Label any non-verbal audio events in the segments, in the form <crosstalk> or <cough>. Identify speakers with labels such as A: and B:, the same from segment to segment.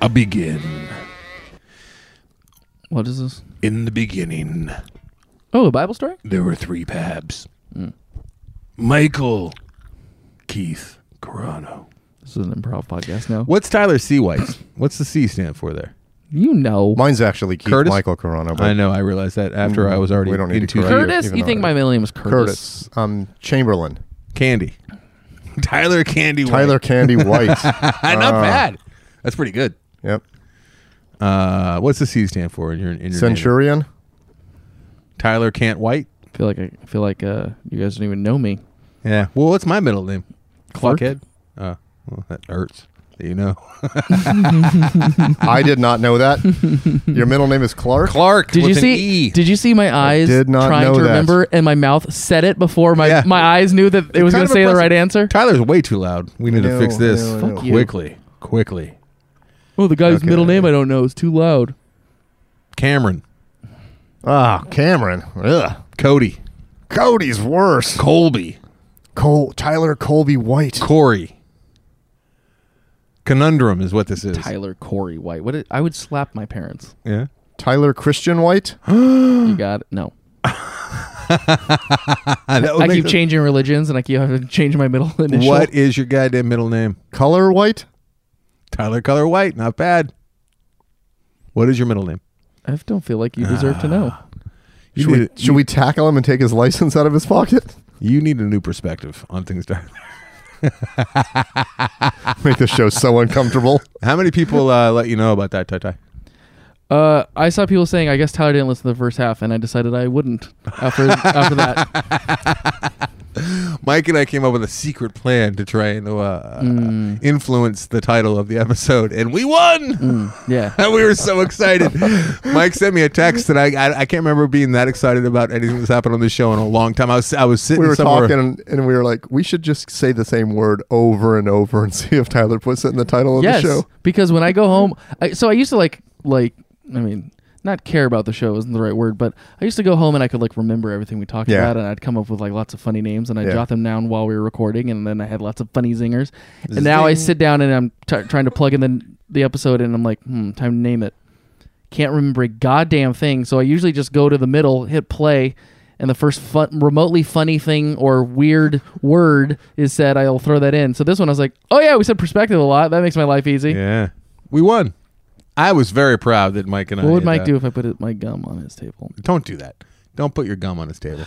A: I begin.
B: What is this?
A: In the beginning,
B: Oh, a Bible story?
A: there were three Pabs
C: Mm.
A: Michael, Keith, Carano.
B: This is an improv podcast now.
C: What's Tyler C. White's? What's the C stand for there?
B: You know.
D: Mine's actually Keith
C: Curtis?
D: Michael Corona, but
C: I know. I realized that after I was already
D: We don't need to
C: into
D: correct
C: your-
B: Curtis?
D: even
B: You
D: though
B: think
D: I-
B: my middle name was Curtis?
D: Curtis um, Chamberlain,
A: <laughs>
C: Candy. Tyler Candy. White.
D: Tyler Candy
C: <laughs>
D: White.
C: Not bad. That's pretty good.
D: yep,
C: Uh, what's the C stand for in your in your name?
D: Centurion.
C: Tyler Can't White.
B: I feel like I, I feel like uh, you guys don't even know me.
C: Yeah. Well, what's my middle name?
B: Clark?
C: Fuckhead. Uh, well, that hurts. that You know,
D: I did not know that. Your middle name is
C: <laughs>
D: Clark.
C: Clark.
B: Did you
C: with an
B: see?
C: E.
B: Did you see my eyes
D: did not
B: trying
D: know
B: to
D: that.
B: remember, and my mouth said it before my
C: Yeah.
B: my eyes knew that it was
C: Kind of
B: going to say the
C: impressive.
B: right answer.
C: Tyler's way too loud. We need to
D: know,
C: fix this
D: I know, I know. Fuck
B: you.
C: quickly. Quickly.
B: Oh, the guy whose
C: Okay.
B: middle name I don't know is too loud.
C: Cameron.
D: Ah, Cameron. Ugh.
C: Cody.
D: Cody's worse.
C: Colby.
D: Cole Tyler Colby White.
C: Corey. Conundrum is what this is.
B: Tyler Corey White. What? Did, I would slap my parents.
C: Yeah.
D: Tyler Christian White.
B: You got it. No. I keep changing religions, and I keep having to change my middle <laughs> initial.
C: What is your goddamn middle name?
D: Color White.
C: Tyler Color White. Not bad. What is your middle name?
B: I don't feel like you deserve to know.
C: You
D: Should we,
C: need, a-
D: should we tackle him and take his license out of his pocket? <laughs>
C: you need a new perspective on things, Tyler.
D: Make this show so uncomfortable.
C: <laughs> How many people uh, let you know about that, Ty Ty?
B: Uh, I saw people saying, "I guess Tyler didn't listen to the first half," and I decided I wouldn't after after
D: <laughs>
B: that.
C: Mike and I came up with a secret plan to try and uh, influence the title of the episode, and we won.
B: Yeah,
C: And <laughs> we were so excited. Mike sent me a text, and I, I I can't remember being that excited about anything that's happened on this show in a long time. I was I was sitting
D: We were
C: somewhere.
D: talking and, and we were like, we should just say the same word over and over and see if Tyler puts it in the title of
B: yes,
D: the show.
B: because when I go home, I, so I used to like like I mean, not care about the show isn't the right word, but I used to go home and I could like remember everything we talked
D: Yeah.
B: about, and I'd come up with like lots of funny names, and I would
D: Yeah.
B: jot them down while we were recording, and then I had lots of funny zingers, and now I
C: Zing.
B: sit down and I'm t- trying to plug in the the episode, and I'm like, hmm, time to name it. Can't remember a goddamn thing, so I usually just go to the middle, hit play. And the first fun, remotely funny thing or weird word is said, I'll throw that in. So this one, I was like, "Oh yeah, we said perspective a lot. That makes my life easy."
C: Yeah, we won. I was very proud that Mike and I.
B: What would
C: had,
B: Mike
C: uh,
B: do if I put it- my gum on his table?
C: Don't do that. Don't put your gum on his table.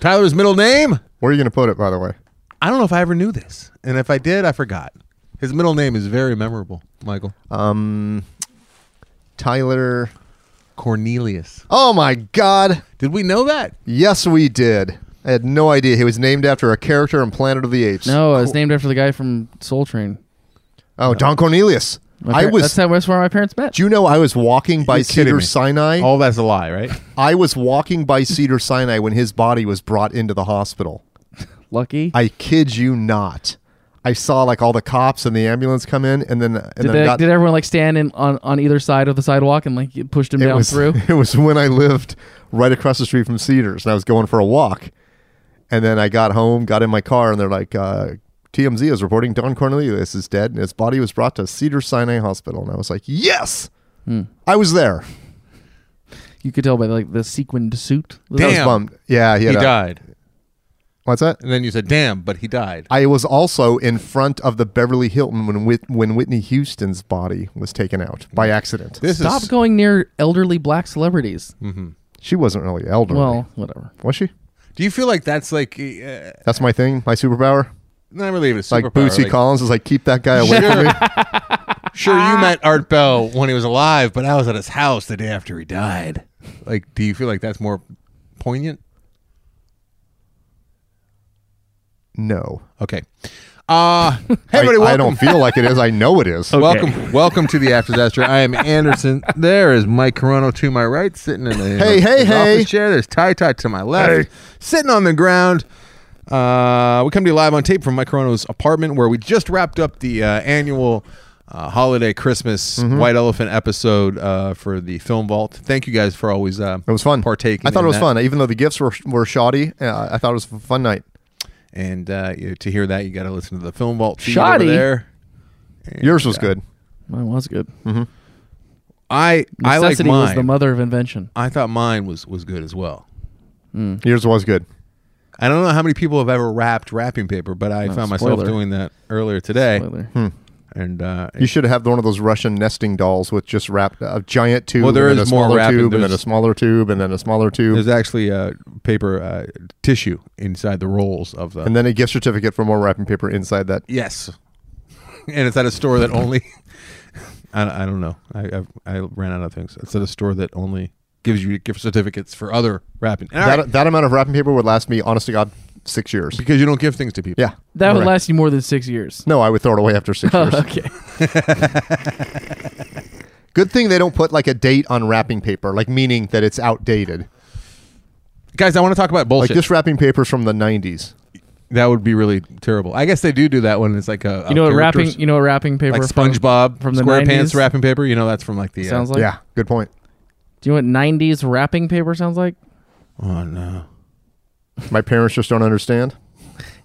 C: Tyler's middle name.
D: Where are you going to put it, by the way?
C: I don't know if I ever knew this, and if I did, I forgot. His middle name is very memorable, Michael
D: Um, Tyler.
C: Cornelius.
D: Oh my God.
C: Did we know that?
D: Yes, we did. I had no idea he was named after a character in Planet of the Apes.
B: No, uh, it was named after the guy from Soul Train.
D: Oh, Don Cornelius.
B: My
D: I
B: par-
D: was.
B: that's, how, that's where my parents met.
D: do you know I was walking by
C: You're kidding
D: Cedar
C: me.
D: Sinai?
B: Oh.
C: All that's a lie, right?
D: I was walking by Cedar Sinai when his body was brought into the hospital.
B: Lucky.
D: I kid you not. I saw like all the cops and the ambulance come in, and then and
B: did,
D: then
B: they-
D: got,
B: did everyone like stand in on, on either side of the sidewalk and like it pushed him down
D: was,
B: through?
D: <laughs> It was when I lived right across the street from Cedars, and I was going for a walk, and then I got home, got in my car, and they're like, uh, "TMZ is reporting Don Cornelius is dead, and his body was brought to Cedar Sinai Hospital." And I was like, "Yes,
B: Hmm.
D: I was there."
B: You could tell by like the sequined suit.
D: I was
C: Damn.
D: bummed. Yeah,
C: he
D: had a-
C: died,
D: What's that?
C: and then you said, "Damn," but he died.
D: I was also in front of the Beverly Hilton when Whit- when Whitney Houston's body was taken out by accident.
C: This
B: Stop
C: is
B: going near elderly black celebrities.
D: She wasn't really elderly,
B: Well, whatever.
D: was she?
C: Do you feel like that's like uh,
D: That's my thing, my superpower.
C: not really even a
D: Like
C: superpower?
D: Bootsy Collins is like, keep that guy away
C: <laughs>
D: from me.
C: Sure, you met Art Bell when he was alive, but I was at his house the day after he died. Like, do you feel like that's more poignant?
D: No,
C: Okay. Uh, <laughs> hey
D: I-
C: everybody, welcome.
D: I, don't feel like it is. I know
C: <laughs>
D: it is.
C: Welcome, welcome to the After Disaster. I
D: <laughs>
C: am Anderson. There is Mike Corono to my right, sitting in the
D: Hey, hey,
C: his
D: hey.
C: office chair. There's Ty Ty to my left, sitting on the ground. Uh, we come to you live on tape from Mike Corono's apartment, where we just wrapped up the uh, annual uh, holiday Christmas
D: Mm-hmm.
C: White Elephant episode uh, for the Film Vault. Thank you guys for always uh,
D: It was fun.
C: partaking.
D: I thought
C: in
D: it was
C: that.
D: fun, even though the gifts were were shoddy. Uh, I thought it was a fun night.
C: and uh, you- to hear that, you got to listen to the Film Vault feed
B: Shoddy?
C: over there.
D: Yours was good.
B: Mine was good.
C: uh, Hmm. I I like
B: Necessity
C: mine.
B: was the mother of invention.
C: I thought mine was was good as well. Mm-hmm.
D: Yours was good.
C: I don't know how many people have ever wrapped wrapping paper, but I
B: No,
C: found myself
B: spoiler.
C: doing that earlier today,
B: Spoiler.
C: and uh,
D: You should have one of those Russian nesting dolls with just wrapped a giant tube,
C: Well, there
D: and then
C: is
D: a
C: more
D: smaller
C: wrapping.
D: tube, and then a
C: There's-
D: smaller tube, and then a smaller tube,
C: there's actually uh, paper uh, tissue inside the rolls of the.
D: and then a gift certificate for more wrapping paper inside that.
C: yes, and it's at a store that only. <laughs> I, I don't know. I, I I ran out of things. It's at a store that only gives you gift certificates for other wrapping. All
D: that
C: right,
D: that amount of wrapping paper would last me, honest to God, six years.
C: because you don't give things to people.
D: Yeah,
B: That would
D: Correct.
B: last you more than
C: <laughs>
B: six years.
D: No, I would throw it away after six
B: <laughs>
D: years.
B: okay.
D: Good thing they don't put like a date on wrapping paper, like meaning that it's outdated.
C: guys, I want to talk about
D: Like
C: bullshit.
D: this wrapping paper's from the '90s.
C: that would be really terrible. I guess they do do that when it's like a a
B: You know what
C: character's-
B: wrapping? You know what wrapping paper?
C: like
B: from-
C: SpongeBob
B: from the
C: SquarePants
B: 90s?
C: wrapping paper. You know that's from like the uh,
B: sounds like.
D: yeah, good point.
B: Do you know what '90s wrapping paper sounds like?
C: Oh no.
D: My parents just don't understand.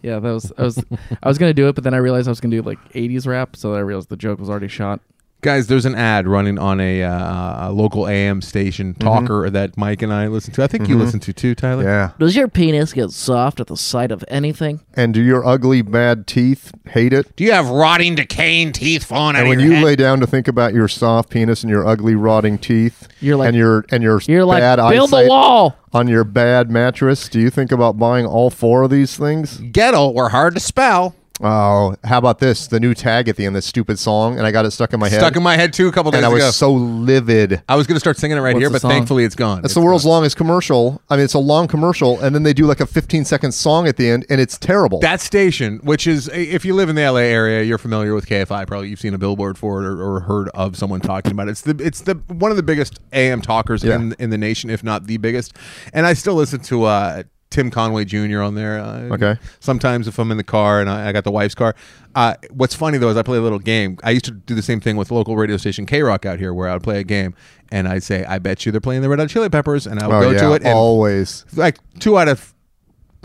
B: Yeah, that was I was I was gonna do it, but then I realized I was gonna do like '80s rap, so I realized the joke was already shot.
C: Guys, there's an ad running on a, uh, a local AM station, Talker, that Mike and I listen to. I think you listen to too, Tyler.
D: Mm-hmm. Yeah.
B: Does your penis get soft at the sight of anything?
D: And do your ugly bad teeth hate it?
C: Do you have rotting, decaying teeth falling out
D: And
C: of
D: when
C: your
D: you
C: head?
D: lay down to think about your soft penis and your ugly rotting teeth,
B: You're like-
D: and your and your
B: You're like
D: bad
B: build
D: eyesight
B: a wall.
D: on your bad mattress, do you think about buying all four of these things?
C: Ghetto or hard to spell.
D: Oh, how about this? The new tag at the end, this stupid song, and I got it stuck in my head.
C: Stuck in my head too a couple days
D: and I was
C: ago.
D: so livid.
C: I was going to start singing it right
B: What's
C: here,
B: the
C: but
B: song?
C: thankfully it's gone.
D: That's the world's longest commercial. I mean, it's a long commercial, and then they do like a 15 second song at the end, and it's terrible.
C: That station, which is, if you live in the LA area, you're familiar with KFI. Probably you've seen a billboard for it or, or heard of someone talking about it. It's the it's the one of the biggest AM talkers in in the nation, if not the biggest. And I still listen to uh, Tim Conway Jr. on there. Uh,
D: Okay.
C: Sometimes if I'm in the car and I, I got the wife's car. Uh, what's funny though is I play a little game. I used to do the same thing with local radio station K Rock out here, where I'd play a game and I'd say, "I bet you they're playing the Red Hot Chili Peppers," and I would
D: oh,
C: go
D: yeah,
C: to it. And
D: always.
C: like two out of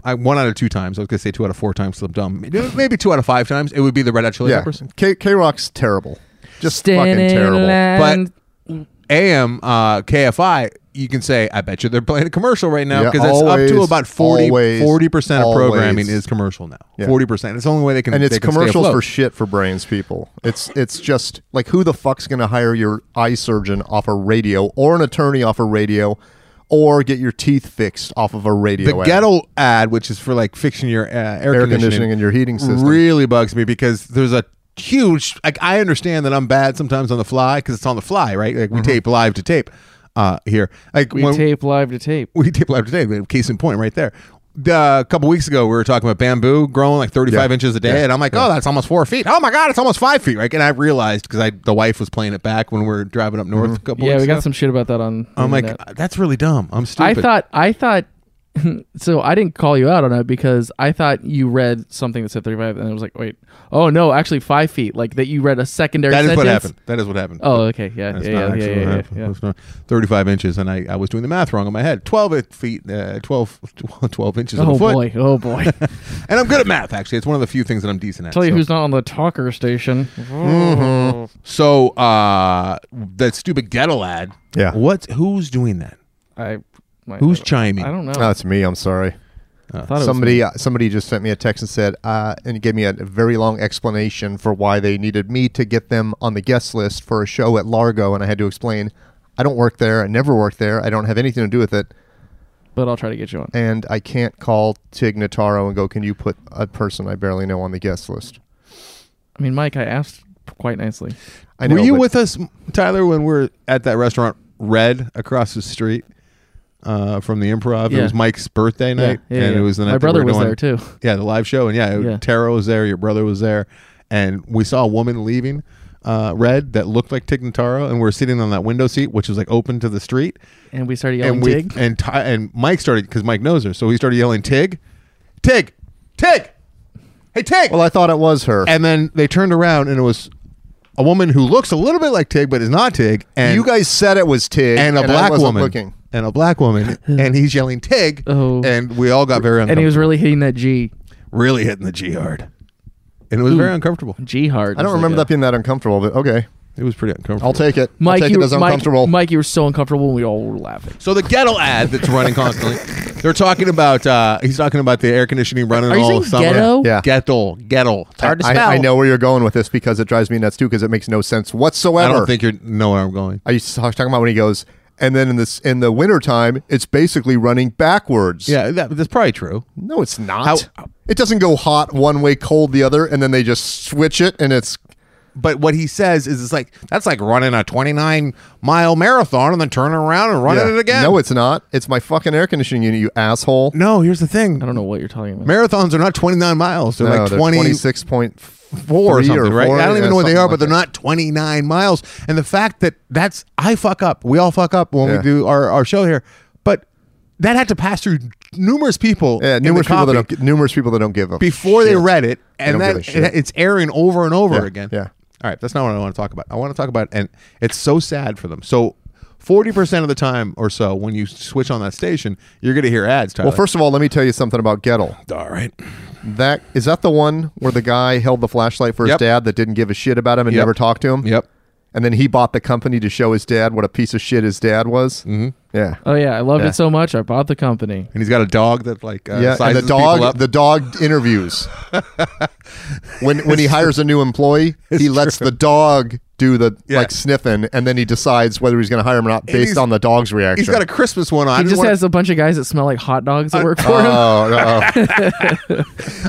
C: I, one out of two times. I was gonna say two out of four times. So I'm dumb. Maybe two out of five times. It would be the Red Hot Chili
D: Yeah,
C: Peppers.
D: K K Rock's terrible, just
B: Standing
D: fucking terrible.
B: in
C: But AM uh, KFI, you can say, I bet you they're playing a commercial right now
D: Yeah,
C: because it's up to
D: always,
C: about 40
D: always,
C: percent of
D: always.
C: programming is commercial now.
D: Yeah.
C: Forty percent. It's the only way they can.
D: and it's
C: they can stay
D: commercials
C: afloat.
D: for shit for brains people. It's it's just like who the fuck's gonna hire your eye surgeon off a radio or an attorney off a radio, or get your teeth fixed off of a radio?
C: the
D: ad?
C: ghetto ad, which is for like fixing your uh, air,
D: air conditioning and your heating system.
C: really bugs me because there's a huge like I understand that I'm bad sometimes on the fly because it's on the fly, right? Like we tape live to tape uh here. Like
B: Mm-hmm. We
C: when
B: tape live to tape.
C: <laughs> we tape live to tape, like, case in point right there. The, a couple weeks ago, we were talking about bamboo growing like 35
D: Yeah.
C: inches a day,
D: Yeah.
C: and I'm like, "Oh, that's almost four feet. Oh my god, it's almost five feet!" Right? And I realized because I the wife was playing it back when we were driving up north a couple
B: Mm-hmm. Yeah,
C: weeks
B: we got
C: ago.
B: some shit about that on. the
C: I'm like,
B: internet.
C: "That's really dumb. I'm
B: I
C: stupid."
B: thought I thought. <laughs> So I didn't call you out on it because I thought you read something that said 35, and I was like, wait, oh no, actually five feet, like that you read a secondary.
C: that is
B: sentence.
C: what happened. That is what happened.
B: Oh, okay, yeah,
C: That's
B: yeah,
C: not
B: yeah, yeah,
C: actually
B: yeah,
C: what
B: yeah,
C: happened.
B: yeah.
C: That's not- 35 inches, and I, I was doing the math wrong in my head. 12 feet, uh, 12, <laughs> 12 inches in
B: Oh
C: a foot.
B: boy,
C: <laughs>
B: oh boy.
C: And I'm good at math, actually. It's one of the few things that I'm decent at.
B: Tell you
C: so
B: who's not on the talker station.
C: so, uh, that stupid ghetto ad.
D: Yeah.
C: What's, who's doing that?
B: I. Uh-huh. I
C: Who's Uh,
B: don't-
C: chiming?
B: I don't know.
D: No, it's me. I'm sorry.
B: I thought it was
D: Somebody uh, somebody just sent me a text and said uh, and gave me a very long explanation for why they needed me to get them on the guest list for a show at Largo, and I had to explain I don't work there. I never worked there. I don't have anything to do with it.
B: but I'll try to get you on.
D: and I can't call Tig Notaro and go, "Can you put a person I barely know on the guest list?"
B: I mean, Mike, I asked quite nicely.
D: I
C: were
D: know,
C: you
D: but
C: with us, Tyler, when we were at that restaurant Red across the street uh, from the improv? It
B: Yeah.
C: was Mike's birthday
B: Yeah,
C: night,
B: yeah,
C: and
B: yeah.
C: it was the night that
B: My
C: we
B: brother
C: were
B: was
C: doing-
B: there too.
C: Yeah, the live show, and yeah,
B: Yeah.
C: Tara was there. Your brother was there, and we saw a woman leaving. Uh, red that looked like Tig Notaro, and we were sitting on that window seat, which was like open to the street.
B: And we started yelling,
C: And we
B: "Dig!"
C: and Ty, and Mike started because Mike knows her, so he started yelling, "Tig, Tig, Tig, hey Tig!"
D: Well, I thought it was her.
C: and then they turned around, and it was a woman who looks a little bit like Tig, but is not Tig. And
D: you guys said it was Tig,
C: and a
D: I
C: black
D: wasn't
C: woman
D: looking.
C: and a black woman, and he's yelling Tig,
B: Oh.
C: and we all got very uncomfortable
B: And he was really hitting that G,
C: really hitting the G hard. And it was very uncomfortable.
B: G hard. uh,
D: I don't remember that being that uncomfortable, but okay.
C: It was pretty uncomfortable.
D: I'll take it.
B: Mike,
D: I'll take
B: you,
D: it as
B: Mike-
D: uncomfortable.
B: Mike, you were so uncomfortable, and we all were laughing.
C: So the ghetto ad that's running constantly. They're talking about. uh He's talking about the air conditioning running
B: Are you
C: all
B: saying
C: summer.
B: ghetto?
D: Yeah.
C: Ghetto. Ghetto. It's hard to
D: I,
C: spell.
D: I know where you're going with this because it drives me nuts too because it makes no sense
C: I
D: whatsoever.
C: don't think you know where I'm going.
D: I used to talk, talking about when he goes, and then in this in the wintertime, it's basically running backwards.
C: Yeah, that, that's probably true.
D: No, it's not.
C: How-
D: it doesn't go hot one way, cold the other, and then they just switch it, and it's
C: But what he says is, it's like that's like running a 29 mile marathon and then turning around and running
D: Yeah.
C: it again.
D: No, it's not. It's my fucking air conditioning unit, you asshole.
C: no. Here's the thing:
B: I don't know what you're talking about.
C: marathons are not 29 miles. They're
D: No,
C: like
D: they're
C: 20,
D: 26.4
C: four or something, right?
D: four,
C: I don't
D: yeah,
C: even know what they
D: something
C: are,
D: like
C: but they're
D: that.
C: not 29 miles. And the fact that that's, I fuck up. We all fuck up when
D: Yeah.
C: we do our, our show here. But that had to pass through numerous people.
D: Yeah,
C: in
D: numerous
C: the
D: people that
C: copy
D: don't, gi- numerous people that don't give them
C: Before they read it, and
D: don't
C: then
D: give a shit.
C: it's airing over and over
D: Yeah,
C: again.
D: yeah.
C: All right, that's not what I want to talk about. I want to talk about, and it's so sad for them. So, 40% of the time or so, when you switch on that station, you're going to hear ads. Tyler.
D: Well, first of all, let me tell you something about Gettle.
A: All right.
D: That is that the one where the guy held the flashlight for his
C: Yep.
D: dad that didn't give a shit about him and
C: Yep.
D: never talked to him.
C: Yep.
D: And then he bought the company to show his dad what a piece of shit his dad was. Mm-hmm. Yeah.
B: Oh yeah, I loved
D: Yeah.
B: it so much. I bought the company.
C: And he's got a dog that, like, uh,
D: yeah, and
C: sizes
D: the
C: people up.
D: dog the dog
C: <laughs>
D: interviews. when when he hires a new employee, he lets the dog do the
C: Yeah.
D: like sniffing, and then he decides whether he's going to hire him or not based
C: he's-
D: on the dog's reaction.
C: he's got a Christmas one on. I
B: He
C: didn't
B: just
C: wanna-
B: has a bunch of guys that smell like hot dogs that
C: <laughs>
B: work for him.
D: Oh, no.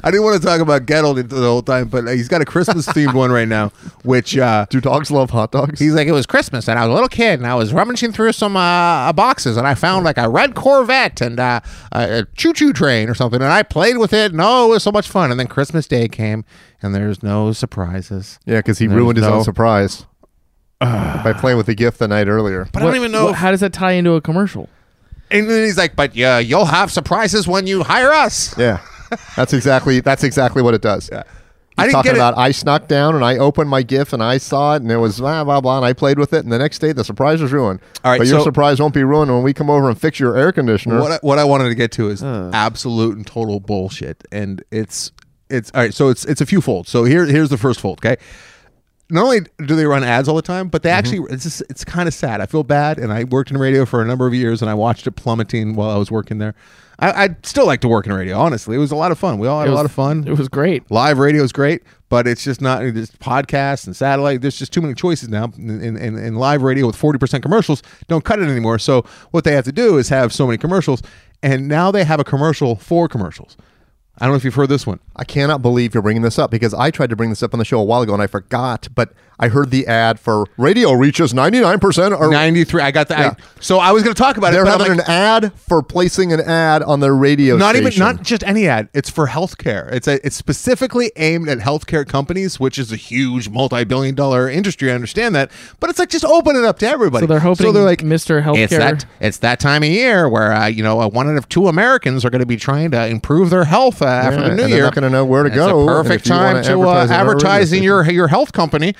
C: I didn't want to talk about Gettle the whole time, but he's got a Christmas
D: <laughs>
C: themed one right now, which uh,
D: do dogs love hot dogs?
C: he's like, it was Christmas, and I was a little kid, and I was rummaging through some uh, boxes, and I found like a red Corvette and uh, a choo choo train or something, and I played with it, and oh, it was so much fun. And then Christmas Day came, and there's no surprises.
D: yeah, because he
C: There's
D: ruined his
C: no- <sighs>
D: own surprise by playing with the gift the night earlier.
C: But I don't even know.
B: how does that tie into a commercial?
C: and then he's like, but yeah, you'll have surprises when you hire us.
D: Yeah, that's exactly that's exactly what it does.
C: I
D: He's
C: didn't
D: talking
C: get it.
D: about I snuck down and I opened my GIF and I saw it and it was blah blah blah and I played with it and the next day the surprise was ruined.
C: All right,
D: but your
C: so-
D: surprise won't be ruined when we come over and fix your air conditioner.
C: What I, what I wanted to get to is absolute and total bullshit, and it's it's all right. So it's it's a few fold. So here here's the first fold. Okay, not only do they run ads all the time,
B: Mm-hmm.
C: but they actually it's just, it's kind of sad. I feel bad, and I worked in radio for a number of years, and I watched it plummeting while I was working there. I, I'd still like to work in radio. Honestly, it was a lot of fun. We all had a
B: It was-
C: lot of fun.
B: It was great.
C: Live radio is great, but it's just not just podcasts and satellite. There's just too many choices now, and, and, and live radio with 40% commercials don't cut it anymore. So what they have to do is have so many commercials, and now they have a commercial for commercials. I don't know if you've heard this one.
D: I cannot believe you're bringing this up because I tried to bring this up on the show a while ago and I forgot. But I heard the ad for radio reaches ninety nine percent. Or
C: 93. I got that. so I was going to talk about it.
D: they're
C: but I'm
D: having
C: like,
D: an ad for placing an ad on their radio.
C: not even
D: station.
C: not just any ad. It's for healthcare. It's a, it's specifically aimed at healthcare companies, which is a huge multi-billion dollar industry. I understand that, but it's like just open it up to everybody.
B: So they're hoping
C: So they're like
B: Mr. Healthcare.
C: It's that it's that time of year where uh, you know uh, one out of two Americans are going to be trying to improve their health uh, after
D: Yeah,
C: the new
D: and they're
C: year.
D: not gonna know where to
C: it's
D: go,
C: A
D: and
C: perfect
D: if you wanna
C: time to uh,
D: advertise on our radio
C: advertise in
D: station.
C: your your health company.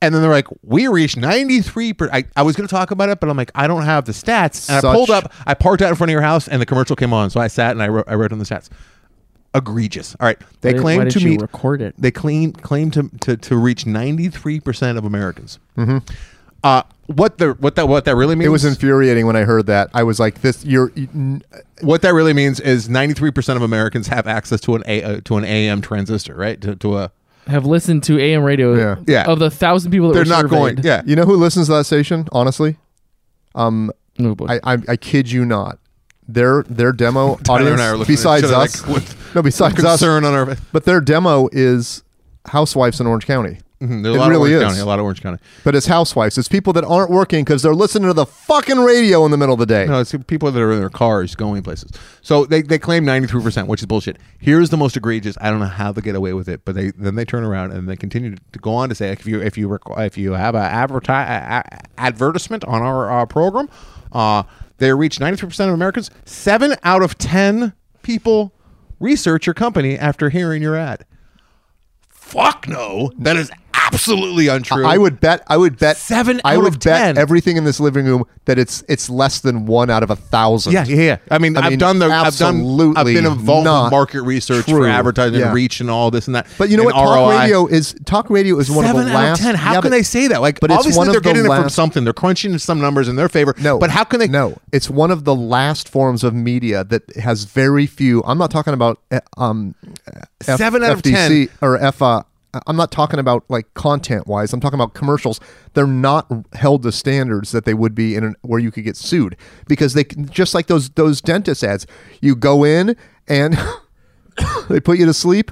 C: And then they're like, we reached 93. Per- I, I was going to talk about it, but I'm like, I don't have the stats. And I
D: Such-
C: pulled up, I parked out in front of your house, and the commercial came on. So I sat and I wrote, I wrote on the stats. Egregious. All right. They
B: Why did-
C: claim
B: why did
C: to
B: you
C: meet
B: record it?
C: they claim claim to to, to reach ninety three percent of Americans. Mm-hmm. Uh, what the what that what that really means?
D: It was infuriating when I heard that. I was like, "This, you're you-
C: what that really means is ninety three percent of Americans have access to an a, uh, to an AM transistor, right? To, to a
B: have listened to AM radio.
D: Yeah.
C: Yeah.
B: Of the thousand people that
C: they're
B: were
C: not going.
B: surveyed.
C: Yeah,
D: You know who listens to that station? Honestly, Um,
B: Oh, boy.
D: I, I, I kid you not. Their their demo
C: <laughs> Tyler
D: audience
C: and I are looking at each
D: besides
C: other,
D: us,
C: like, with-
D: no, besides us,
C: concern on our. <laughs> mhm,
D: but their demo is housewives in Orange County.
C: there's
D: It
C: a lot
D: really
C: of Orange
D: is.
C: County, a lot of Orange County.
D: But it's housewives. It's people that aren't working because they're listening to the fucking radio in the middle of the day.
C: No, it's people that are in their cars going places. So they, they claim 93%, which is bullshit. Here's the most egregious. I don't know how they get away with it, but they then they turn around and they continue to go on to say like, if you if you requ- if you have a adverti- a, a- advertisement on our uh, program, uh, they reach 93% of Americans. 7 out of 10 people research your company after hearing your ad. Fuck no. That is absolutely untrue.
D: I would bet. I would bet
C: Seven
D: I
C: out
D: would
C: of
D: bet
C: 10.
D: everything in this living room that it's it's less than one out of a thousand.
C: Yeah, yeah, yeah. I mean, I
D: I
C: have
D: mean,
C: done the. I've done. I've
D: absolutely
C: been involved in
D: not
C: market research
D: true.
C: for advertising
D: Yeah.
C: reach and all this and that.
D: But you know
C: and
D: what? Talk
C: ROI.
D: radio is talk radio is one
C: Seven
D: of the
C: out
D: last.
C: of ten. How
D: yeah,
C: can
D: but-
C: they say that? Like,
D: but it's
C: obviously
D: one of
C: they're
D: the
C: getting it from
D: last-
C: something. They're crunching some numbers in their favor.
D: No,
C: but how can they?
D: No, it's one of the last forms of media that has very few. I'm not talking about eh, um, F-
C: Seven out of
D: FDC or F. Uh, I'm not talking about like content wise. I'm talking about commercials. They're not held to standards that they would be in an, where you could get sued because they can- just like those those dentist ads. You go in and <laughs> they put you to sleep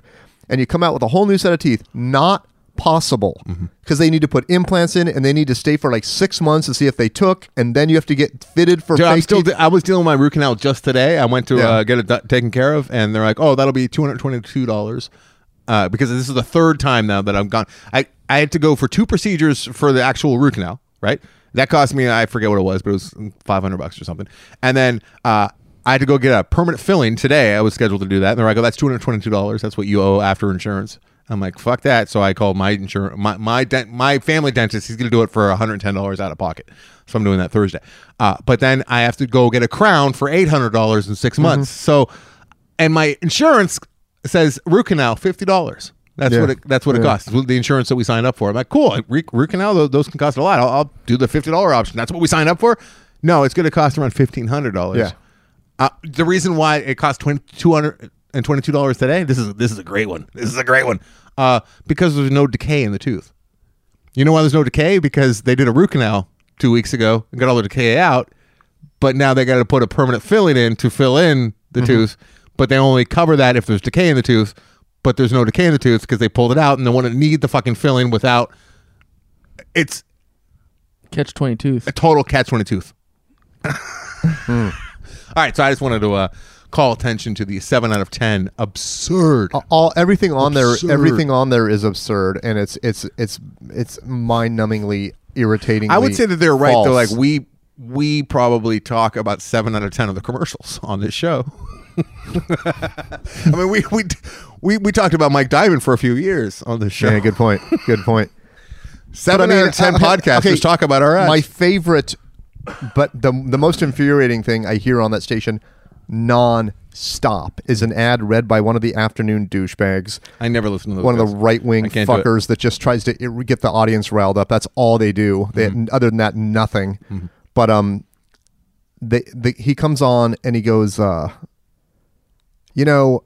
D: and you come out with a whole new set of teeth. Not possible
C: Mm-hmm.
D: because they need to put implants in and they need to stay for like six months to see if they took and then you have to get fitted for
C: Dude, I'm
D: fake
C: still.
D: teeth.
C: I was dealing with my root canal just today. I went to
D: Yeah.
C: uh, get it do- taken care of, and they're like, "Oh, that'll be two hundred twenty-two dollars," uh, because this is the third time now that I've gone. I I had to go for two procedures for the actual root canal. Right, that cost me. I forget what it was, but it was five hundred bucks or something. And then uh, I had to go get a permanent filling today. I was scheduled to do that, and they're like, "Oh, that's two hundred twenty-two dollars. That's what you owe after insurance." I'm like, fuck that. So I called my insurance, my my dent, my family dentist. He's gonna do it for 110 dollars out of pocket. So I'm doing that Thursday. Uh, but then I have to go get a crown for 800 dollars in 6 months. So, and my insurance says root canal 50 dollars. That's
D: Yeah.
C: what it, that's what it costs. The insurance that we signed up for. I'm like, cool. Root, root canal tho- those can cost a lot. I'll, I'll do the 50 dollar option. That's what we signed up for. No, it's gonna cost around 1500 dollars.
D: Yeah.
C: Uh, the reason why it costs twenty two hundred and twenty two dollars today. This is this is a great one. This is a great one. Uh, because there's no decay in the tooth. You know why there's no decay? Because they did a root canal two weeks ago and got all the decay out, but now they got to put a permanent filling in to fill in the tooth. But they only cover that if there's decay in the tooth. But there's no decay in the tooth because they pulled it out and they want to need the fucking filling without. It's
B: Catch twenty two.
C: <laughs> a total catch twenty tooth. All right, so I just wanted to uh, call attention to the seven out of ten absurd.
D: all everything on
C: Absurd.
D: there everything on there is absurd and it's it's it's it's mind-numbingly irritating
C: I would say that they're right though. Like we we probably talk about seven out of ten of the commercials <laughs> on this show. I mean, we we we we talked about Mike Diamond for a few years on this show.
D: yeah good point good point
C: <laughs> seven
D: But I mean,
C: out of ten
D: I- I-
C: podcasters
D: okay,
C: talk about our ass.
D: my favorite but the the most infuriating thing I hear on that station non-stop is an ad read by one of the afternoon douchebags
C: I never listen to those
D: one of
C: guys.
D: the right wing
C: I can't do it.
D: fuckers that just tries to ir- get the audience riled up. That's all they do. They,
C: Mm-hmm.
D: Other than that, nothing. But um, they, they, he comes on and he goes, uh, you know,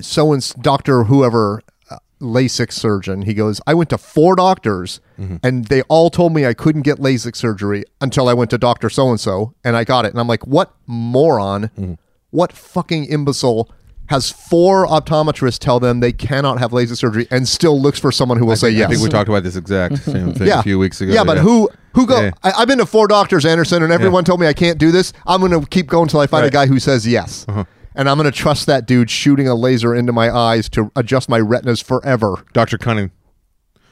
D: so and doctor whoever uh, LASIK surgeon. He goes, I went to four doctors
C: Mm-hmm.
D: and they all told me I couldn't get LASIK surgery until I went to doctor so and so and I got it. And I'm like, what moron?
C: Mm.
D: What fucking imbecile? Has four optometrists tell them they cannot have LASIK surgery and still looks for someone who will say
C: I
D: yes.
C: think we talked about this
D: <laughs>
C: exact same thing a few weeks ago.
D: Yeah, but who who go?
C: Yeah.
D: I, I've been to four doctors, Anderson, and everyone told me I can't do this. I'm going to keep going until I find
C: Right. Uh-huh.
D: a guy who says yes, and I'm going to trust that dude shooting a laser into my eyes to adjust my retinas forever.
C: Dr. Cunning.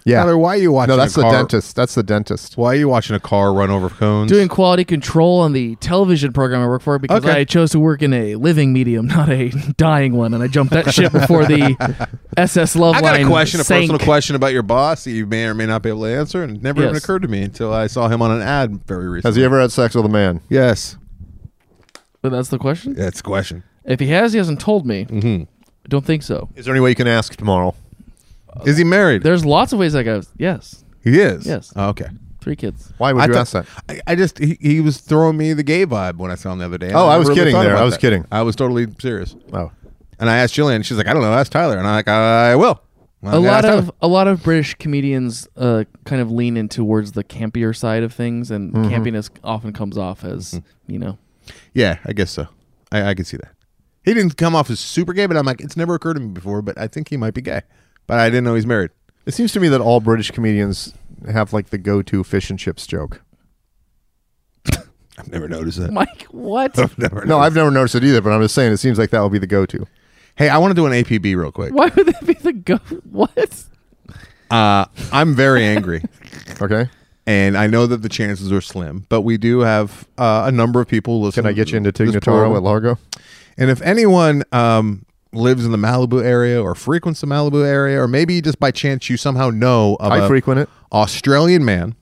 D: Yeah,
C: Tyler, why are you watching?
D: no,
C: a
D: that's the
C: car-
D: dentist. That's the dentist.
C: Why are you watching a car run over cones?
B: Doing quality control on the television program I work for because
C: Okay.
B: I chose to work in a living medium, not a <laughs> dying one, and I jumped that ship
C: <laughs>
B: before the SS love
C: I got a
B: line
C: question, a
B: sank.
C: personal question about your boss that you may or may not be able to answer, and it never even
B: Yes.
C: occurred to me until I saw him on an ad very recently.
D: Has he ever had sex with a man?
C: Yes,
B: But that's the question.
C: that's a question.
B: If he has, he hasn't told me. Mm-hmm. I don't think so.
D: Is there any way you can ask tomorrow?
C: Is he married?
B: There's lots of ways I go. Yes,
C: he is.
B: Yes.
C: Oh, okay.
B: three kids.
D: Why would
C: I
D: you
C: thought-
D: ask that?
C: I, I just he, he was throwing me the gay vibe when I saw him the other day. and
D: Oh, I
C: never
D: was kidding
C: thought
D: there.
C: about
D: I was
C: that.
D: kidding.
C: I was totally serious.
D: Oh,
C: And I asked Jillian, she's like, I don't know. Ask Tyler, and I'm like, I will. I'm
B: a
C: gonna
B: lot
C: ask
B: of
C: Tyler.
B: a lot of British comedians uh, kind of lean in towards the campier side of things, and
D: Mm-hmm.
B: campiness often comes off as you
D: <laughs>
B: know.
C: yeah, I guess so. I, I could see that. He didn't come off as super gay, but I'm like, it's never occurred to me before, but I think he might be gay. But I didn't know he's married.
D: it seems to me that all British comedians have like the go-to fish and chips joke.
C: I've never noticed that.
B: Mike, what?
C: Never
D: <laughs> Oh, No, I've never noticed it either, but I'm just saying it seems like that would be the go-to.
C: Hey, I want to do an APB real quick.
B: Why would that be the go? What?
C: Uh, I'm very angry,
D: Okay,
C: and I know that the chances are slim, but we do have uh, a number of people listening.
D: can I get you into
C: to this
D: Tignataro
C: program.
D: at Largo?
C: And if anyone um, lives in the Malibu area or frequents the Malibu area, or maybe just by chance you somehow know of
D: I
C: a
D: frequent it.
C: Australian man,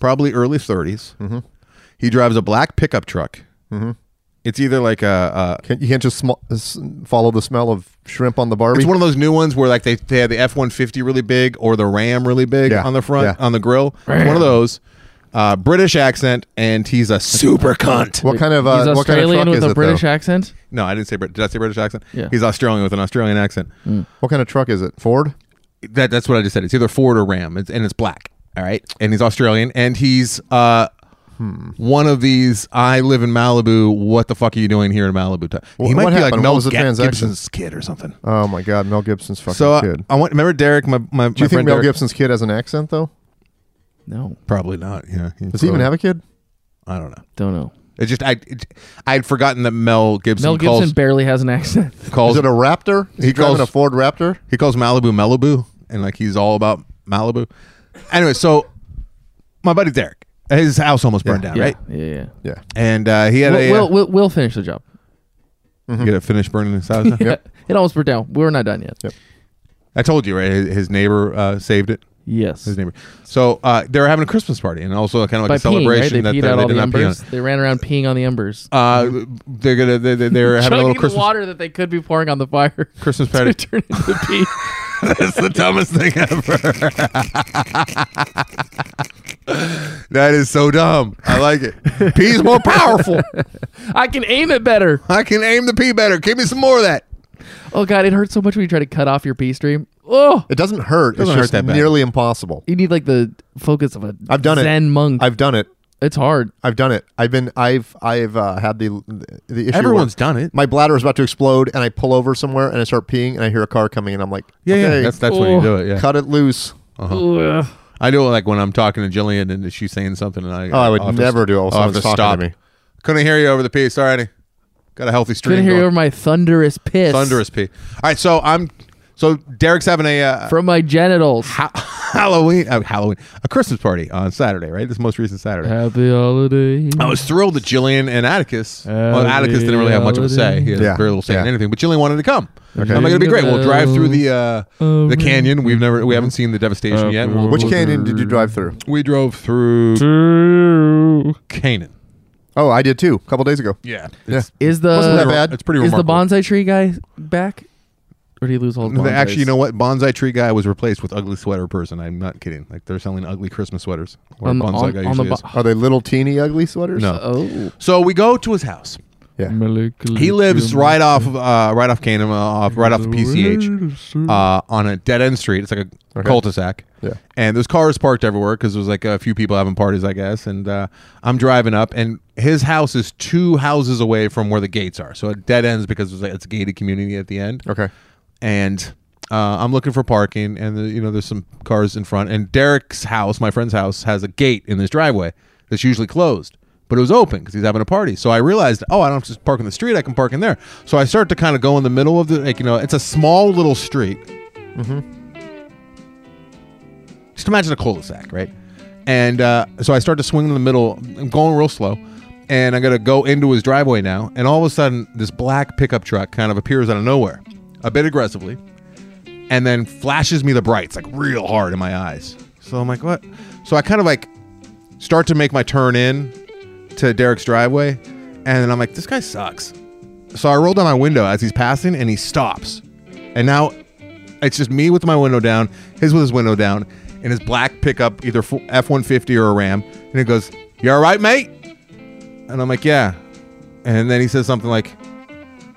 C: probably early 30s.
D: Mm-hmm.
C: He drives a black pickup truck. It's either like a, a
D: Can, you can't just sm- s- follow the smell of shrimp on the Barbie.
C: it's one of those new ones where like they, they had the F one fifty really big or the Ram really big
D: Yeah,
C: on the front
D: yeah.
C: on the grill. It's one of those. Uh, British accent, and he's a super cunt.
D: what kind of
B: He's
D: uh, what kind of
B: Australian
D: truck is
B: with a
D: it?
B: British
D: though?
B: accent.
C: No, I didn't say Brit. Did I say British accent?
B: Yeah. Mm.
C: He's Australian with an Australian accent.
D: what kind of truck is it? Ford.
C: That that's what I just said. It's either Ford or Ram, it's, and it's black. All right, and he's Australian, and he's uh, one of these. I live in Malibu. What the fuck are you doing here in Malibu? type-
D: Wh-
C: he might
D: what
C: be like
D: happened? What
C: Mel
D: was the
C: Ga-
D: transaction?
C: Gibson's kid or something.
D: Oh my God, Mel Gibson's fucking
C: so uh, I,
D: kid.
C: I want, remember Derek, my my,
D: Do you think Mel
C: Derek,
D: Gibson's kid has an accent though?
B: No,
C: Probably not. Yeah.
D: Does he even have a kid?
C: I don't know.
B: don't know.
C: It just I it, I had forgotten that Mel Gibson
B: Mel Gibson
C: calls
B: barely has an
D: <laughs>
B: accent.
C: calls
D: Is it a Raptor? Is he,
C: He
D: driving
C: calls-
D: a Ford Raptor?
C: he calls Malibu Malibu and like he's all about Malibu. Anyway, so my buddy Derek, his house almost burned down,
B: Yeah,
C: right?
B: yeah, yeah.
D: Yeah.
C: And uh, he had
B: We'll,
C: a
B: we'll,
C: uh,
B: we'll, we'll finish the job.
C: you gotta finish burning his house. down?
B: <laughs> Yeah. It almost burnt down. We're not done yet.
D: Yep.
C: I told you, right? His, his neighbor uh, saved it.
B: Yes.
C: His neighbor. So uh, they were having a Christmas party and also kind of like
B: By
C: a
B: peeing, right? They
C: celebration
B: peed
C: that
B: out
C: they,
B: all
C: they did
B: the
C: not pee on
B: embers.
C: it.
B: They ran around peeing on the embers.
C: Uh, they're gonna they, they, they're having a little
B: Chugging
C: Christmas
B: the water that they could be pouring on the fire. <laughs>
C: Christmas
B: to
C: party. <laughs>
B: turn into pee.
C: That's the dumbest thing ever. that is so dumb. I like it. Pee's more powerful.
B: I can aim it better.
C: I can aim the pee better. Give me some more of that.
B: Oh god, it hurts so much when you try to cut off your pee stream. Oh,
D: It doesn't hurt.
C: Doesn't hurt
D: it's just
C: that bad.
D: nearly impossible.
B: you need like the focus of a
D: I've done it.
B: Zen monk.
D: I've done it.
B: it's hard.
D: I've done it. I've been. I've. I've uh, had the the issue. where
C: Everyone's done it.
D: My bladder is about to explode, and I pull over somewhere, and I start peeing, and I hear a car coming, and I'm like,
C: Yeah, yeah.
D: okay,
C: That's that's when you do it. Yeah,
D: cut it loose.
C: Uh-huh.
B: Ugh.
C: I do it like when I'm talking to Jillian and she's saying something, and I
D: Oh, I would
C: I'll have to-
D: never do it when
C: I'll have
D: someone's
C: to
D: talking to
C: stop.
D: me.
C: Couldn't hear you over the pee. Sorry, Annie. Got a healthy stream.
B: Couldn't hear you
C: going.
B: over my thunderous piss.
C: Thunderous pee. All right, so I'm so Derek's having a uh,
B: from my genitals.
C: ha- Halloween uh, Halloween a Christmas party on Saturday, right? This most recent Saturday.
B: Happy holidays.
C: I was thrilled that Jillian and Atticus. well,
B: Happy
C: Atticus didn't really have much of a say. He had
D: Yeah,
C: very little say in
D: yeah.
C: anything, but Jillian wanted to come.
D: Okay.
C: I'm like, it'll be great. We'll drive through the
B: Oh,
C: uh, the
B: really?
C: canyon. We've never we haven't seen the devastation
B: Oh,
C: yet.
B: cool.
C: We'll-
D: Which canyon did you drive through?
C: we drove through Canaan.
D: Oh, I did too. A couple days ago.
C: Yeah, It's-
B: Is the
D: Wasn't that bad?
C: It's pretty
B: is the
C: remarkable.
B: bonsai tree guy back, or did he lose all? His
C: The-
B: bonsais?
C: Actually, you know what? Bonsai tree guy was replaced with ugly sweater person. I'm not kidding. Like they're selling ugly Christmas sweaters. Where
B: On the-
C: bonsai
B: on-
C: guy
B: on the
C: usually
B: bo-
C: is.
D: Are they little teeny ugly sweaters?
C: No.
B: Oh,
C: So we go to his house.
D: Yeah.
C: He lives right off of, uh, right off Canaan, uh, off, right off the PCH, uh, on a dead end street. It's like a cul-de-sac.
D: Yeah.
C: And there's cars parked everywhere because there was like a few people having parties, I guess. And uh, I'm driving up, and his house is two houses away from where the gates are. So it dead ends because it's, like, it's a gated community at the end.
D: Okay.
C: And uh, I'm looking for parking, and the, you know there's some cars in front. And Derek's house, my friend's house, has a gate in this driveway that's usually closed, but it was open because he's having a party. So I realized, oh, I don't have to just park in the street; I can park in there. So I start to kind of go in the middle of the, like you know, it's a small little street. just imagine a cul-de-sac, right? And uh, so I start to swing in the middle. I'm going real slow, and I'm gonna go into his driveway now. And all of a sudden, this black pickup truck kind of appears out of nowhere, a bit aggressively, and then flashes me the brights like real hard in my eyes. So I'm like, what? So I kind of like start to make my turn in to Derek's driveway, and then I'm like, this guy sucks. So I roll down my window as he's passing, and he stops. And now it's just me with my window down, his with his window down, and his black pickup, either F one fifty or a Ram. And he goes, "You all right, mate?" And I'm like, "Yeah." And then he says something like,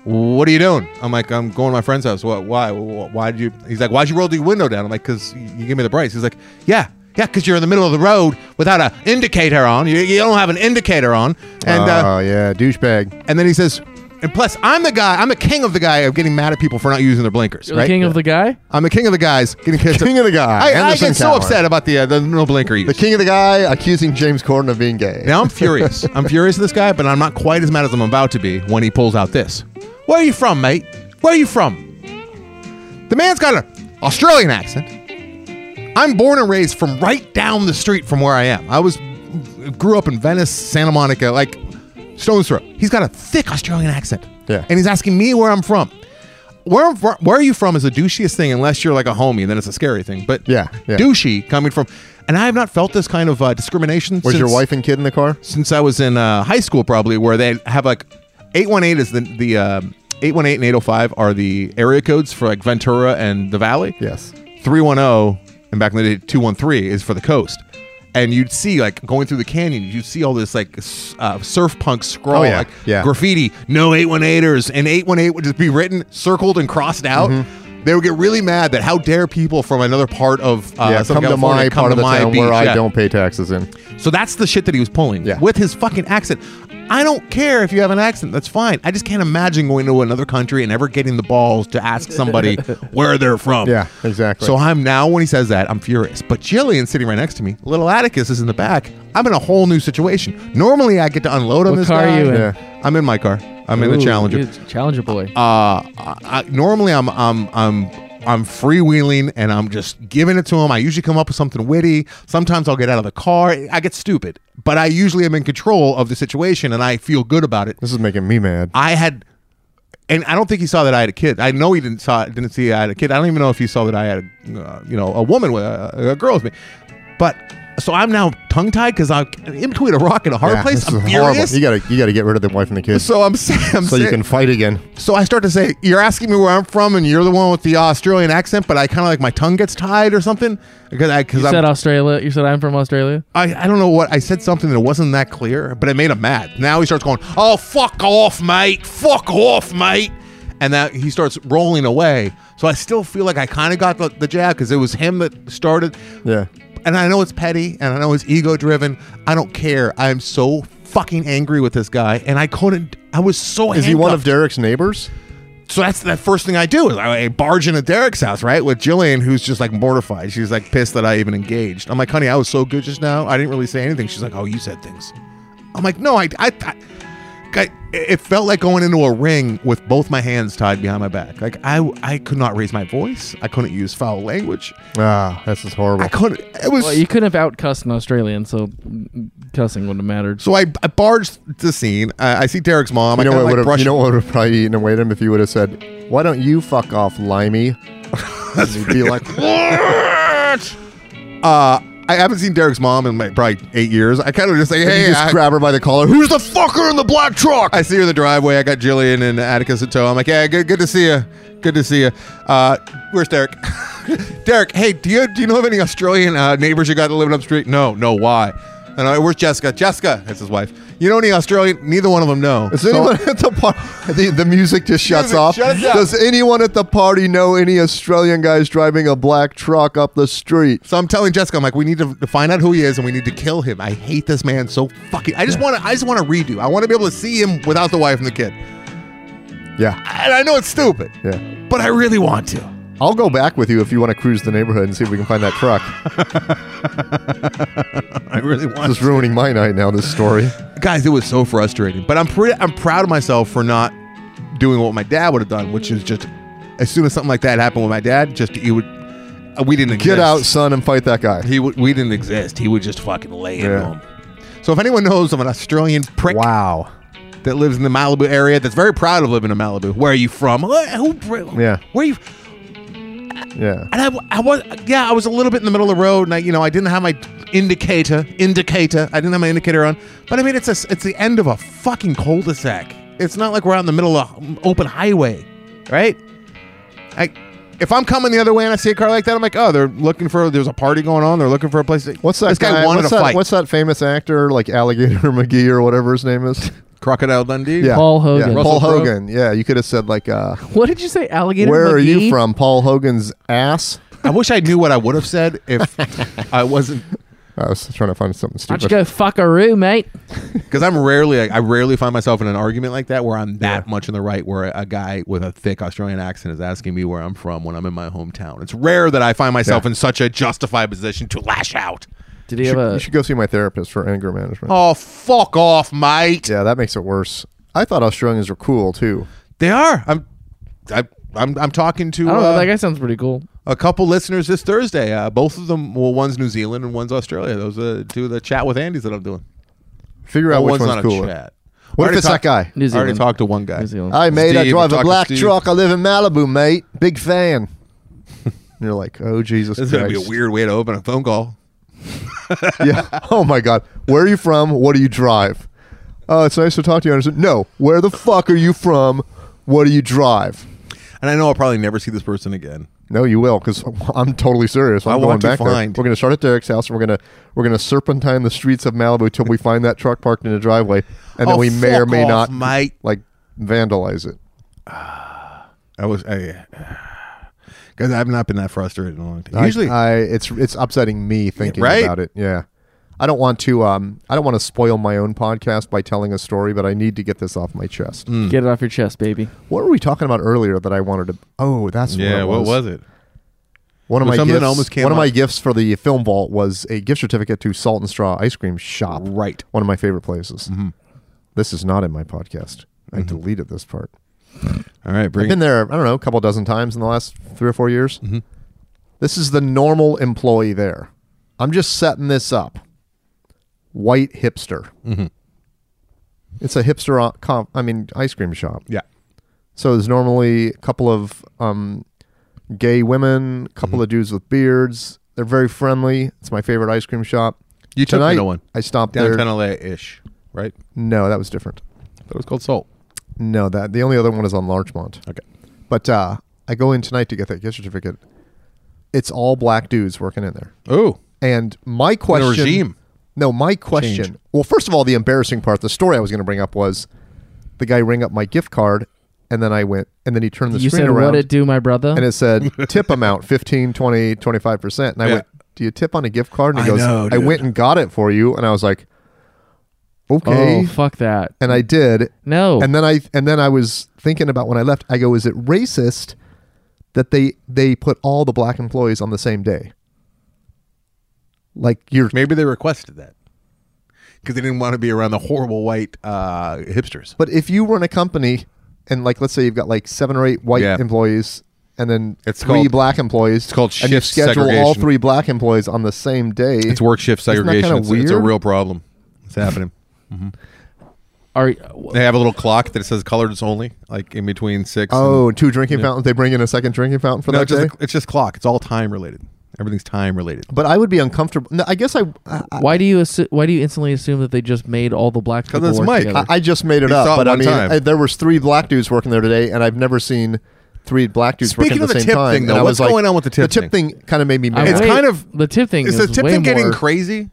C: "What are you doing?" I'm like, "I'm going to my friend's house." What? Why? Wh- Why did you? He's like, "Why'd you roll the window down?" I'm like, "Cause you gave me the price." He's like, "Yeah." Yeah, because you're in the middle of the road without a indicator on. You, you don't have an indicator on. And uh,
D: oh yeah, douchebag.
C: and then he says, and plus, I'm the guy, I'm the king of the guy of getting mad at people for not using their blinkers,
B: You're
C: right?
B: the king of the guy.
C: I'm the king of the guys.
D: <laughs>
C: Getting pissed
D: King of the
C: I,
D: guy,
C: I
D: Anderson
C: get so
D: Coward.
C: upset about the uh, the no blinker use.
D: The king of the guy accusing James Corden of being gay.
C: now I'm
D: <laughs>
C: furious. I'm furious at this guy, but I'm not quite as mad as I'm about to be when he pulls out this. Where are you from, mate? Where are you from? The man's got an Australian accent. I'm born and raised from right down the street from where I am. I was grew up in Venice, Santa Monica, like stone's throw. He's got a thick Australian accent.
D: Yeah.
C: And he's asking me where I'm from. where, where where are you from is the douchiest thing unless you're like a homie then it's a scary thing but
D: Yeah, yeah.
C: douchey coming from and i have not felt this kind of uh, discrimination
D: Was
C: since,
D: your wife and kid in the car?
C: since i was in uh, high school probably where they have like 818 is the the uh, 818 and 805 are the area codes for like ventura and the valley
D: Yes.
C: 310 and back in the day 213 is for the coast and you'd see like going through the canyon you'd see all this like s- uh, surf punk scrawl
D: Oh, yeah.
C: like
D: Yeah.
C: graffiti no 818ers and 818 would just be written circled and crossed out
D: Mm-hmm.
C: They would get really mad that how dare people from another part of uh,
D: yeah,
C: Southern
D: come to
C: California
D: my
C: come
D: part
C: to
D: of the
C: my
D: town
C: beach.
D: where
C: Yeah.
D: I don't pay taxes in.
C: So that's the shit that he was pulling
D: Yeah.
C: with his fucking accent. I don't care if you have an accent, that's fine. I just can't imagine going to another country and ever getting the balls to ask
D: <laughs>
C: somebody where they're from.
D: Yeah, exactly.
C: So I'm now when he says that, I'm furious. But Jillian sitting right next to me, little Atticus is in the back. I'm in a whole new situation. Normally I get to unload on
B: What
C: this
B: car are
C: guy.
B: you in?
D: Yeah.
C: I'm in my car. I'm in the
B: Ooh,
C: Challenger
B: he's a Challenger boy.
C: uh, I, I- normally I'm I'm I'm I'm freewheeling and I'm just giving it to him. I usually come up with something witty. Sometimes I'll get out of the car. I get stupid, but I usually am in control of the situation and I feel good about it.
D: this is making me mad.
C: I had, and I don't think he saw that I had a kid. I know he didn't saw didn't see I had a kid. I don't even know if he saw that I had a, uh, you know a woman with uh, a girl with me, but. So I'm now tongue tied because I'm in between a rock and a hard
D: Yeah,
C: place.
D: this
C: I'm
D: is
C: furious.
D: You gotta you gotta get rid of the wife and the kid. So,
C: So I'm, sa- I'm
D: you
C: sa-
D: can fight again.
C: so I start to say, "You're asking me where I'm from, and you're the one with the Australian accent." But I kind of like my tongue gets tied or something because I because
B: You said uh,
C: I,
B: Australia. You said I'm from Australia.
C: I I don't know what I said something that wasn't that clear, but it made him mad. Now he starts going, "Oh fuck off, mate! Fuck off, mate!" And that he starts rolling away. So I still feel like I kind of got the, the jab because it was him that started.
D: Yeah.
C: And I know it's petty and I know it's ego driven. I don't care. I'm so fucking angry with this guy, and I couldn't. I was so.
D: Is he one of
C: handcuffed.
D: Derek's neighbors?
C: So that's the first thing I do is I, I barge into Derek's house, right, with Jillian, who's just like mortified. She's like pissed that I even engaged. I'm like, honey, I was so good just now. I didn't really say anything. She's like, oh, you said things. I'm like, no, I, I, I, I it felt like going into a ring with both my hands tied behind my back. Like I, I could not raise my voice. I couldn't use foul language.
D: Ah, this is horrible.
C: I couldn't. It was
B: Well, you couldn't have out cussed an Australian, so mm, cussing wouldn't have mattered.
C: so I, I barged the scene. I, I see Derek's mom.
D: You
C: I
D: know
C: kinda,
D: what
C: like,
D: would have
C: brush-
D: you know what would have probably eaten away at him if you would have said, "Why don't you fuck off, Limey?" <laughs> And he'd be like,
C: Uh, I haven't seen Derek's mom in like probably eight years. I kind of just say,
D: you
C: hey,
D: just
C: I, <laughs>
D: grab her by the collar. Who's the fucker in the black truck?
C: I see her in the driveway. I got Jillian and Atticus at tow. I'm like, yeah, good, good to see you. Good to see you. Uh, where's Derek? <laughs> Derek, hey, do you do you know of any Australian uh, neighbors you got that live in up the street? No, no, why? And I, where's Jessica? Jessica, that's his wife. You know any Australian? Neither one of them know.
D: Is
C: So-
D: anyone at the party? <laughs> The, the music just shuts
C: Music
D: off.
C: shuts up.
D: Does anyone at the party know any Australian guys driving a black truck up the street?
C: So I'm telling Jessica, I'm like, we need to to find out who he is and we need to kill him. I hate this man so fucking. I just want to. I just want to redo. I want to be able to see him without the wife and the kid.
D: Yeah,
C: And I know it's stupid,
D: yeah.
C: but I really want to.
D: I'll go back with you if you want to cruise the neighborhood and see if we can find that truck.
C: I really want.
D: this is ruining my night now. This story.
C: guys it was so frustrating but i'm pretty i'm proud of myself for not doing what my dad would have done which is just as soon as something like that happened with my dad just he would uh, we didn't
D: Get
C: exist.
D: out, son, and fight that guy.
C: he would we didn't exist he would just fucking lay it
D: Yeah.
C: on him so if anyone knows of an australian prick
D: Wow.
C: that lives in the malibu area that's very proud of living in malibu where are you from Uh, Who- who-
D: Yeah.
C: where are you
D: Yeah.
C: and I, I was yeah I was a little bit in the middle of the road and I you know I didn't have my indicator indicator I didn't have my indicator on but I mean it's a, it's the end of a fucking cul-de-sac it's not like we're out in the middle of open highway right I if I'm coming the other way and I see a car like that I'm like oh they're looking for there's a party going on they're looking for a place to,
D: What's that
C: this guy, wanted
D: what's
C: to
D: that,
C: fight
D: What's that famous actor like Alligator <laughs> McGee or whatever his name is?
C: Crocodile Dundee
D: Yeah,
B: Paul Hogan.
D: Yeah,
B: Russell
D: Paul
B: Crowe.
D: Hogan. Yeah, you could have said like, uh,
B: <laughs> What did you say, alligator?
D: "Where are
B: McGee?
D: you from?" Paul Hogan's ass.
C: I wish I knew what I would have said if
D: <laughs>
C: I wasn't
D: I was trying to find something
B: Why don't you
D: stupid.
B: go fuckaroo, mate?
C: because I'm rarely like, I rarely find myself in an argument like that where I'm that much in the right where a guy with a thick Australian accent is asking me where I'm from when I'm in my hometown. It's rare that I find myself
D: Yeah.
C: in such a justified position to lash out.
B: Did he
D: You
B: have
D: should, you
B: a?
D: should go see my therapist for anger management.
C: Oh fuck off, mate!
D: Yeah, that makes it worse. I thought Australians were cool too.
C: They are. I'm. I, I'm, I'm talking to
B: I don't
C: uh,
B: know. That guy sounds pretty cool.
C: a couple listeners this Thursday. Uh, both of them, well, one's uh, New Zealand and one's Australia. Those are two of the chat with Andy's that I'm doing.
D: Figure out
C: Well,
D: which
C: one's
D: one's
C: not a
D: cooler.
C: chat.
D: What if
C: already
D: it's that
C: talked-
D: guy?
C: I already
B: Zealand.
C: talked to one guy.
B: New Zealand.
D: I made. I
C: Steve,
D: drive a
C: talk to
D: black
C: Steve.
D: truck. I live in Malibu, mate. Big fan. <laughs> And you're like, oh Jesus
C: This is gonna
D: Christ!
C: be a weird way to open a phone call.
D: yeah. <laughs> Oh my God. Where are you from? What do you drive? Oh, it's nice to talk to you, Anderson. No. Where the fuck are you from? What do you drive?
C: And I know I'll probably never see this person again.
D: No, you will, because <laughs> I'm totally serious. I'm
C: I
D: going
C: want to
D: back
C: find-
D: there. We're going to start at Derek's house, and we're going to we're going to serpentine the streets of Malibu till we find that truck parked in a driveway, and
C: Oh,
D: then we may or
C: fuck
D: may
C: off,
D: not
C: mate.
D: like vandalize it.
C: I was, I, <sighs> guys, I've not been that frustrated in a long time.
D: I-
C: Usually,
D: I, it's it's upsetting me thinking
C: right?
D: about it. Yeah, I don't want to um I don't want to spoil my own podcast by telling a story, but I need to get this off my chest.
B: Get it off your chest, baby.
D: What were we talking about earlier that I wanted to? Oh, that's
C: yeah.
D: What it was.
C: What was it?
D: One of
C: It
D: my
C: was something that
D: gifts,
C: almost came
D: one of my
C: up.
D: gifts for the film vault was a gift certificate to Salt and Straw Ice Cream Shop.
C: Right. Mm-hmm.
D: one of my favorite places. This is not in my podcast. I deleted this part.
C: All right, bring
D: I've
C: it.
D: been there. I don't know, a couple dozen times in the last three or four years.
C: Mm-hmm.
D: This is the normal employee there. I'm just setting this up. White hipster.
C: Mm-hmm.
D: It's a hipster. uh, comp, I mean, ice cream shop.
C: Yeah.
D: So there's normally a couple of um, gay women, a
C: Mm-hmm.
D: couple of dudes with beards. They're very friendly. It's my favorite ice cream shop.
C: You took me
D: Tonight,
C: to one.
D: I stopped there.
C: Downtown LA ish, right?
D: No, that was different.
C: That was called Salt.
D: No, that the only other one is on Larchmont.
C: Okay.
D: But uh, I go in tonight to get that gift certificate. It's all black dudes working in there.
C: Oh,
D: And my question
C: regime.
D: No, my question.
C: Change.
D: Well, first of all, the embarrassing part, the story I was going to bring up was the guy rang up my gift card and then I went and then he turned the
B: You
D: screen
B: said,
D: around
B: what it do, my brother?
D: and
C: <laughs>
D: it said tip amount 15, 20, 25%. And I
C: Yeah.
D: went, "Do you tip on a gift card?" And he
C: I
D: goes,
C: know,
D: "I
C: dude.
D: went and got it for you." And I was like, "Okay."
B: oh, fuck that.
C: uh,
D: and I did
B: No.
D: and then I and then I was thinking about when I left. I go, is it racist that they they put all the black employees on the same day? Like you're
C: maybe they requested that because they didn't want to be around the horrible white uh, hipsters.
D: but if you run a company and like let's say you've got like seven or eight white
C: Yeah.
D: employed employees and then
C: It's
D: three
C: called-
D: black employees, it's
C: called
D: and you
C: shift
D: schedule all
C: segregation.
D: three black employees on the same day.
C: It's work shift
D: Isn't that
C: segregation.
D: kinda
C: It's, it's a
D: weird?
C: real problem. It's happening.
B: Are
C: They have a little clock that says coloreds only, like in between six. and-
D: Oh, two drinking fountains. They bring in a second drinking fountain for
C: no,
D: that
C: it's just,
D: day.
C: a- it's just clock. It's all time related. Everything's time related.
D: but I would be uncomfortable. No, I guess I, I,
B: why do you assu- why do you instantly assume that they just made all the black people
C: it's
B: work
C: Mike.
B: together?
D: I, I just made
C: You
D: it
C: saw it
D: up, but I
C: one
D: mean,
C: time.
D: I, there was three black dudes working there today, and I've never seen three black dudes
C: Speaking
D: working
C: of
D: at the,
C: the
D: same
C: tip
D: time.
C: thing, though,
D: and I
C: what's
D: was like-
C: going on with the tip
D: The tip thing, kind of made me
B: I
D: mad.
C: It's
B: wait-
C: kind of-
B: the tip thing.
C: Is
B: Is,
C: the tip
B: way
C: thing getting
B: more-
C: crazy?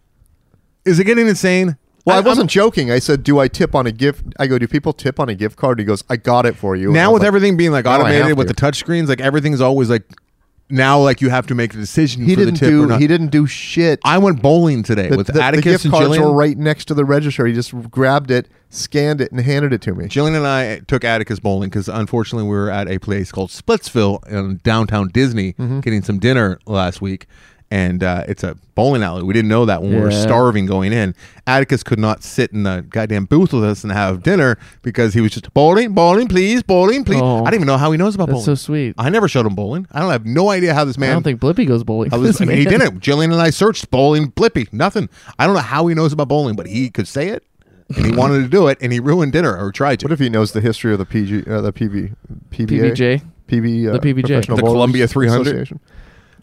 C: Is it getting insane?
D: well, I,
C: I'm-
D: wasn't joking. I said, "Do I tip on a gift?" I go, "Do people tip on a gift card?" He goes, "I got it for you." And I
C: now
D: was
C: with
D: like,
C: everything being like
D: now I have
C: automated with
D: to.
C: the touchscreens, like everything's always like now like you have to make a decision
D: he
C: for
D: didn't
C: the tip or
D: do.
C: not.
D: He didn't do shit.
C: I went bowling today
D: the,
C: with
D: the- the
C: Atticus
D: gift
C: and
D: cards
C: Jillian.
D: were right next to the register. He just grabbed it, scanned it, and handed it to me.
C: Jillian and I took Atticus bowling because unfortunately we were at a place called Splitsville in downtown Disney
B: Mm-hmm.
C: getting some dinner last week. And uh, it's a bowling alley. We didn't know that when we were
B: Yeah.
C: starving going in. Atticus could not sit in the goddamn booth with us and have dinner because he was just bowling, bowling, please, bowling, please.
B: Oh.
C: I didn't even know how he knows about
B: That's so
C: bowling.
B: sweet.
C: I never showed him bowling. I don't have no idea how this
B: I
C: man. <laughs>
B: don't think Blippi goes bowling.
C: I was,
B: <laughs> This
C: I mean, he
B: man-
C: didn't. Jillian and I searched bowling blippy. Nothing. I don't know how he knows about bowling, but he could say it, and he wanted to do it, and he ruined dinner or tried to.
D: What if he knows the history of the PG, uh, the PB, PBA,
B: PBJ.
D: PB, uh,
B: The PBJ.
D: Professional
C: The
D: Bowlers
C: Columbia 300.
D: Association.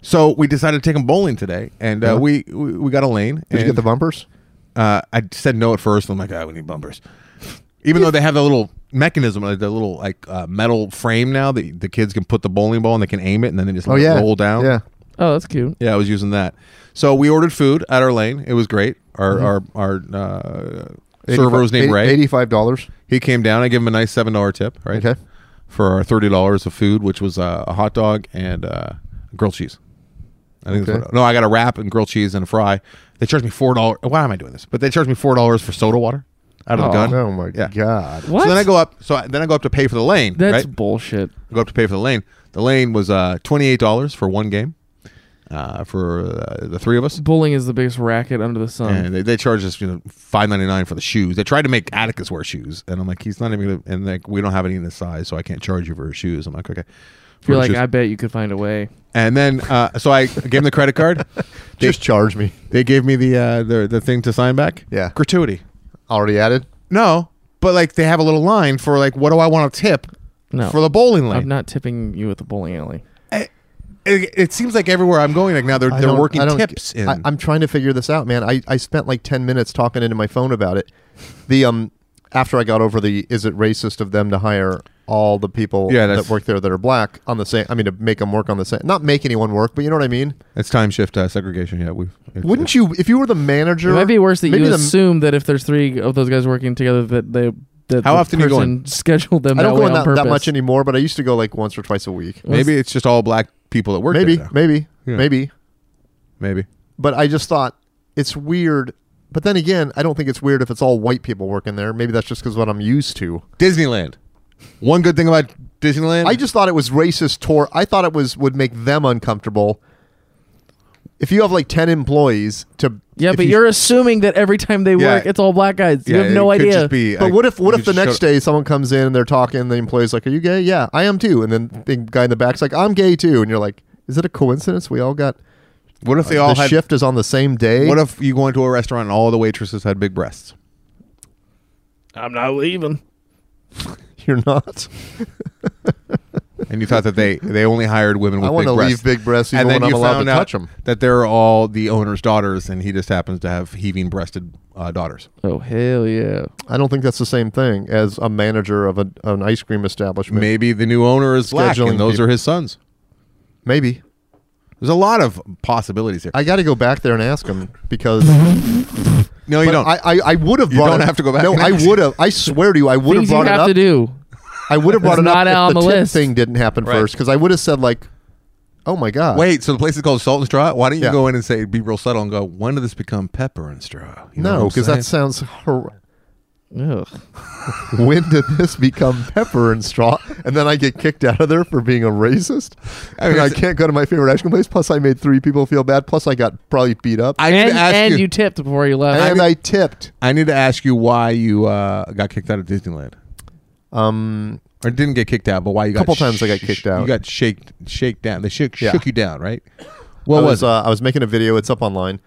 C: So we decided to take him bowling today, and uh,
D: Yeah.
C: we, we we got a lane.
D: Uh-huh. Did you get
C: and,
D: the bumpers?
C: Uh, I said no at first. I'm like, oh, we need bumpers, even though they have that little mechanism, like the little like uh, metal frame now that the kids can put the bowling ball and they can aim it, and then they just
D: Oh
C: let
D: yeah,
C: it roll down.
D: Yeah,
B: Oh, that's cute.
C: Yeah, I was using that. So we ordered food at our lane. It was great. Our
D: Mm-hmm.
C: our our uh, server was named Ray.
D: Eighty-five dollars.
C: He came down. I gave him a nice seven dollar tip, right?
D: Okay.
C: For our thirty dollars of food, which was uh, a hot dog and uh, grilled cheese. I think that's
D: Okay.
C: what, no, I got a wrap and grilled cheese and a fry. They charged me four dollars. Why am I doing this? But they charged me four dollars for soda water out of the
B: Aw.
C: gun.
D: Oh my
C: Yeah.
D: god.
B: What?
C: So then I go up. So I, then I go up to pay for the lane.
B: That's
C: right?
B: bullshit.
C: I go up to pay for the lane. The lane was uh, twenty eight dollars for one game, uh, for uh, the three of us.
B: Bowling is the biggest racket under the sun.
C: And they, they charged us, you know, five ninety nine for the shoes. They tried to make Atticus wear shoes, and I'm like, he's not even gonna. And like, we don't have any in the size, so I can't charge you for his shoes. I'm like, okay. For
B: You're
C: his
B: like,
C: shoes.
B: I bet you could find a way.
C: and then uh, so I gave him the credit <laughs> card. They,
D: Just charge me.
C: they gave me the uh, the the thing to sign back.
D: Yeah.
C: gratuity.
D: Already added.
C: No, but like they have a little line for like what do I want to tip
B: No.
C: for the bowling lane. Eh,
B: I'm not tipping you at the bowling alley.
C: it, it seems like everywhere I'm going, like now they're
D: I
C: they're
D: don't-
C: working
D: I don't-
C: tips in.
D: I, am trying to figure this out, man. I, I spent like ten minutes talking into my phone about it. The um after I got over the is it racist of them to hire all the people
C: Yeah, that's-
D: that work there that are black on the same I mean to make them work on the same not make anyone work, but you know what I mean?
C: it's time shift uh, segregation. Yeah, we
D: Wouldn't you if you were the manager
B: It might be worse that
D: maybe
B: you
D: the-
B: assume that if there's three of those guys working together that they that
C: How
B: the
C: often you go
B: person <laughs> scheduled them.
D: I don't
B: that
D: go
B: way
D: in
B: on
D: that, that
B: purpose.
D: much anymore, but I used to go like once or twice a week.
C: Maybe it's just all black people that work.
D: Maybe,
C: there now.
D: maybe,
C: Yeah.
D: maybe.
C: maybe.
D: But I just thought it's weird. But then again, I don't think it's weird if it's all white people working there. Maybe that's just because what I'm used to.
C: Disneyland. One good thing about Disneyland.
D: I just thought it was racist toward. I thought it was would make them uncomfortable. If you have like ten employees to
B: Yeah,
D: if
B: but
D: you-
B: you, are assuming that every time they
C: Yeah.
B: work, it's all black guys. you
C: Yeah,
B: have no
C: it could
B: idea.
C: just be,
D: But
C: like,
D: what if what
C: you
D: if the
C: just
D: next
C: showed-
D: day someone comes in and they're talking and the employee's like, "Are you gay?" Yeah, I am too. And then the guy in the back's like, "I'm gay too." And you're like, "Is it a coincidence? We all got
C: What if they all
D: uh, the
C: had?
D: shift is on the same day."
C: What if you go into a restaurant and all the waitresses had big breasts?
B: I'm not leaving.
D: <laughs> you're not?
C: and you thought that they they only hired women with
D: I want
C: big
D: to
C: breasts.
D: leave big breasts even
C: and then
D: when I'm
C: you
D: allowed
C: found
D: to
C: out
D: touch them.
C: that they're all the owner's daughters, and he just happens to have heaving breasted uh, daughters.
B: Oh hell yeah!
D: I don't think that's the same thing as a manager of a, an ice cream establishment.
C: Maybe the new owner is black,
D: Scheduling
C: and those
D: people.
C: are his sons.
D: Maybe.
C: There's a lot of possibilities here.
D: I got to go back there and ask him because
C: no, you
D: but
C: don't.
D: I, I, I would have
C: You
D: brought
C: don't
D: it-
C: have to go back
D: No,
C: and
D: I
C: ask.
D: would have. I swear to you, I would have
B: Things you
D: brought
B: have
D: it up.
B: to do.
D: I would have brought
B: It's
D: it up
B: not
D: if
B: on
D: the,
B: the
D: tip
B: list.
D: thing didn't happen
C: Right.
D: first because I would have said like, "Oh my god,
C: Wait, so the place is called Salt and Straw. Why don't you
D: Yeah.
C: go in and say, be real subtle, and go, when did this become Pepper and Straw? You know
D: no,"
C: what I'm
D: because
C: saying?
D: that sounds. Hor-
B: Ugh.
D: when did this become pepper and straw? And then I get kicked out of there for being a racist.
C: I
D: <laughs> I
C: mean,
D: mean, I
C: it's-
D: can't go to my favorite ice cream place. Plus, I made three people feel bad. Plus, I got probably beat up.
C: I need
B: And,
C: to ask
B: and
C: you,
B: you. tipped before you left.
D: and I tipped.
C: I need to ask you why you uh, got kicked out of Disneyland,
D: Um,
C: or didn't get kicked out, but why you got
D: Couple times I got kicked out.
C: You got shaked, shaked down. They shook,
D: Yeah.
C: shook you down, right? What
D: I
C: was, it?
D: uh, I was making a video. It's up online,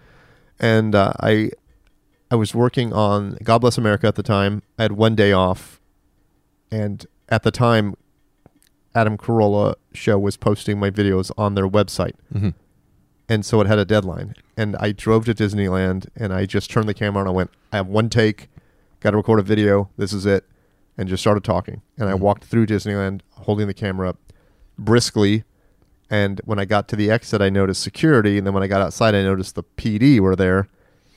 D: and uh, I I was working on God Bless America at the time. I had one day off, and at the time, Adam Carolla show was posting my videos on their website,
C: Mhm.
D: and so it had a deadline. And I drove to Disneyland, and I just turned the camera on. I went, I have one take, got to record a video. This is it, and just started talking. And I walked through Disneyland holding the camera up briskly. And when I got to the exit, I noticed security. And then when I got outside, I noticed the PD were there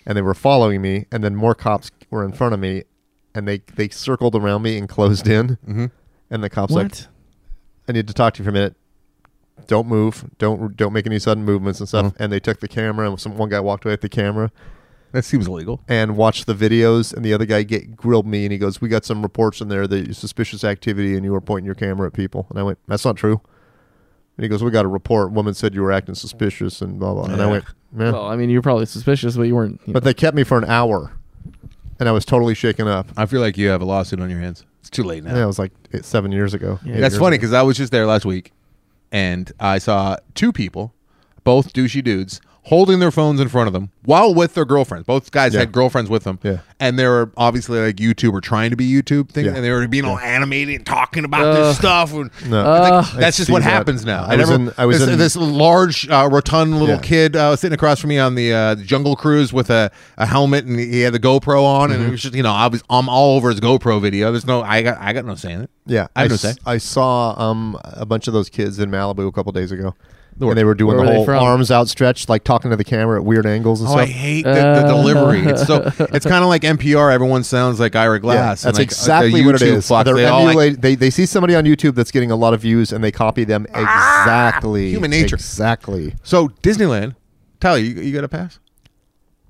D: and they were following me. And then more cops were in front of me and they, they circled around me and closed in.
C: Mhm.
D: And the cops like,
B: what?
D: I need to talk to you for a minute. Don't move. Don't don't make any sudden movements and stuff.
C: Mhm.
B: Mm-hmm.
D: And they took the camera and some one guy walked away with the camera
C: That seems illegal.
D: and watched the videos and the other guy get grilled me and he goes, "We got some reports in there that suspicious activity and you were pointing your camera at people." And I went, "That's not true." And he goes, "We got a report. Woman said you were acting suspicious and blah blah." And I
C: Yeah.
D: went, "Yeah."
B: <laughs> Well, I mean, you're probably suspicious, but you weren't. You
D: But
B: know.
D: they kept me for an hour, and I was totally shaken up.
C: I feel like you have a lawsuit on your hands. It's too late now.
D: And that was like eight, seven years ago.
B: Yeah.
D: eight
C: That's
D: years
C: funny
D: ago.
C: because I was just there last week, and I saw two people, both douchey dudes, holding their phones in front of them while with their girlfriends. Both guys
D: Yeah.
C: had girlfriends with them,
D: Yeah.
C: and they were obviously like YouTube or trying to be YouTube things,
D: Yeah.
C: and they were being all animated and talking about
B: Ugh.
C: this stuff. And
D: No.
C: it's like,
B: Ugh.
C: that's
D: I
C: just
D: see
C: what
D: that.
C: happens now.
D: I was in- I was
C: this,
D: in-
C: this large, uh, rotund little
D: Yeah.
C: kid uh, sitting across from me on the uh, Jungle Cruise with a, a helmet, and he had the GoPro on,
D: Mm-hmm.
C: and it was just you know I was I'm all over his GoPro video. There's no I got I got no saying it.
D: Yeah,
C: I have no
D: s-
C: say.
D: I saw um a bunch of those kids in Malibu a couple days ago,
C: were-
D: and they were doing
B: where
D: the
B: were they
D: whole
B: from?
D: arms outstretched, like talking to the camera at weird angles and
C: Oh, I
D: stuff.
C: hate the, the
B: Uh.
C: delivery. It's
D: <laughs>
C: so it's kind of like NPR. Everyone sounds like Ira
D: Yeah,
C: Glass. and
D: that's
C: like, uh,
D: exactly
C: the
D: what it
C: YouTube
D: is.
C: flocks,
D: They're
C: they all, like-
D: emulate- they, they see somebody on YouTube that's getting a lot of views and they copy them exactly.
C: Ah! human nature.
D: Exactly.
C: so Disneyland, Tyler, you, you got a pass?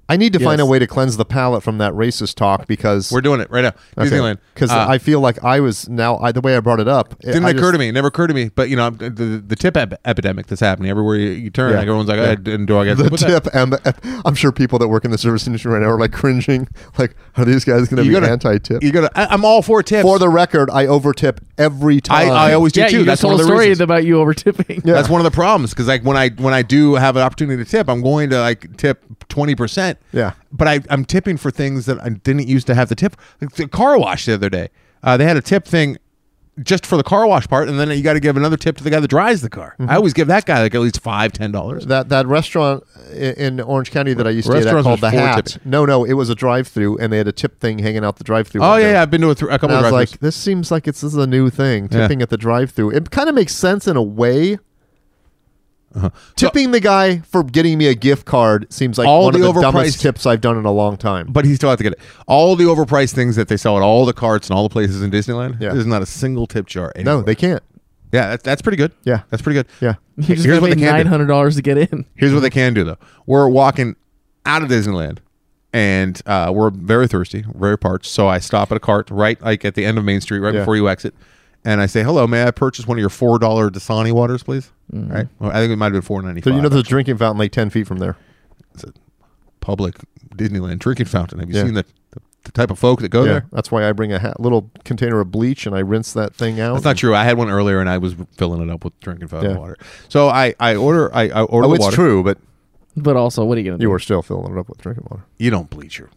D: I need to find a
B: Yes.
D: way to cleanse the palate from that racist talk because
C: We're doing it right now. Disneyland.
D: Because
C: Uh,
D: I feel like I was now I, the way I brought it up. it-
C: didn't
D: I
C: occur
D: just-
C: to me. It never occurred to me. But you know, the, the, the tip ep- epidemic that's happening everywhere you, you turn,
D: Yeah.
C: like, everyone's like, "Oh,
D: Yeah.
C: I didn't do I get
D: The
C: What's that?
D: tip, and the- I'm sure people that work in the service industry right now are like cringing. <laughs> Like, are these guys going to
C: You
D: be
C: gotta-
D: anti-tip?
C: You gotta. I, am all for tips.
D: For the record, I overtip every
C: I,
D: time.
C: I always do
B: yeah,
C: too.
B: you
C: that's
B: just told
C: one
B: a
C: of the
B: story
C: reasons.
B: about you over tipping.
D: Yeah.
C: That's one of the problems because like when I when I do have an opportunity to tip, I'm going to like tip twenty percent.
D: Yeah.
C: but I, I'm tipping for things that I didn't used to have the tip. Like the car wash the other day, uh, they had a tip thing just for the car wash part, and then you got to give another tip to the guy that drives the car. I always give that guy like at least five, ten dollars.
D: Mm-hmm. That that restaurant i- in Orange County that I used to eat at
C: Restaurants
D: called the
C: was for
D: Hat.
C: tipping.
D: No, no, it was a drive-through, and they had a tip thing hanging out the drive-through.
C: Oh
D: window.
C: yeah, yeah, I've been to a, thr- a
D: And
C: couple.
D: I
C: of
D: was
C: drive-thrus.
D: like, this seems like it's this is a new thing.
C: Yeah.
D: Tipping at the drive-through. It kind of makes sense in a way.
C: Uh-huh.
D: Tipping the guy for getting me a gift card seems like
C: All
D: one
C: the
D: of the dumbest
C: overpriced-
D: tips I've done in a long time.
C: but he's still out to get it. All the overpriced things that they sell at all the carts and all the places in Disneyland.
D: Yeah.
C: There's not a single tip jar. Anywhere.
D: No, they can't.
C: Yeah, that's that's pretty good.
D: Yeah.
C: that's pretty good.
D: Yeah.
B: <laughs> You just
C: Here's
B: gotta
C: what
B: pay
C: they can
B: nine
C: do.
B: hundred dollars to get in.
C: Here's what they can do though. We're walking out of Disneyland and uh, we're very thirsty, very parched. So I stop at a cart right like at the end of Main Street, right
D: Yeah.
C: before you exit. And I say, Hello, may I purchase one of your four dollar Dasani waters, please? Right. Well, I think it might have been four ninety
D: Mm-hmm. So
C: five.
D: you know there's a drinking fountain like ten feet from there.
C: public Disneyland drinking fountain. Have you
D: Yeah.
C: seen the, the the type of folk that go there?
D: That's why I bring a ha- little container of bleach and I rinse that thing out.
C: That's not true. I had one earlier and I was filling it up with drinking fountain
D: Oh, Yeah.
C: water. So I, I order I, I order
D: Oh,
C: the
D: it's
C: water.
D: true, but
B: But also, what are you gonna do?
D: you were still filling it up with drinking water.
C: You don't bleach your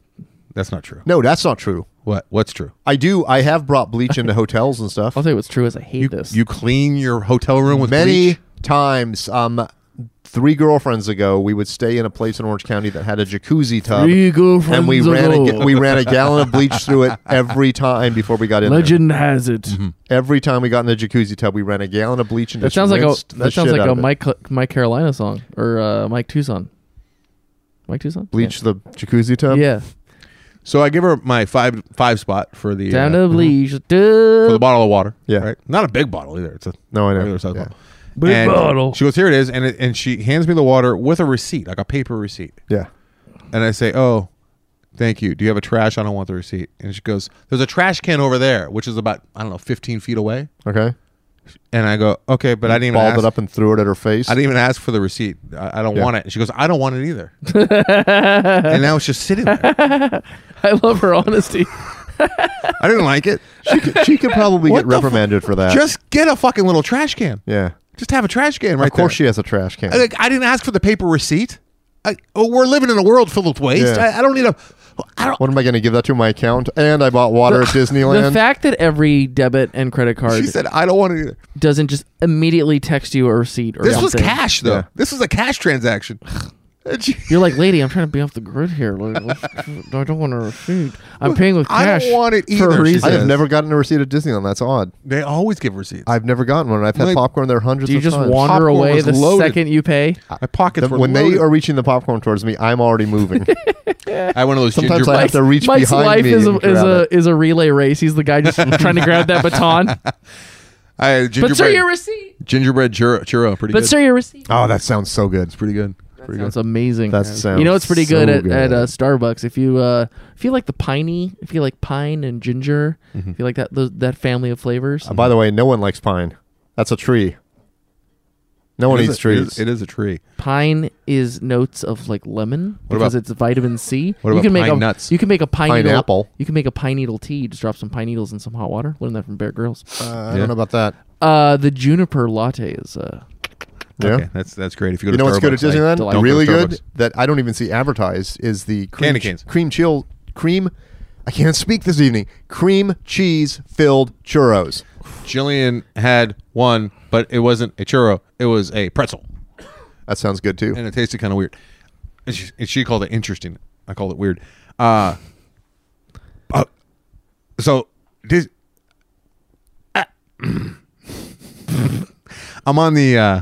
C: that's not true.
D: No, that's not true.
C: What what's true?
D: I do. I have brought bleach into hotels and stuff
B: <laughs> I'll tell you what's true is I hate
C: You,
B: this.
C: you clean your hotel room with
D: many
C: bleach?
D: times. Um, three girlfriends ago, we would stay in a place in Orange County that had a jacuzzi tub,
B: Three girlfriends
D: and we ran a,
B: ago.
D: ga- we ran a gallon
B: <laughs>
D: of bleach through it every time before we got in. there.
B: Legend has it.
D: Every time we got in the jacuzzi tub, we ran a gallon of bleach and
B: That
D: just
B: sounds like a
D: rinsed the
B: that sounds
D: shit
B: like
D: out
B: a
D: of it.
B: Mike Mike Carolina song or uh, Mike Tucson. Mike Tucson.
D: bleach the jacuzzi
B: Yeah.
D: tub.
B: yeah.
C: So I give her my five five spot for the
B: Down
C: uh,
D: Mm-hmm.
B: to bleach.
C: for
B: Duh.
C: the bottle of water.
D: Yeah.
C: right. Not a big bottle either. It's a
D: No, I know.
C: regular size
D: Yeah.
C: bottle.
B: Big
C: And
B: bottle.
C: She goes, here it is, and it, and she hands me the water with a receipt, like a paper receipt.
D: yeah.
C: And I say, oh, thank you. Do you have a trash? I don't want the receipt. And she goes, there's a trash can over there, which is about I don't know, 15 feet away.
D: Okay.
C: And I go, okay, but I didn't even
D: Balled
C: ask.
D: it up and threw it at her face.
C: I didn't even ask for the receipt. I, I don't
D: Yeah.
C: want it. And she goes, I don't want it
B: <laughs>
C: either. and now it's just sitting there.
B: <laughs> I love her
D: <laughs>
B: honesty.
C: I didn't like it.
D: she, could, she could <laughs> probably
C: What
D: get
C: the fu-
D: reprimanded for that.
C: Just get a fucking little trash can.
D: yeah.
C: Just have a trash can right
D: Of course,
C: there.
D: she has a trash can.
C: I, like, I didn't ask for the paper receipt. I, oh, we're living in a world filled with waste.
D: Yeah.
C: I, I don't need a. I don't.
D: What am I going to give that to my account? And I bought water at
B: the
D: Disneyland.
B: fact that every debit and credit card
C: She said, "I don't want it either."
B: doesn't just immediately text you a receipt or
C: This was
B: something.
C: cash, though.
D: Yeah.
C: This was a cash transaction. <laughs> And she-
B: You're like, lady, I'm trying to be off the grid here.
D: <laughs>
B: Like, I don't want a receipt. I'm paying with
C: I don't
B: cash.
C: want it
B: For a
C: either, she
B: reason.
D: I have
C: says.
D: never gotten a receipt at Disneyland. That's odd.
C: they always give receipts.
D: I've never gotten one. I've had
C: Like,
D: popcorn there hundreds
B: Do you
D: of
B: just
D: times.
B: wander
C: Popcorn
B: away
C: was
B: the
C: loaded.
B: second you pay?
C: My pockets
D: The-
C: were
D: when they
C: loaded.
D: are reaching the popcorn towards me, I'm already moving.
C: I want to lose
D: Sometimes
C: ginger.
D: I have to reach
B: Mike's
D: behind
B: life
D: me
B: is a
D: and
B: is
D: grab
B: a,
D: it.
B: is a relay race. He's the guy
D: <laughs>
B: just trying to grab that baton.
C: I had
B: but sir,
C: gingerbread,
B: your receipt.
C: gingerbread churro, churro pretty
B: But
C: good.
B: sir, your receipt.
D: oh, that sounds so good.
C: pretty good. Pretty
B: That's amazing.
D: That sounds
B: you know it's pretty
D: so
B: good at, at uh, Starbucks. If you uh, if you like the piney, if you like pine and ginger,
D: Mm-hmm.
B: if you like that those, that family of flavors,
D: Uh, by the way, no one likes pine. That's a tree. No one
C: It is
D: eats
C: a- it is-
D: trees.
C: It is a tree.
B: pine is notes of like lemon
C: What
B: because
C: about-
B: it's vitamin C.
C: what
B: you
C: about
B: can make
C: pine
B: a,
C: nuts?
B: You can make a pine
D: Pineapple.
B: Needle, you can make a pine needle tea. Just drop some pine needles in some hot water. Learn that from Bear Grylls.
D: Uh, I
C: Yeah.
D: don't know about that.
B: Uh, the juniper latte is uh,
D: Yeah.
C: Okay, that's that's great. If you go
D: You
C: to
D: know what's good at
C: Starbucks, I-
D: Disneyland?
B: don't go to
D: really
C: Starbucks.
D: good that I don't even see advertised is the cream
C: Candy
D: ch-
C: canes.
D: cream chill cream. I can't speak this evening. Cream cheese filled churros.
C: Jillian had one, but it wasn't a churro. It was a pretzel,
D: That sounds good too.
C: and it tasted kind of weird. And she, and she called it interesting. I called it weird. Uh, uh, so this, <coughs> Ah. I'm on the. Uh,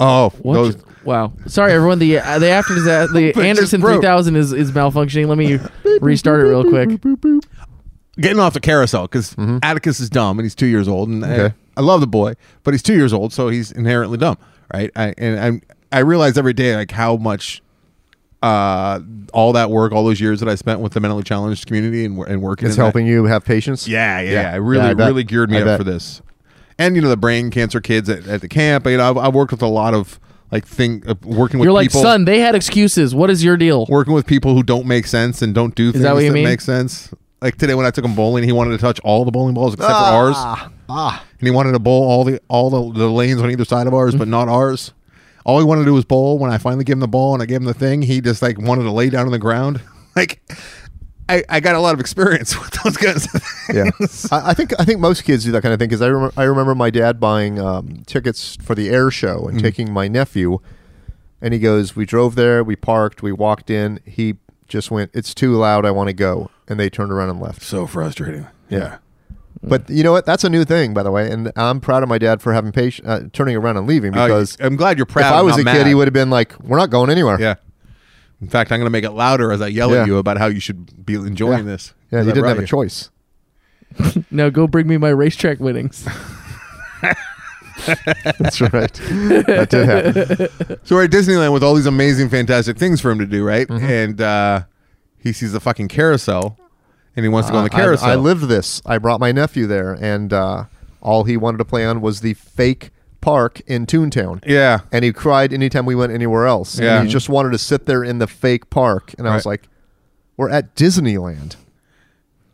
C: oh,
B: what?
C: those,
B: wow. Sorry everyone. The uh, the after
C: <laughs>
B: that the
C: just
B: Anderson
C: broke.
B: 3000 is is malfunctioning. Let me restart it real quick.
C: getting off the carousel because Atticus is dumb and he's two years old, and I-
D: Mm-hmm. Okay.
C: I, love the boy, but he's two years old, so he's inherently dumb, right? I, and I'm, I realize every day like how much uh all that work all those years that i spent with the mentally challenged community and, wor- and working
D: It's
C: in that-
D: helping you have patience.
C: yeah, yeah,
D: Yeah.
C: yeah. It
D: Yeah, I
C: really,
D: bet.
C: really geared me
D: I
C: up
D: bet.
C: for this. And you know the brain cancer kids at, at the camp. You know, I've, I've worked with a lot of like thing uh, working with
B: You're like,
C: people,
B: son, they had excuses. What is your deal?
C: working with people who don't make sense and don't do things
B: that what you mean?
C: make sense. Like today when I took him bowling, he wanted to touch all the bowling balls except for ours,
D: Ah,
B: Mm-hmm.
C: and he wanted to bowl all the all the, the lanes on either side of ours, but not ours. All he wanted to do was bowl. When I finally gave him the ball and I gave him the thing, he just like wanted to lay down on the ground. <laughs> Like, I, I got a lot of experience <laughs> with those guns. <laughs>
D: yeah, I, I think I think most kids do that kind of thing because I remember I remember my dad buying um, tickets for the air show
C: Mm-hmm.
D: and taking my nephew, and he goes, "We drove there, we parked, we walked in. He just went, it's too loud, I want to go,' and they turned around and left.
C: So frustrating.
D: Yeah. But you know what? That's a new thing, by the way, and I'm proud of my dad for having patience, uh, turning around and leaving
C: Uh,
D: because
C: I'm glad you're proud.
D: if I
C: and
D: was
C: not
D: a
C: mad.
D: kid, he would have been like, "We're not going anywhere."
C: Yeah. In fact, I'm going to make it louder as I yell
D: Yeah.
C: at you about how you should be enjoying
D: Yeah.
C: this.
D: yeah,
C: 'Cause
D: he
C: I
D: didn't
C: brought
D: have a
C: you. <laughs>
D: choice. <laughs>
B: Now go bring me my racetrack winnings.
D: That's right. that did
C: <laughs>
D: happen.
C: So we're at Disneyland with all these amazing, fantastic things for him to do, right?
D: Mm-hmm.
C: And uh, he sees the fucking carousel, and he wants to go on the
D: Uh, I-
C: carousel.
D: I, lived this. I brought my nephew there, and uh, all he wanted to play on was the fake park in Toontown.
C: Yeah.
D: And he cried anytime we went anywhere else. And
C: Yeah.
D: he just wanted to sit there in the fake park, and I was
C: Right.
D: like, "We're at Disneyland."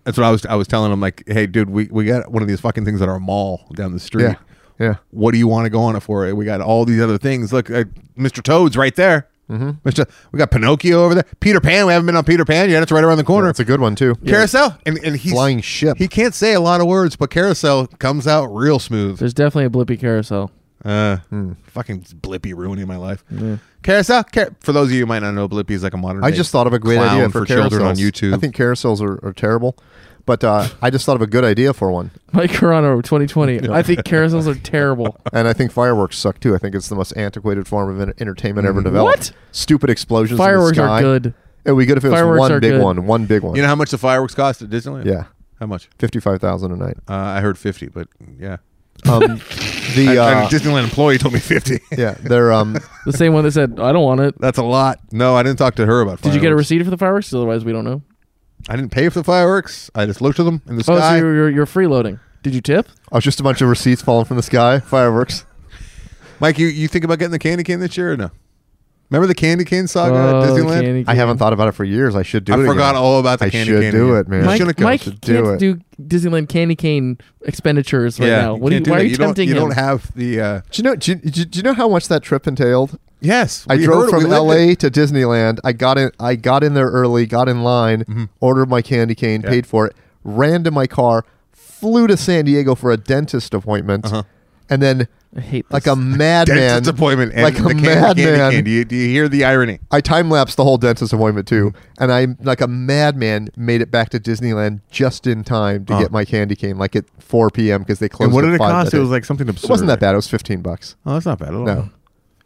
C: That's what I was. I was telling him like, "Hey, dude, we, we got one of these fucking things at our mall down the street.
D: Yeah, yeah.
C: What do you want to go on it for? We got all these other things. Look, uh, Mr. Toad's right there. Mm-hmm. Mr. We got Pinocchio over there. Peter Pan. We haven't been on Peter Pan yet. It's right around the corner.
D: That's a good one too.
C: carousel and and he's
D: Flying ship.
C: He can't say a lot of words, but carousel comes out real smooth.
B: There's definitely a blippy carousel.
C: Uh,
D: Hmm.
C: Fucking Blippy ruining my life. Carousel. Car- for those of you who might not know, Blippy is like a modern.
D: I
C: day
D: just thought of a great idea
C: clown
D: for,
C: children on
D: carousels.
C: YouTube.
D: I think carousels are, are terrible, but uh, I just thought of a good idea for one.
B: Mike Carano,
C: <laughs>
B: 2020. I think carousels are terrible.
D: And I think fireworks suck too. I think it's the most antiquated form of en- entertainment
C: Mm-hmm.
D: ever developed.
B: What?
D: Stupid explosions.
B: Fireworks
D: in the sky.
B: are good.
D: It would be good if it was
B: Fireworks
D: one
B: are
D: big
B: good.
D: one, one big one.
C: you know how much the fireworks cost at Disneyland?
D: yeah,
C: How much?
D: fifty-five thousand
C: <laughs>
D: a night.
C: Uh, I heard fifty, but yeah.
D: Um, the
C: A-
D: uh,
C: a Disneyland employee told me fifty.
D: <laughs> yeah, they're um,
B: The same one that said, I don't want it.
C: That's a lot. No, I didn't talk to her about.
B: Did you get a
C: fireworks.
B: receipt for the fireworks? Otherwise, we don't know.
C: I didn't pay for the fireworks. I just looked at them in the
B: Oh, so
C: sky.
B: you're, you're, you're freeloading. Did you tip?
D: oh, just a bunch of receipts falling from the sky. Fireworks.
C: Mike, you, you think about getting the candy cane this year or no? Remember the candy cane saga at
B: Oh, the
C: Disneyland?
B: candy
D: I
B: cane.
D: haven't thought about it for years. I should do
C: I
D: it.
C: forgot
D: again.
C: all about the
D: I
C: candy
D: should
C: cane again.
D: do it,
C: You
D: man.
C: shouldn't
B: Mike,
C: go.
B: Mike
D: should
B: can't
D: do
B: do,
D: it.
B: Disneyland candy cane expenditures right now.
C: you
B: What do you,
C: can't do
B: why
C: that.
B: are you,
C: You don't-
B: tempting
C: You
B: him?
C: don't have the. Uh,
D: Do you know? Do you, do you- do you know how much that trip entailed?
C: yes,
D: I
C: we
D: drove
C: heard it.
D: from
C: We lived
D: LA
C: it.
D: to Disneyland. I got in. I got in there early. Got in line. Ordered my candy cane.
C: Mm-hmm. Yeah.
D: Paid for it. Ran to my car. Flew to San Diego for a dentist appointment, and then
B: I hate this.
D: like a
C: <laughs> Uh-huh.
D: madman.
C: <laughs> dentist appointment and
D: like
C: the
D: a
C: candy, candy
D: madman.
C: cane. Do you, do you hear the irony?
D: I time lapsed the whole dentist appointment too,
C: Mm-hmm.
D: and I like a madman made it back to Disneyland just in time to
C: Uh-huh.
D: get my candy cane, like at 4 p.m. because they closed.
C: And what
D: at
C: did it
D: 5 that
C: cost? It
D: day.
C: was like something absurd.
D: It wasn't that bad. It was fifteen bucks.
C: Oh, that's not bad at all.
D: No.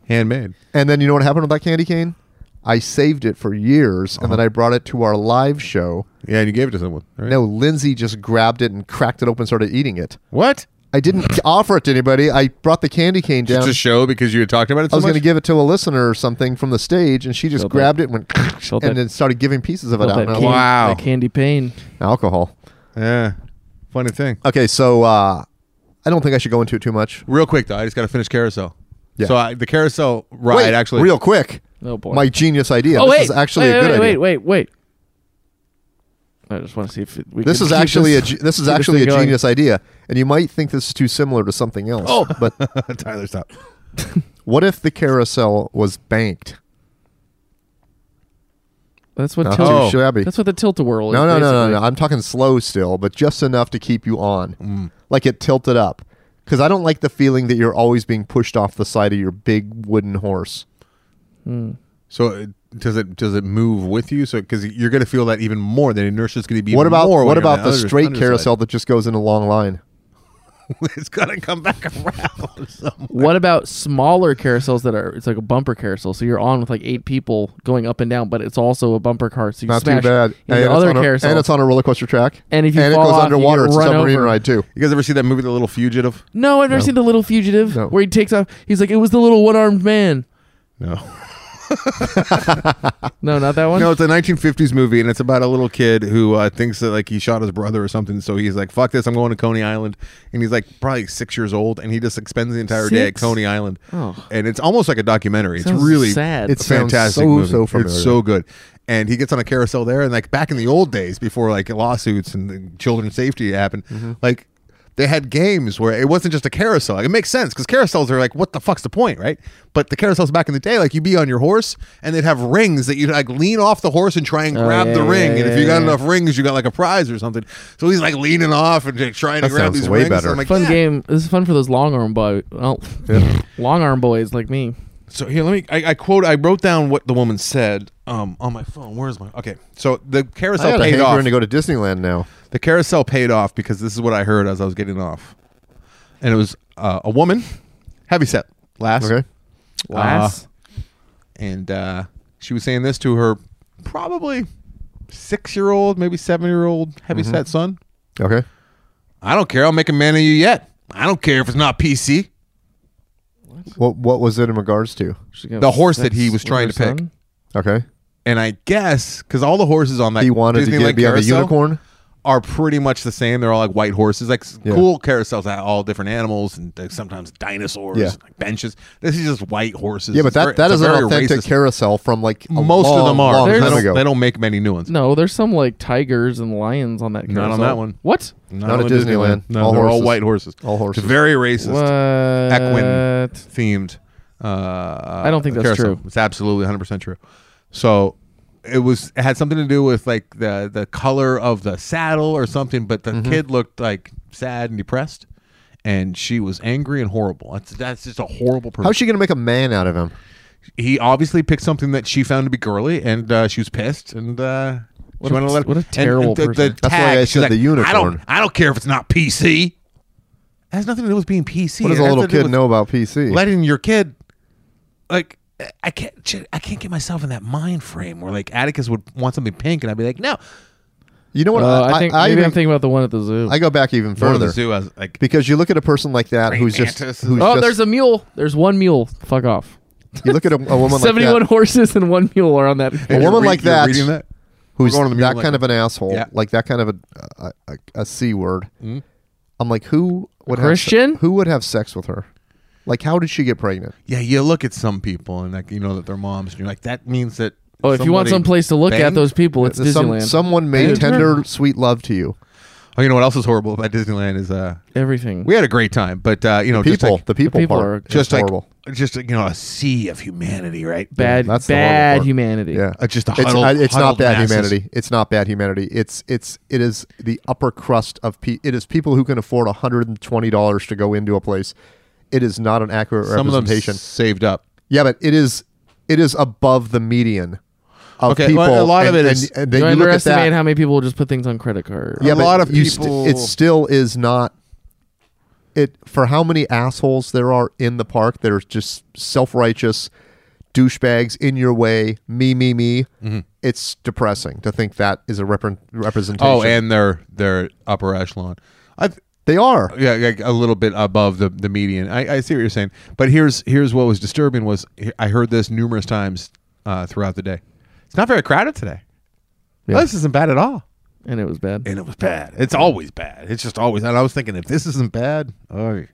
C: Handmade.
D: And then you know what happened with that candy cane? I saved it for years, and
B: Uh-huh.
D: then I brought it to our live show.
C: Yeah, and you gave it to someone. right?
D: No, Lindsay just grabbed it and cracked it open, and started eating it.
C: What?
B: <laughs>
D: I didn't offer it to anybody. I brought the candy cane down.
C: Just to show because you had talked about it so
D: I was going to
C: much?
D: give it to a listener or something from the stage, and she just
B: Felt that-
D: grabbed it and went,
B: <laughs> felt
D: and
B: that-
D: then started giving pieces of it
B: Well,
D: out.
B: that
D: And I was
B: candy,
D: like,
C: Wow.
B: that candy pain.
D: Alcohol.
C: Yeah. Funny thing.
D: Okay, so uh, I don't think I should go into it too much.
C: Real quick, though, I just got to finish Carousel.
D: Yeah.
C: So I, the Carousel ride
D: Wait,
C: actually.
D: real quick.
B: Oh boy.
D: My genius idea.
B: oh
D: this
B: wait,
D: is actually
B: wait,
D: a good
B: wait,
D: idea.
B: wait, wait, wait. I just want to see if it, <laughs> we.
D: This
B: can
D: is
B: keep
D: actually a
B: this,
D: ge- this
B: keep
D: is actually a
B: thing going.
D: genius idea, and you might think this is too similar to something else.
C: Oh.
B: <laughs>
D: but
C: <laughs> Tyler, stop.
D: what if the carousel was banked?
B: That's what
D: Not
B: tilt.
C: Oh.
D: too shabby.
B: That's what the tilt a whirl.
D: No,
B: is,
D: no, no, no,
B: basically.
D: no. I'm talking slow still, but just enough to keep you on,
B: Mm.
D: like it tilted up. Because I don't like the feeling that you're always being pushed off the side of your big wooden horse.
C: So uh, does it does it move with you? So because you're going to feel that even more. The inertia's going to be
D: what about
C: more when
D: what
C: you're on
D: about the
C: under-
D: straight
C: underside.
D: carousel that just goes in a long line?
C: <laughs> it's going to come back around. <laughs> somewhere.
B: What about smaller carousels that are? It's like a bumper carousel, so you're on with like eight people going up and down, but it's also a bumper car, so you
D: Not
B: smash
D: too bad.
B: into the
D: it's
B: other
D: on a,
B: carousel.
D: and it's on a roller coaster track.
B: And if you
D: and
B: fall
D: it goes
B: off, you
D: underwater,
B: get
D: it's a
B: run
D: submarine
B: over.
D: ride too.
C: You guys ever see that movie, The Little Fugitive?
B: no, I've never seen the Little Fugitive
D: No.
B: where he takes off. He's like, it was the little one armed man.
C: No.
B: No, not that one.
C: No, it's a 1950s movie, and it's about a little kid who uh, thinks that like he shot his brother or something. So he's like, "Fuck this! I'm going to Coney Island," and he's like probably six years old, and he just like, spends the entire day at
B: Six?
C: Coney Island.
B: Oh.
C: and it's almost like a documentary.
B: Sounds
C: it's really
B: sad.
C: It's
D: It sounds
C: fantastic.
D: so,
C: movie.
D: so familiar.
C: It's so good. And he gets on a carousel
D: Mm-hmm.
C: there, and like back in the old days, before like lawsuits and the children's safety happened, like they had games where it wasn't just a carousel. Like, it makes sense because carousels are like, what the fuck's the point, right? But the carousels back in the day, like you'd be on your horse and they'd have rings that you'd like lean off the horse and try and
B: Oh,
C: grab
B: yeah,
C: the
B: yeah,
C: ring.
B: yeah,
C: and if you got
B: yeah.
C: enough rings, you got like a prize or something. So he's like leaning off and just trying
D: That
C: to grab
D: sounds
C: these
D: way
C: rings.
D: better.
C: I'm like,
B: fun
C: yeah.
B: game. This is fun for those long arm boy. Well,
D: Yeah.
B: <laughs> long arm boys like me.
C: So here, let me. I, I quote. I wrote down what the woman said um, on my phone. Where is my? Okay. So the
D: I
C: carousel
D: got a
C: paid
D: hankering
C: off.
D: to go to Disneyland now.
C: the carousel paid off because this is what I heard as I was getting off, and it was uh, a woman, heavy set, last,
D: Okay.
B: Lass.
C: and uh, she was saying this to her probably six year old, maybe seven year old heavy
D: Mm-hmm.
C: set son.
D: Okay.
C: I don't care. I'll make a man of you yet. I don't care if it's not PC.
D: What What was it in regards to?
B: She got
C: The horse that
B: sex
C: he was
B: with
C: trying
B: her
C: to pick.
B: son?
D: Okay.
C: And I guess because all the horses on that
D: He wanted to
C: Disneyland
D: get, be on the
C: carousel-
D: unicorn.
C: are pretty much the same. They're all like white horses, like s
D: Yeah.
C: cool carousels that have all different animals and like, sometimes dinosaurs,
D: Yeah.
C: like benches. This is just white horses.
D: Yeah, but
C: It's ver-
D: that, that
C: it's a
D: is an
C: very
D: authentic
C: racist-
D: carousel from like a
C: Most
D: long,
C: of them are.
D: Long
C: They
B: There's-
D: time
C: don't,
D: ago.
C: they don't make many new ones.
B: No, there's some like tigers and lions on that.
C: Not on
B: carousel.
C: that one.
B: What?
D: Not at
C: in
D: Disneyland.
C: No,
D: All
C: they're all
D: horses.
C: white horses.
D: All horses.
C: It's very racist,
B: What?
C: themed. Uh,
B: I don't think that's
C: carousel.
B: true.
C: It's absolutely 100 percent true. So it was it had something to do with like the the color of the saddle or something. But the
B: Mm-hmm.
C: kid looked like sad and depressed, and she was angry and horrible. That's that's just a horrible person.
D: How's she going to make a man out of him?
C: he obviously picked something that she found to be girly, and uh, she was pissed. And uh,
B: What
C: she
B: a-
C: wanted to let
B: what a
C: and- and
B: terrible
C: the- the
B: person.
D: That's why
C: tag,
D: I
C: she's
D: said the
C: I don't,
D: unicorn.
C: I don't care if it's not PC. It has nothing to do with being PC.
D: What does
C: It
D: a
C: has
D: little
C: to do
D: kid
C: with
D: know about PC?
C: Letting your kid, like, I can't, shit, I can't get myself in that mind frame where like Atticus would want something pink, and I'd be like, no.
D: you know what?
B: Uh, I think
D: I,
B: maybe I'm
D: even-
B: thinking about the one at the zoo.
D: I go back even
C: Going to the
D: further
C: zoo, I was like,
D: because you look at a person like that who's just
C: mantis.
D: who's
B: oh,
D: just-
B: there's a mule. There's one mule. Fuck off.
D: you look at a, a woman
B: <laughs>
D: like
B: Seventy-one
D: that
B: horses and one mule are on that.
D: a woman
C: You're
D: like
C: you're
D: that
C: reading that.
D: who's
C: We're going to the
D: that
C: mule
D: kind of
C: later.
D: an asshole,
C: Yeah. Mm.
D: like that kind of a a, a, a c word. I'm like, who would
B: Christian?
D: Have, se- who would have sex with her? Like, how did she get pregnant?
C: Yeah, you look at some people and like you know that they're moms, and you're like, that means that.
B: Oh, if you want
C: somebody
B: some place to look at
C: banged
B: those people, it's
D: Some,
B: Disneyland.
D: someone made
B: Disneyland.
D: tender sweet love to you.
C: Oh, you know what else is horrible about Disneyland is uh,
B: Everything.
C: we had a great time, but uh, you know, just
D: People,
C: like,
D: the people,
B: people
D: part,
B: are-
D: just
C: just like
D: horrible.
C: just like, you know, a sea of humanity, right?
B: bad.
D: that's the horrible
B: bad
D: part.
B: humanity.
D: yeah,
C: Uh, just a
D: it's,
C: huddled,
D: uh, it's not
C: huddled
D: bad
C: masses.
D: humanity. It's not bad humanity. It's it's it is the upper crust of pe- it is people who can afford hundred and twenty dollars to go into a place. It is not an accurate
C: Some of them
D: representation.
C: saved up.
D: yeah, but it is it is above the median of
C: Okay,
D: people.
C: well, a lot of
D: and-
C: it is-
D: and- and then
B: You
D: you look at
B: underestimate
D: that.
B: how many people will just put things on credit card.
D: yeah,
C: a
D: but
C: lot of
D: you st-
C: people-
D: it still is not. It for how many assholes there are in the park that are just self righteous douchebags in your way, me, me, me.
C: Mm-hmm.
D: It's depressing to think that is a repre- representation.
C: Oh, and they're they're upper echelon. I th-
D: they are.
C: yeah, like a little bit above the, the median. I, I see what you're saying, but here's here's what was disturbing was he- I heard this numerous times uh, throughout the day. It's not very crowded today.
D: Yeah.
C: This isn't bad at all,
B: and it was bad.
C: and it was bad. It's always bad. It's just always. And I was thinking, if this isn't bad, oh,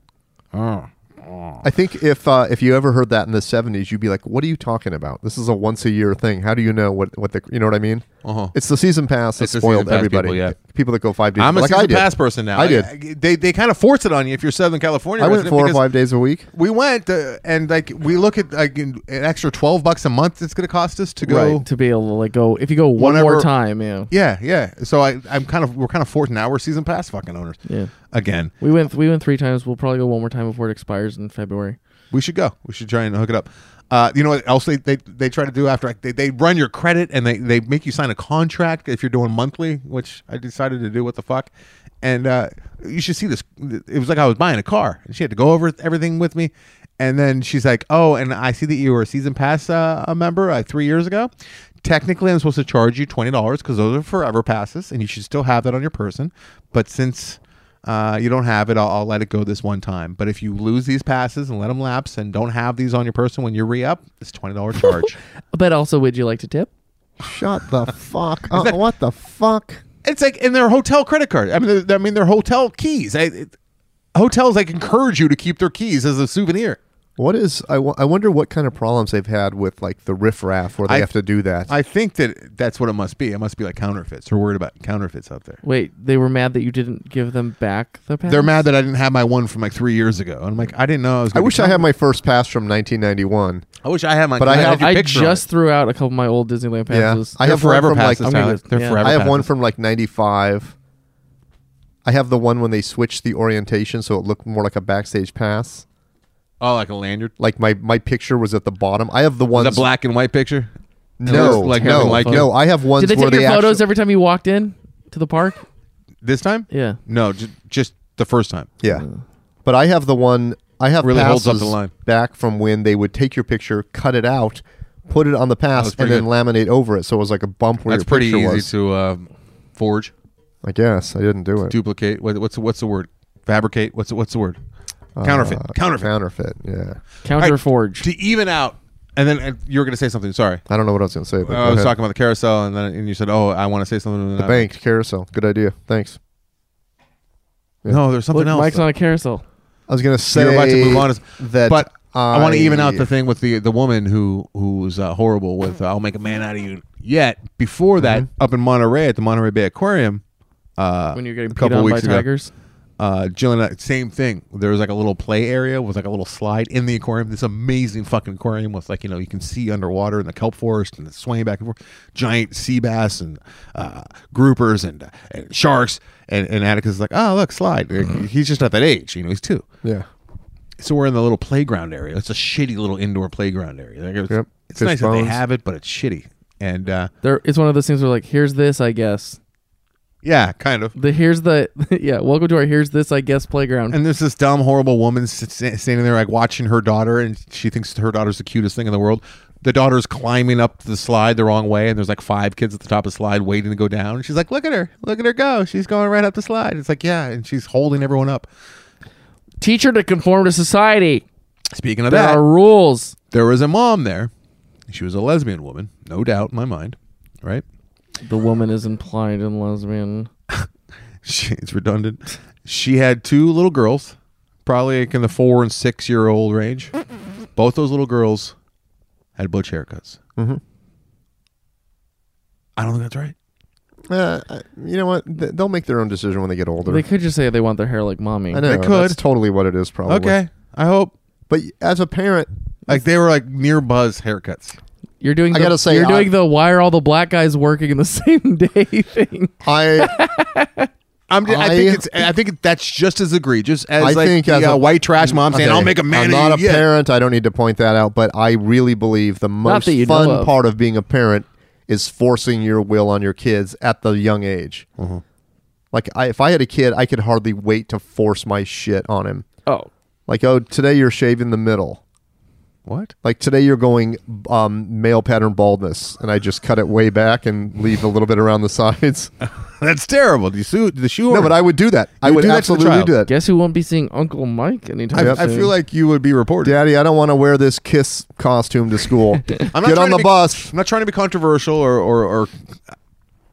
C: oh.
D: I think if uh, if you ever heard that in the seventies, you'd be like, "What are you talking about? This is a once a year thing. How do you know what what the you know what I mean?
C: Uh-huh.
D: It's the season pass that
C: It's the
D: spoiled
C: season pass
D: everybody.
C: people, yeah.
D: People that go five days.
C: I'm a
D: like I
C: season
D: did.
C: pass person now.
D: I did.
C: they they kind of force it on you if you're Southern California.
D: I went
C: resident
D: four or
C: because
D: five days a week.
C: We went uh, and like we look at like an an extra twelve bucks a month. It's going to cost us to go.
B: To be able to like go if you go one
C: Whenever-
B: more time, yeah.
C: Yeah, yeah. So I I'm kind of we're kind of forced now. We're season pass fucking owners.
B: Yeah.
C: Again,
B: We went we went three times. We'll probably go one more time before it expires in February.
C: we should go. We should try and hook it up. Uh, you know what else they, they, they try to do after like, they, they run your credit and they, they make you sign a contract if you're doing monthly, which I decided to do. What the fuck? And uh, you should see this. It was like I was buying a car and she had to go over everything with me. And then she's like, "Oh, and I see that you were a season pass uh, a member uh, three years ago. Technically, I'm supposed to charge you twenty dollars because those are forever passes, and you should still have that on your person. But since uh, you don't have it, I'll, I'll let it go this one time. But if you lose these passes and let them lapse and don't have these on your person when you re up, it's twenty
B: <laughs>
C: dollar charge.
B: But also would you like to tip?
D: Shut <laughs> the fuck up. what the fuck?
C: it's like in their hotel credit card. I mean, their- I mean their hotel keys. I, it, hotels like encourage you to keep their keys as a souvenir.
D: What is I wo- I wonder what kind of problems they've had with like the riffraff where they
C: I-
D: have to do that.
C: I think that that's what it must be. It must be like counterfeits. They're worried about counterfeits out there.
B: Wait, they were mad that you didn't give them back the pass?
C: They're mad that I didn't have my one from like three years ago, and I'm like, I didn't know I was.
D: I
C: gonna be
D: wish I
C: counted.
D: had my first pass from 1991.
C: I wish I had my.
D: But I
C: had
D: have-
C: your
B: I
C: picture on
B: just
C: it.
B: threw out a couple of my old Disneyland
D: Yeah,
B: passes.
D: I
C: They're
D: have one
C: forever
D: from, like-
C: passes.
B: I'm
C: Tyler.
B: gonna-
C: They're
B: yeah.
C: forever.
D: I have
C: passes.
D: one from like 95. I have the one when they switched the orientation so it looked more like a backstage pass.
C: Oh, like a lanyard.
D: Like my my picture was at the bottom. I have the ones
C: The black and white picture.
D: No,
C: Like,
D: no,
C: nothing like
D: no. I have ones
B: Did they
D: where
B: take your
D: they
B: photos
D: actu-
B: every time you walked in to the park?
C: This time?
B: Yeah.
C: No, ju- just the first time.
D: Yeah. But I have the one I have
C: Mm. Really holds
D: passes
C: up the line.
D: back from when they would take your picture, cut it out, put it on the pass,
C: That's
D: and
C: pretty
D: then
C: good.
D: laminate over it. So it was like a bump where
C: That's
D: your
C: pretty
D: picture
C: easy
D: was.
C: to um, forge,
D: I guess I didn't do it.
C: duplicate. What, what's what's the word? Fabricate. What's what's the word? Counterfeit.
D: Uh,
C: Counterfeit.
D: Counterfeit. Yeah.
B: Counter
C: Alright,
B: forged.
C: to even out, and then and you were going to say something. Sorry,
D: I don't know what I was going to say, but
C: Uh, I
D: go
C: was
D: ahead.
C: talking about the carousel, and then and you said, "Oh, I want to say something." and
D: the
C: I-
D: bank carousel. Good idea. Thanks.
C: No, there's something
B: Look,
C: else.
B: Mike's on a carousel.
D: I was going to say
C: You're about to move on.
D: that,
C: but I, want
D: I-
C: to even out the thing with the the woman who who was uh, horrible with uh, "I'll make a man out of you." Yet before that,
D: Mm-hmm.
C: up in Monterey at the Monterey Bay Aquarium, uh,
B: When you're
C: a
B: getting peed
C: couple
B: on by
C: weeks ago,
B: tigers.
C: uh, Jill and I, same thing. There was like a little play area with like a little slide in the aquarium. This amazing fucking aquarium with like you know you can see underwater in the kelp forest and it's swaying back and forth, giant sea bass and uh, groupers and and sharks. And, and Atticus is like, oh look, slide.
D: Mm-hmm.
C: He's just at that age, you know, he's two.
D: Yeah.
C: So we're in the little playground area. It's a shitty little indoor playground area. Like, it's
D: Yep.
C: it's
D: Fish
C: nice that
D: bones.
C: they have it, but it's shitty. And uh,
B: There, it's one of those things where like, here's this, I guess.
C: yeah, kind of.
B: The here's the <laughs> yeah. Welcome to our here's this, I guess playground.
C: And there's this dumb, horrible woman s- s- standing there, like watching her daughter, and she thinks her daughter's the cutest thing in the world. The daughter's climbing up the slide the wrong way, and there's like five kids at the top of the slide waiting to go down. And she's like, "Look at her! Look at her go! She's going right up the slide." It's like, yeah, and she's holding everyone up.
B: Teach her to conform to society.
C: Speaking of
B: There
C: that,
B: are rules.
C: there was a mom there. She was a lesbian woman, no doubt in my mind, right?
B: The woman is implied in lesbian.
C: <laughs> she, it's redundant. She had two little girls, probably like in the four and six year old range. Both those little girls had butch haircuts. Mm-hmm. I don't think that's right.
D: Uh, I- you know what? Th- They'll make their own decision when they get older.
B: They could just say they want their hair like mommy.
D: I know.
C: they could.
D: That's totally what it is, probably.
C: Okay, I hope.
D: But as a parent,
C: Like they were like near buzz haircuts.
B: You're doing.
D: I
B: the-
D: gotta say,
B: you're
D: I-
B: doing the why are all the black guys working in the <laughs> same day thing?
D: I
C: I'm just, I, think
D: I-
C: it's. I think that's just as egregious as
D: I
C: like
D: think
C: the
D: as
C: uh,
D: a-
C: white trash mom saying,
D: Okay,
C: "I'll make a man
D: I'm
C: of
D: not
C: you."
D: a
C: yet."
D: parent. I don't need to point that out, but I really believe the most
B: that you know
D: fun
B: of.
D: part of being a parent is forcing your will on your kids at the young age.
C: Mm-hmm.
D: Like, I, if I had a kid, I could hardly wait to force my shit on him.
B: Oh,
D: Like, oh, today you're shaving the middle.
C: What? <laughs>
D: Like today you're going um, male pattern baldness, and I just cut it way back and leave a little bit around the <laughs> sides.
C: That's terrible. Do you sue the shoe?
D: No,
C: order?
D: but I would do that. I
C: You
D: would
C: do that to the
D: absolutely
C: child.
D: do that.
B: guess who won't be seeing Uncle Mike anytime
C: I,
B: soon?
C: I feel like you would be reported.
D: Daddy, I don't want to wear this kiss costume to school.
C: I'm not
D: Get
C: trying
D: on
C: to
D: the
C: be-
D: bus.
C: I'm not trying to be controversial or or or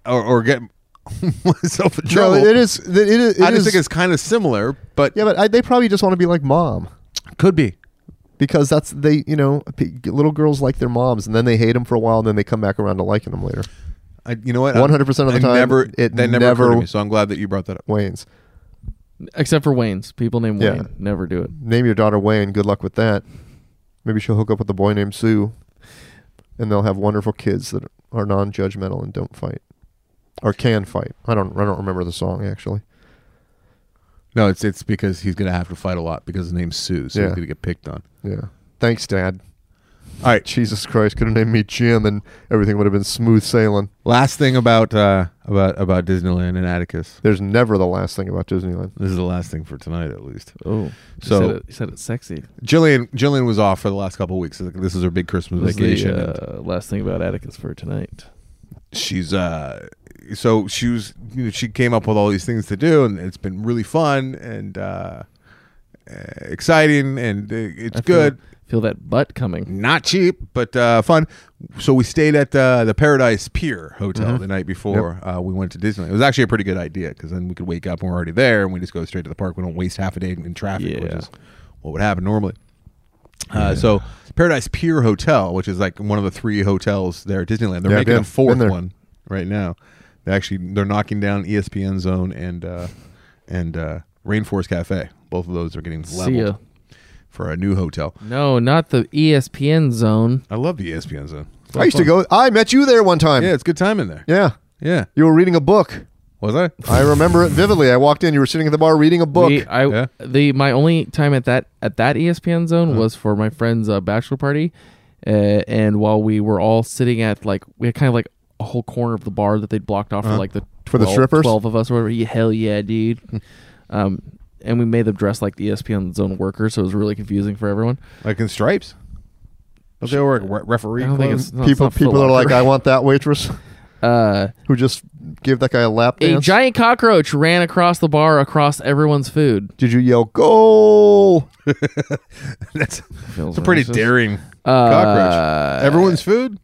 C: or, or get <laughs> myself in
D: No,
C: trouble.
D: it is. It is. It
C: I just
D: is-
C: think it's kind of similar, but
D: yeah, but I, they probably just want to be like mom
C: could be.
D: because that's they. You know, p- little girls like their moms, and then they hate them for a while, and then they come back around to liking them later.
C: I, you know what?
D: 100% of the
C: I
D: time,
C: never,
D: it
C: that never,
D: never-
C: occurred to me, so I'm glad that you brought that up.
D: Wayne's
B: except for Wayne's. People named
D: Yeah.
B: Wayne never do it.
D: name your daughter Wayne. Good luck with that. Maybe she'll hook up with a boy named Sue, and they'll have wonderful kids that are non-judgmental and don't fight or can fight. I don't. I don't remember the song actually.
C: No, it's it's because he's gonna have to fight a lot because his name's Sue, so
D: Yeah.
C: he's gonna get picked on.
D: Yeah. Thanks, Dad.
C: All right,
D: Jesus Christ, could have named me Jim, and everything would have been smooth sailing.
C: last thing about uh, about about Disneyland and Atticus.
D: There's never the last thing about Disneyland.
C: This is the last thing for tonight, at least.
B: Oh, you
C: So-
B: said it, you said it sexy.
C: Jillian Jillian was off for the last couple of weeks. This is her big Christmas
B: Was
C: vacation. and-
B: the uh, last thing about Atticus for tonight.
C: she's uh so she was you know, she came up with all these things to do and it's been really fun and uh uh, exciting and uh, it's
B: I feel-
C: good
B: Feel that butt coming.
C: not cheap but uh fun so we stayed at uh, the paradise pier hotel
D: Mm-hmm.
C: the night before uh, we went to disneyland it was actually a pretty good idea because then we could wake up and we're already there and we just go straight to the park we don't waste half a day in, in traffic which
B: Yeah.
C: is what would happen normally Uh, so Paradise Pier Hotel, which is like one of the three hotels there at Disneyland, they're
D: Yeah,
C: making
D: been-
C: a fourth
D: been there.
C: one right now. They actually they're knocking down E ESPN Zone and uh, and uh, Rainforest Cafe. Both of those are getting
B: See ya.
C: leveled for a new hotel.
B: No, not the E ESPN zone.
C: I love the E ESPN Zone. It's a lot
D: I
C: of
D: used to
C: fun.
D: go. I met you there one time.
C: Yeah, it's good time in there.
D: Yeah.
C: Yeah,
D: You were reading a book.
C: was I?
D: I remember it vividly. I walked in. You were sitting at the bar reading a book.
B: We- uh, I
C: Yeah.
B: the my only time at that at that E ESPN
D: Uh-huh.
B: zone was for my friend's uh, bachelor party, uh, and while we were all sitting at like we had kind of like a whole corner of the bar that they'd blocked off for like the 12,
D: Uh-huh. For the strippers? Hmm.
B: twelve of us or whatever. Yeah, hell yeah, dude. um, and we made them dress like the E ESPN zone workers, so it was really confusing for everyone.
C: Like in stripes? Don't they work re- referee?
B: I don't think
C: clothes?
B: it's no, it's
D: people
B: not
D: people
B: Foot
D: are like,
B: Locker.
D: I want that waitress
B: Uh,
D: who just gave that guy a lap
B: a
D: dance.
B: giant cockroach ran across the bar across everyone's food.
D: Did you yell goal?
C: <laughs> That's it's
B: Feels
C: a pretty
B: racist.
C: daring
B: Uh,
C: cockroach. Everyone's food?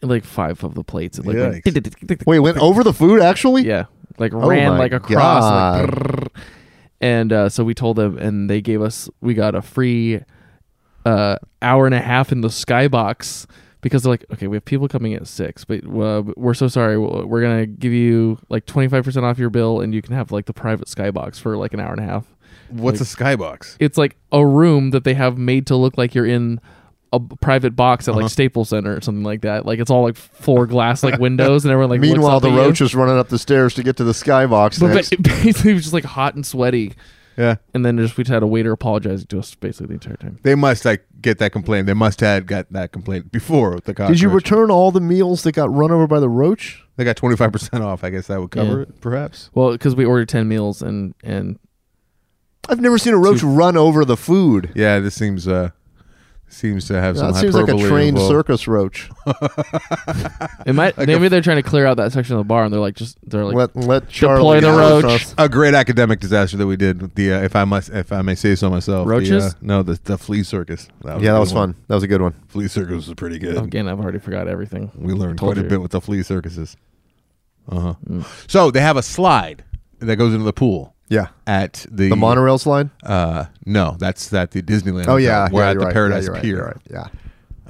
B: like five of the plates. It like went
C: Yikes.
B: tick, tick, tick, tick,
D: Wait, went over the food <laughs> actually?
B: Yeah, like ran
D: Oh my
B: like across, like,
D: God.
B: brrrr. and uh, so we told them, and they gave us we got a free uh, hour and a half in the skybox because they're like, okay, we have people coming at six, but uh, we're so sorry, we're we're gonna give you like twenty five percent off your bill, and you can have like the private skybox for like an hour and a half.
C: What's a skybox?
B: It's like a room that they have made to look like you're in a b- private box at
D: Uh-huh.
B: like Staples Center or something like that. Like it's all like floor glass
D: <laughs>
B: like windows, and everyone like. looks
D: Meanwhile,
B: up
D: the
B: at you.
D: roach is running up the stairs to get to the skybox.
B: But
D: next.
B: ba- <laughs> basically, it was just like hot and sweaty,
C: Yeah.
B: and then just we just had a waiter apologizing to us basically the entire time.
C: They must like get that complaint. They must have got that complaint before with the cockroach.
D: Did you return all the meals that got run over by the roach?
C: they got twenty five percent off. I guess that would cover
B: Yeah.
C: it, perhaps.
B: Well, because we ordered ten meals and and
D: I've never seen a roach run over the food.
C: Yeah, this seems uh seems to have some
D: that seems like a
C: hyperbole
D: trained
C: involved.
D: circus roach.
B: it might maybe they're trying to clear out that section of the bar and they're like just they're <laughs> like
D: let let Charlie
B: the
D: get out of
B: roach.
D: us.
C: A great academic disaster that we did with the uh, if I must if I may say so myself. the,
B: Roaches?
C: uh, no, the the flea circus. a
D: Yeah, that
C: good
D: was
C: one.
D: fun. That was a good one.
C: Flea circus was pretty good.
B: Oh, again I've already forgot everything.
C: We learned
B: Told
C: quite a
B: you.
C: bit with the flea circuses. Uh huh.
D: Mm.
C: So they have a slide that goes into the pool
D: Yeah,
C: at the
D: the monorail slide.
C: Uh, no, that's at the Disneyland.
D: Oh
C: Hotel.
D: yeah,
C: we're
D: yeah,
C: at
D: you're
C: the
D: right. Yeah,
C: Paradise
D: you're right,
C: Pier.
D: you're right. Yeah,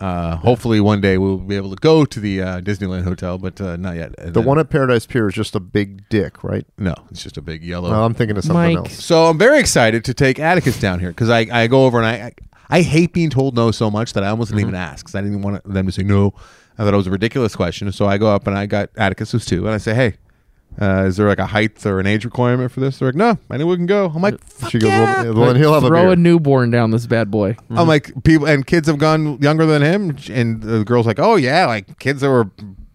C: Uh, hopefully one day we'll be able to go to the uh, Disneyland Hotel, but uh, not yet.
D: the one at Paradise Pier is just a big dick, right?
C: no, it's just a big yellow.
D: No, I'm thinking of something
B: Mike.
D: else.
C: so I'm very excited to take Atticus down here because I, I go over and I I hate being told no so much that I almost
D: Mm-hmm.
C: didn't even ask 'cause I didn't want them to say no. I thought it was a ridiculous question, so I go up and I got Atticus who's two, and I say, hey. Uh, is there like a height or an age requirement for this? They're like, no, anyone can go. I'm like, fuck
D: Uh, She goes,
C: yeah.
D: well, Mm-hmm. well, then he'll have a
B: Throw
D: beer.
B: a newborn down this bad boy.
C: I'm like people and kids have gone younger than him, and the girl's like, "Oh yeah, like kids that were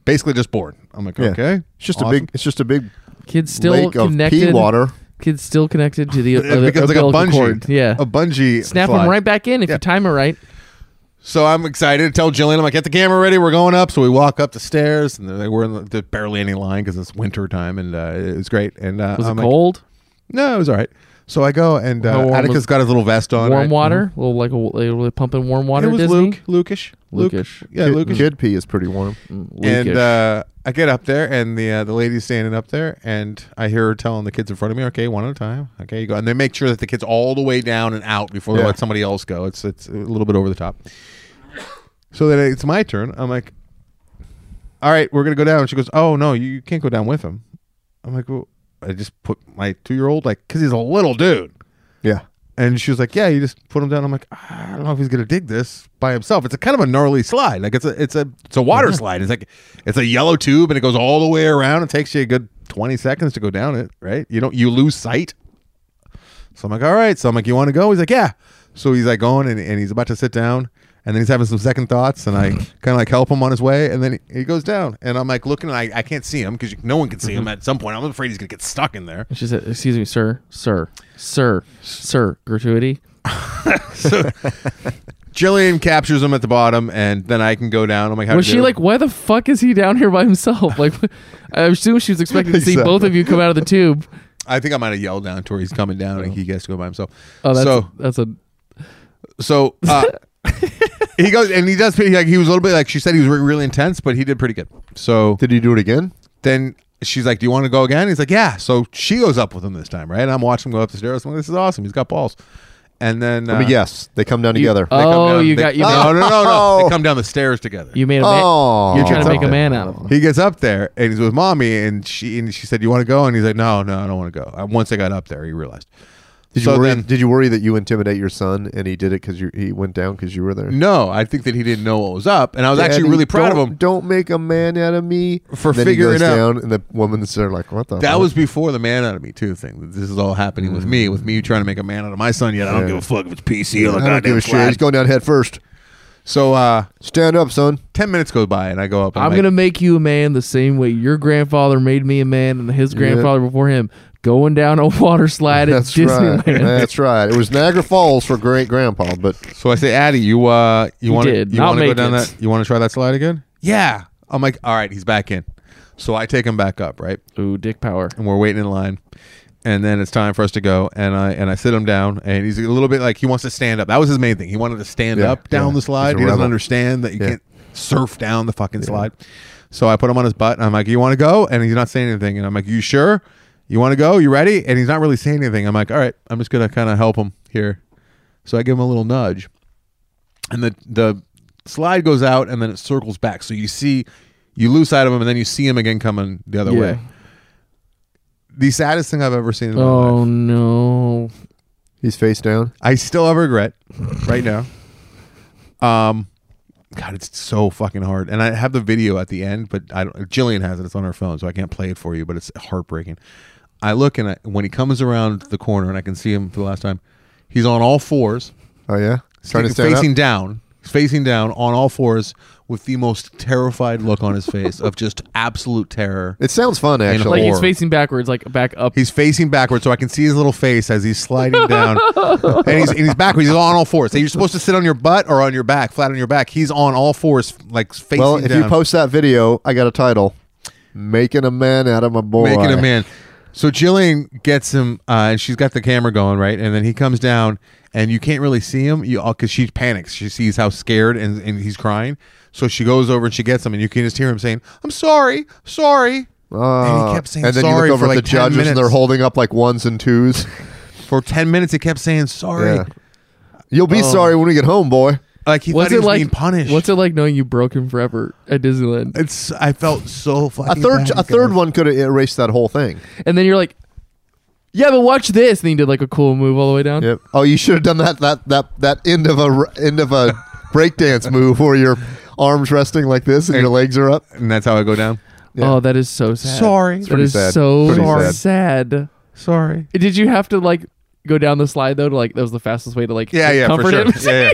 C: basically just born." I'm like,
D: Yeah.
C: "Okay,
D: It's just
C: awesome."
D: a big. It's just a big
B: Kids still
D: lake of
B: connected.
D: pee water.
B: Kids still connected to the
C: It
B: uh,
C: becomes like a bungee,
B: cord. Yeah,
C: a bungee.
B: snap
C: slide.
B: them right back in if
C: Yeah.
B: you time it right.
C: So I'm excited. Tell Jillian, I'm like, "Get the camera ready. We're going up." So we walk up the stairs, and they were in the, there's barely any line because it's winter time, and uh, it was great. And uh,
B: Was
C: I'm
B: it
C: like,
B: cold?
C: No, it was all right. So I go, and
B: How
C: uh,
B: warm
C: Atticus
B: was-
C: got his little vest on.
B: warm
C: right?
B: water, a little like a, they were pumping warm
C: Mhm.
B: water.
C: It was
B: Disney?
C: Luke, Lukish, Luke-
B: Lukish.
C: yeah,
D: kid,
C: Lukish.
D: kid pee is pretty warm.
B: Mm,
C: And
B: Luke-ish.
C: uh, I get up there, and the uh, the lady's standing up there, and I hear her telling the kids in front of me, "Okay, one at a time. Okay, you go." And they make sure that the kids all the way down and out before they
D: Yeah.
C: let somebody else go. It's it's a little bit over the top. So then it's my turn. I'm like, "All right, we're gonna go down." She goes, "Oh no, you, you can't go down with him." I'm like, well, "I just put my two year old like because he's a little dude."
D: Yeah,
C: And she was like, "Yeah, you just put him down." I'm like, "Ah, "I don't know if he's gonna dig this by himself. It's a kind of a gnarly slide. Like it's a it's a it's a water slide. It's like it's a yellow tube, and it goes all the way around. It takes you a good 20 seconds to go down it. Right? You don't you lose sight. So I'm like, "All right." So I'm like, "You want to go?" He's like, "Yeah." So he's like going, and, and he's about to sit down, and then he's having some second thoughts, and I kind of like help him on his way, and then he, he goes down, and I'm like looking, and I, I can't see him because no one can see him at some point. I'm afraid he's gonna get stuck in there.
B: And she said, "Excuse me, sir, sir, sir, sir, gratuity."
C: <laughs> Jillian captures him at the bottom, and then I can go down. I'm like, how
B: Was she like, "Why the fuck is he down here by himself?" <laughs> Like, I assume she was expecting to see
D: Exactly.
B: both of you come out of the tube.
C: I think I might have yelled down to her. He's coming down, and he gets to go by himself.
B: Oh, that's
C: so
B: that's a
C: so
B: <laughs>
C: uh, he goes, and he does. pretty- Like he was a little bit like she said, he was re- really intense, but he did pretty good. So
D: did he do it again?
C: then she's like, "Do you want to go again?" He's like, "Yeah." So she goes up with him this time, right? And I'm watching him go up the stairs. I'm like, "This is awesome. He's got balls." and then
D: Let me guess. They come down
B: You-
D: together.
B: uh,
C: they come
B: Oh,
C: down-
B: you
C: they-
B: got- you
C: no,
D: made-
C: no, no, no.
D: Oh.
B: <laughs>
C: They come down the stairs together.
B: You made a man.
D: oh,
B: You're trying to
C: Something.
B: make a man out of him.
C: he gets up there and he's with mommy, and she and she said, "You want to go?" And he's like, "No, no, I don't want to go." And once I got up there, he realized.
D: Did you
C: so
D: worry?
C: then-
D: did you worry that you intimidate your son and he did it because he went down because you were there?
C: No, I think that he didn't know what was up, and I was actually
D: Daddy,
C: really proud of
D: don't-
C: him.
D: Don't make a man out of me
C: For
D: Then
C: figuring
D: he goes
C: out.
D: down, and the woman's there like, "What the?"
C: That
D: fuck?
C: was before the man out of me too thing. This is all happening with me, with me trying to make a man out of my son. Yet I don't
D: Yeah.
C: give a fuck if it's PC or the
D: I don't give
C: goddamn
D: a shit. He's
C: flat.
D: going down head first.
C: So uh,
D: Stand up, son.
C: ten minutes goes by, and I go up. And
B: I'm
C: like,
B: gonna make you a man the same way your grandfather made me a man and his grandfather before him. Going down a water slide at
D: That's right.
B: Disneyland.
D: That's right. It was Niagara Falls for great grandpa, but
C: So I say, Addy, you uh, you want to
B: did
C: you
B: not
C: want to go
B: make
C: down
B: it.
C: that? You want to try that slide again? Yeah. I'm like, all right, he's back in. So I take him back up, right?
B: <laughs> Ooh, dick power.
C: And we're waiting in line, and then it's time for us to go. And I and I sit him down, and he's a little bit like he wants to stand up. That was his main thing. He wanted to stand
D: Yeah,
C: up down
D: yeah.
C: the slide.
D: He's a
C: He doesn't
D: rebel.
C: understand that you
D: Yeah.
C: can't surf down the fucking slide. So I put him on his butt, and I'm like, you want to go? And he's not saying anything. And I'm like, you sure? You want to go? You ready? And he's not really saying anything. I'm like, all right, I'm just gonna kind of help him here. So I give him a little nudge and the the slide goes out and then it circles back. So you see, you lose sight of him, and then you see him again coming the other
B: Yeah.
C: way. The saddest thing I've ever seen in my
B: Oh
C: life.
B: no.
D: he's face down.
C: I still have regret right now. Um, God, it's so fucking hard. And I have the video at the end, but I don't. Jillian has it. It's on her phone, so I can't play it for you. But it's heartbreaking. I look and I, when he comes around the corner, and I can see him for the last time. He's on all fours.
D: Oh yeah, trying
C: Sticking-
D: to stand
C: facing
D: up.
C: down, facing down on all fours with the most terrified look on his face of just absolute terror.
D: It sounds fun
B: Like
D: actually.
C: Or-
B: he's facing backwards, like back up.
C: He's facing backwards, so I can see his little face as he's sliding <laughs> down, and he's and he's backwards. He's on all fours. So you're supposed to sit on your butt or on your back, flat on your back. He's on all fours, like facing
D: well, if
C: down,
D: you post that video, I got a title: "Making a Man Out of My Boy."
C: making a man. So Jillian gets him, uh, and she's got the camera going right, and then he comes down, and you can't really see him, you because she panics. She sees how scared and, and he's crying, so she goes over and she gets him, and you can just hear him saying, "I'm sorry, sorry." and he
D: Ah.
C: kept saying
D: and then
C: sorry
D: you look over
C: for
D: at
C: like
D: the judges,
C: minutes.
D: and they're holding up like ones and twos.
C: for ten minutes. He kept saying sorry,
D: Yeah. You'll
C: Oh.
D: be sorry when we get home, boy.
C: like he
B: what's
C: thought he
B: it
C: was
B: like
C: being punished.
B: What's it like knowing you broke him forever at Disneyland?
C: It's I felt so
D: A
C: fucking
D: third,
C: bad,
D: a third
C: guys.
D: one could have erased that whole thing.
B: And then you're like, Yeah, but watch this. And he did like a cool move all the way down.
D: Yep. Oh, you should have done that that that that end of a r- end
C: <laughs>
D: of a breakdance move where your arms resting like this and your legs are up.
C: and that's how I go down.
D: Yeah.
B: Oh, that is so sad.
C: Sorry. It's
B: That
D: pretty
B: is
D: sad.
B: so
D: Pretty
B: sad.
D: sad.
C: Sorry.
B: Did you have to like go down the slide though? To like that was the fastest way to like
C: Yeah, yeah, for
B: comfort
C: sure.
B: him. <laughs>
C: Yeah, yeah.